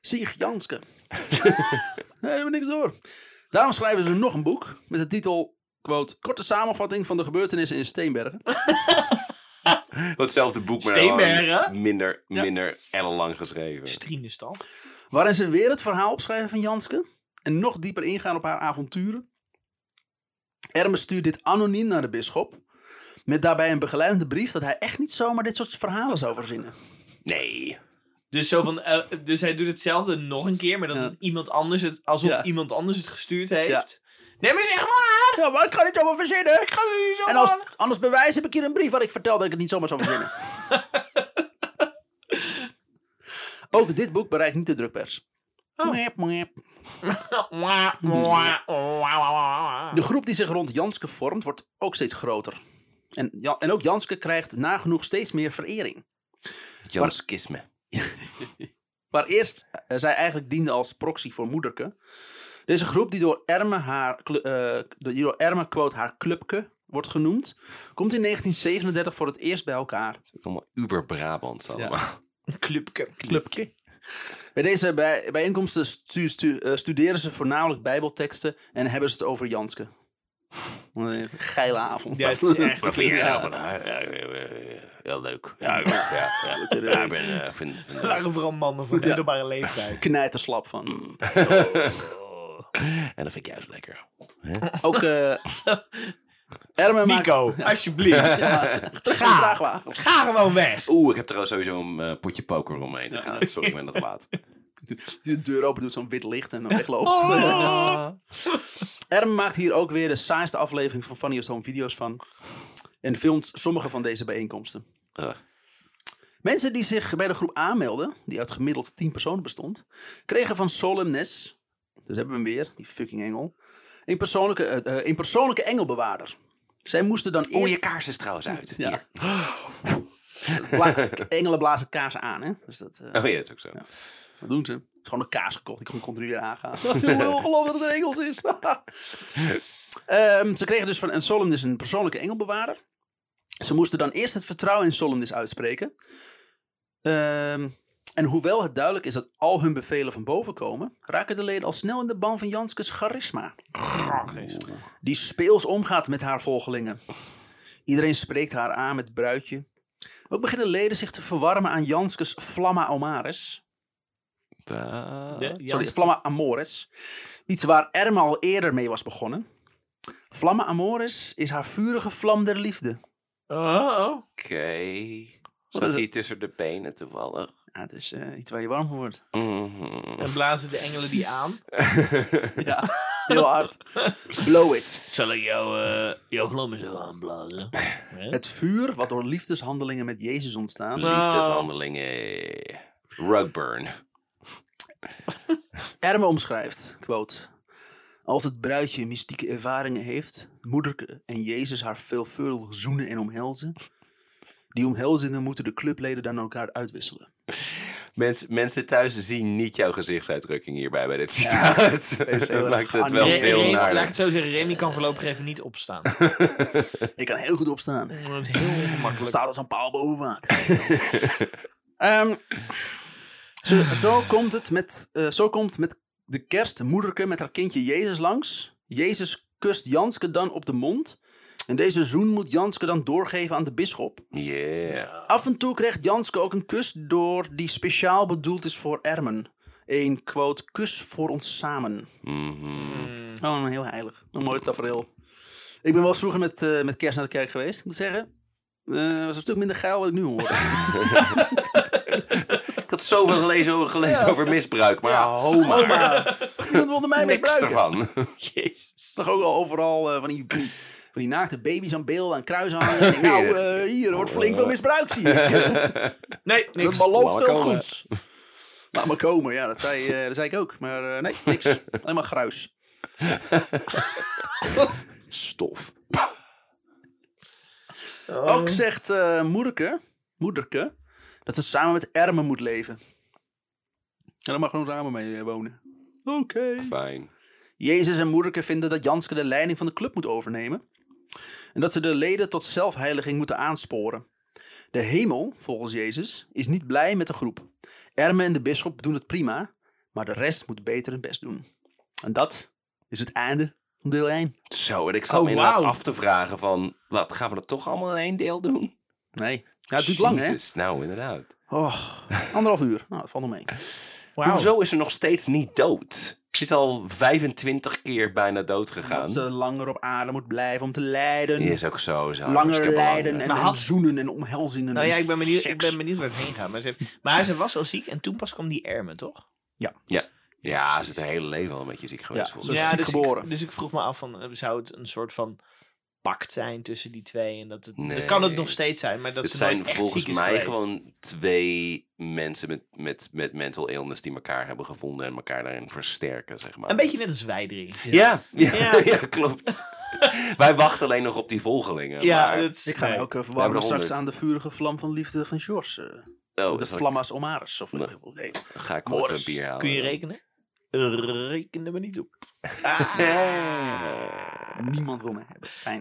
Sieg Janske. nee, helemaal niks door. Daarom schrijven ze nog een boek met de titel, quote, korte samenvatting van de gebeurtenissen in Steenbergen. Hetzelfde boek, maar Steenbergen. gewoon minder, minder ellenlang geschreven. Strienestad. Waarin ze weer het verhaal opschrijven van Janske en nog dieper ingaan op haar avonturen. Ermes stuurt dit anoniem naar de bisschop. Met daarbij een begeleidende brief dat hij echt niet zomaar dit soort verhalen zou verzinnen. Nee. Dus, zo van, eh, dus hij doet hetzelfde nog een keer, maar dat Ja. het iemand anders het, alsof Ja. iemand anders het gestuurd heeft. Nee, maar zeg maar! Ja, maar ik ga dit allemaal verzinnen. Ik ga het niet zo En als aan. het anders bewijs heb ik hier een brief waar ik vertel dat ik het niet zomaar zou verzinnen. Ook dit boek bereikt niet de drukpers. Mwep, mwep. Mwah, mwah, mwah, mwah, mwah. De groep die zich rond Janske vormt wordt ook steeds groter. En, Ja- en ook Janske krijgt nagenoeg steeds meer verering. Jans Kisme. Waar eerst eh, zij eigenlijk diende als proxy voor moederke. Deze groep die door Erme, haar, clu- eh, die door Erme quote, haar clubke wordt genoemd, komt in 1937 voor het eerst bij elkaar. Allemaal uber Brabant allemaal. Clubke. clubje. Bij deze bij, bijeenkomsten stu- stu- eh, studeren ze voornamelijk bijbelteksten en hebben ze het over Janske. Wat een Geile avond. Ja, het is echt- Wat vind jij Ja. nou van haar? Ja, eh, eh, Heel leuk. Ja, ik- ja, ja. Ja, ik ben, eh, vind- vind- Er waren vooral mannen van middelbare leeftijd. Knijterslap van. Mm. En dat vind ik juist lekker. Ook eh Ermen maakt... Nico, alsjeblieft. Geen Ga. vraagwagens. Ga gewoon weg. Oeh, ik heb trouwens sowieso een eh, potje poker om mee te gaan. Sorry, ik ben dat laat. Die de deur open doet, zo'n wit licht en dan wegloopt. Oh. Erm maakt hier ook weer de saaiste aflevering van Funniest Home Video's van. En filmt sommige van deze bijeenkomsten. Eh, Mensen die zich bij de groep aanmelden, die uit gemiddeld 10 personen bestond, kregen van Solemnes, dus hebben we hem weer, die fucking engel, een persoonlijke, eh, eh, een persoonlijke engelbewaarder. Zij moesten dan Oeh, eerst... je kaars is trouwens uit. Ja. Hier. Bla- engelen blazen kaas aan, hè? Dus dat, eh, Oh ja, dat is ook zo. dat doen ze. Het is gewoon een kaas gekocht, ik kon continu weer aangaan. Ik wil geloof dat het een engels is. Ehm, ze kregen dus van Solemnes een persoonlijke engelbewaarder. Ze moesten dan eerst het vertrouwen in Solemnis uitspreken. Ehm, en hoewel het duidelijk is dat al hun bevelen van boven komen, raken de leden al snel in de ban van Janskes charisma. Die speels omgaat met haar volgelingen. Iedereen spreekt haar aan met bruidje. Ook beginnen leden zich te verwarmen aan Janskes Flamma Omaris. De- Sorry, Jans- Flamma Amoris. Iets waar Erma al eerder mee was begonnen. Flamma Amoris is haar vurige vlam der liefde. Oh, oh. Oké. is Zat het? hij tussen de benen toevallig? Ja, het is eh, iets waar je warm van wordt. Mhm. En blazen de engelen die aan. Ja, heel hard. Blow it. Zal ik jou, eh jouw vlam eens even aanblazen? Het vuur wat door liefdeshandelingen met Jezus ontstaat. Liefdeshandelingen. Rugburn. Erme Erm omschrijft, quote. Als het bruidje mystieke ervaringen heeft, moederke en Jezus haar veelvuldig zoenen en omhelzen. Die omhelzingen moeten de clubleden dan elkaar uitwisselen. Mens, mensen thuis zien niet jouw gezichtsuitdrukking hierbij bij dit citaat. heel Dat maakt erg het wel aan- Re- veel Remy- laat ik naar. het zo zeggen, Remy kan voorlopig even niet opstaan. Ik kan heel goed opstaan. Dat is heel Ze ongemakkelijk. staat als een paal boven water. Ehm, zo, zo, komt het met, eh, zo komt met de kerst moederke met haar kindje Jezus langs. Jezus kust Janske dan op de mond. En deze zoen moet Janske dan doorgeven aan de bisschop. Yeah. Af en toe krijgt Janske ook een kus door die speciaal bedoeld is voor Ermen. Een quote, kus voor ons samen. Mhm. Oh, een heel heilig. Een mooi tafereel. Ik ben wel eens vroeger met, eh, met kerst naar de kerk geweest. Ik moet zeggen, eh was een stuk minder geil wat ik nu hoor. Ik had had zoveel gelezen, over- gelezen over misbruik, maar homo. Oma, iemand wilde mij Niks misbruiken. ervan. Jezus. Toch ook al overal eh, van, die, van die- van die naakte baby's aan beelden en kruis aan. Ik denk, nou, eh, hier er wordt flink veel misbruikt, zie ik. Nee, Dat niks. belooft Laat veel maar komen. goeds. Laat maar komen, ja, dat zei, eh, dat zei ik ook. Maar eh, nee, niks. Alleen maar gruis. Stof. Ook zegt eh moederke, moederke dat ze samen met Ermen moet leven. En daar mag gewoon samen mee eh, wonen. Oké. Fijn. Jezus en moederke vinden dat Janske de leiding van de club moet overnemen. En dat ze de leden tot zelfheiliging moeten aansporen. De hemel, volgens Jezus, is niet blij met de groep. Ermen en de bisschop doen het prima, maar de rest moet beter hun best doen. En dat is het einde van deel 1. Zo, en ik zat Oh, me inderdaad wauw. af te vragen van... Wat, gaan we dat toch allemaal in één deel doen? Nee. Ja, het duurt lang, hè? Jezus, nou inderdaad. Oh, anderhalf uur. Nou, dat valt nog mee. Wauw. Hoezo is ze nog steeds niet dood? Ze is al 25 keer bijna dood gegaan. Dat ze langer op aarde moet blijven om te lijden. Die is ook zo. zo Langer lijden en, Maar en had- zoenen en omhelzingen. Nou ja, ik ben benieuwd, ik Seks. ben benieuwd waar het heen gaat. Maar ze, heeft- maar ze was al ziek en toen pas kwam die ermen, toch? Ja. Ja, ze is het hele leven al een beetje ziek geweest. Ja, volgens Ze is mij. ziek dus geboren. Ik, dus ik vroeg me af, van, eh, zou het een soort van pact zijn tussen die twee? En dat het, Nee. kan het nog steeds zijn, maar dat Het ze zijn nooit echt volgens ziek is mij geweest. gewoon twee mensen met, met, met mental illness die elkaar hebben gevonden en elkaar daarin versterken, zeg maar. Een beetje net als wij drie. Ja, ja, ja. Ja. klopt. Wij wachten alleen nog op die volgelingen. Ja, maar- dat is... Ik ga nee. mij ook eh, hebben verwarmen er straks honderd. aan de vurige vlam van liefde van George. eh. Oh, de zal ik- Flammas Omaris. Of nee. nee. Ga ik nog even een Morris, bier halen. Kun je rekenen? Rekenen me niet op. Ah. Niemand wil mij hebben. Fijn.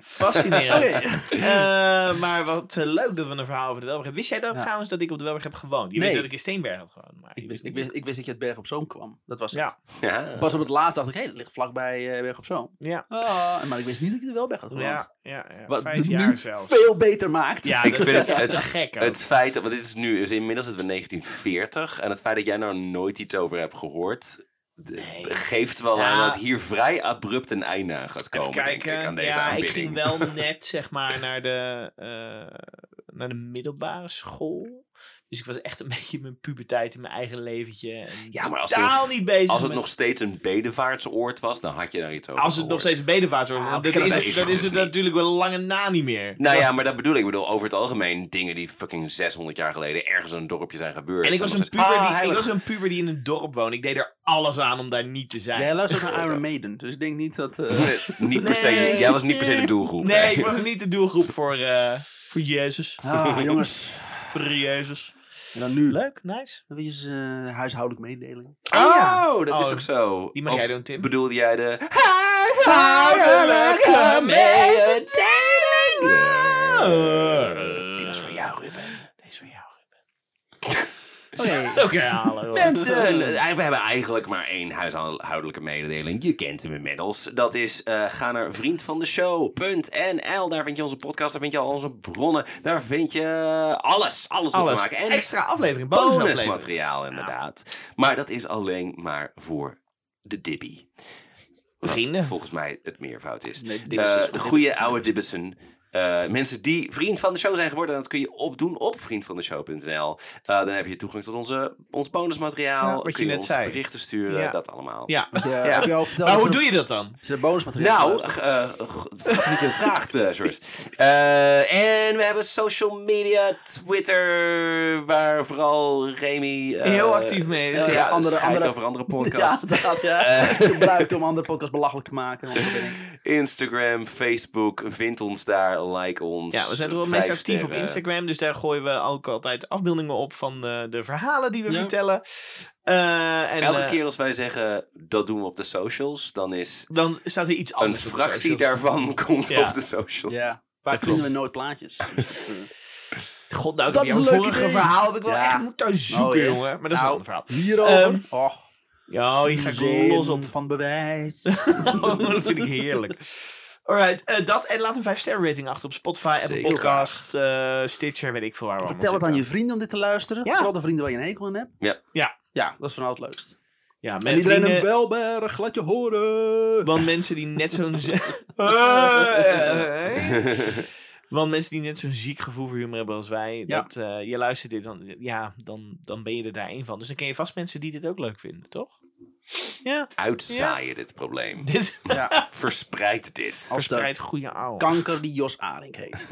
Fascinerend. Oké. Eh, maar wat eh, leuk dat we een verhaal over de Welberg hebben. Wist jij dat Ja. trouwens dat ik op de Welberg heb gewoond? Je Nee. wist dat ik in Steenberg had gewoond. Maar je Ik wist, ik, niet- wist, ik wist dat je het Berg op Zoom kwam. Dat was het. Ja. Ja. Pas op het laatst dacht ik, hé, dat ligt vlakbij eh, Berg op Zoom. Ja. Ah, maar ik wist niet dat je er wel bij had gewoond. Ja, ja, ja. Wat Vijf het jaar nu zelfs. veel beter maakt. Ja, Ik dat vind is echt het- het- gek ook. Het feit, dat- want dit is nu is inmiddels dat we 1940 en het feit dat jij nou nooit iets over hebt gehoord, d- geeft wel Ja. aan dat hier vrij abrupt een einde aan gaat komen. Even denk kijken. ik, aan deze ja, aanbidding. ik ging wel net zeg maar naar de, eh, naar de middelbare school. Dus ik was echt een beetje in mijn puberteit in mijn eigen leventje. En Ja, maar als, totaal er- niet bezig als het met- nog steeds een bedevaartsoord was, dan had je daar iets over Als het nog gehoord. steeds bedevaart wordt, Ah, want oké, dat is, dat is het- dat het is het niet. natuurlijk wel lange na niet meer. Nou Dus ja, als- maar dat bedoel ik. Ik bedoel, over het algemeen dingen die fucking 600 jaar geleden ergens in een dorpje zijn gebeurd. En ik zijn was, nog een steeds- puber Ah, die, ik heilig. was een puber die in een dorp woonde. Ik deed er alles aan om daar niet te zijn. Jij luistert ook naar Iron Maiden, dus ik denk niet dat... eh, Niet per se, Nee. jij was niet per se de doelgroep. nee, ik was niet de doelgroep voor, eh, voor Jezus. Ah, jongens. Voor Jezus. En dan nu. Leuk, nice. Dat is eh huishoudelijk mededeling. Oh, ja. dat is Oh, ook zo. die mag Of jij doen, Tim. Bedoelde jij de... Huishoudelijke mededelingen. Die was voor jou, Ruben. Deze van jou. Oké. Oké, hallo. Oh, Mensen, we hebben eigenlijk maar één huishoudelijke mededeling. Je kent hem inmiddels. Dat is eh, ga naar vriendvandeshow.nl. Daar vind je onze podcast, daar vind je al onze bronnen. Daar vind je eh, alles, alles, wat we Alles. maken. En Extra aflevering, bonusaflevering. bonusmateriaal inderdaad. Maar dat is alleen maar voor de dibby. Wat Vrienden. volgens mij het meervoud is. Nee, Dibbes Eh, is- de goede oude Dibbesen. Eh, mensen die vriend van de show zijn geworden, dat kun je opdoen op vriendvandeshow.nl. Eh dan heb je toegang tot onze, ons bonusmateriaal. Ja, wat je kun je net ons zei. berichten sturen, Ja. dat allemaal. Ja. Ja, Heb je al verteld? Maar dat hoe er- doe je dat dan? Is er bonusmateriaal? Nou, geluisterd? eh, g- grappig dat je het vraagt, eh, George. Eh, en we hebben social media, Twitter, waar vooral Remy... eh, Heel actief mee is. eh, Ja, Ja, andere- andere, andere- over andere Ja, podcasts. dat ja. Eh, Gebruikt om andere podcasts belachelijk te maken. Want zo ben ik. Instagram, Facebook, vind ons daar, like ons. Ja, we zijn er wel Vijf meest actief op sterren. Instagram. Dus daar gooien we ook altijd afbeeldingen op van de, de verhalen die we Ja. vertellen. Eh, en, Elke eh, keer als wij zeggen, dat doen we op de socials, dan is Dan staat er iets een anders op de fractie socials. daarvan komt Ja. op de socials. Ja. Vaak klopt. vinden we nooit plaatjes. Dus dat, eh, God, nou, Dat dat is een leuk vorige idee. verhaal heb ik wel Ja. echt moeten zoeken, Oh, ja. jongen. Maar dat is Nou, een ander verhaal. Hierover? Ehm, oh, Ja, hier ga zin ik los op. Oh, van bewijs. dat vind ik heerlijk. Alright, eh, dat en laat een 5 sterren rating achter op Spotify, Apple Zeker. Podcast, eh, Stitcher, weet ik veel waar. we Vertel het allemaal aan je zitten. vrienden om dit te luisteren. Ja. Vooral de vrienden waar je een hekel aan hebt. Ja. nou. Ja, Ja, dat is van het leukst. ja En met iedereen vrienden, een welberg, laat je horen. want mensen die net zo'n... z- Eh, eh, eh. Want mensen die net zo'n ziek gevoel voor humor hebben als wij, Ja. dat, eh, je luistert dit, dan, ja, dan, dan ben je er daar één van. Dus dan ken je vast mensen die dit ook leuk vinden, toch? Ja, Oh. Uitzaaien dit probleem. dit Ja, Verspreid dit. als de verspreidt goede ouwe. kanker die Jos Aring heet.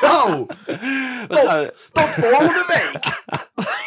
Zo! Oh. Tot, tot volgende week!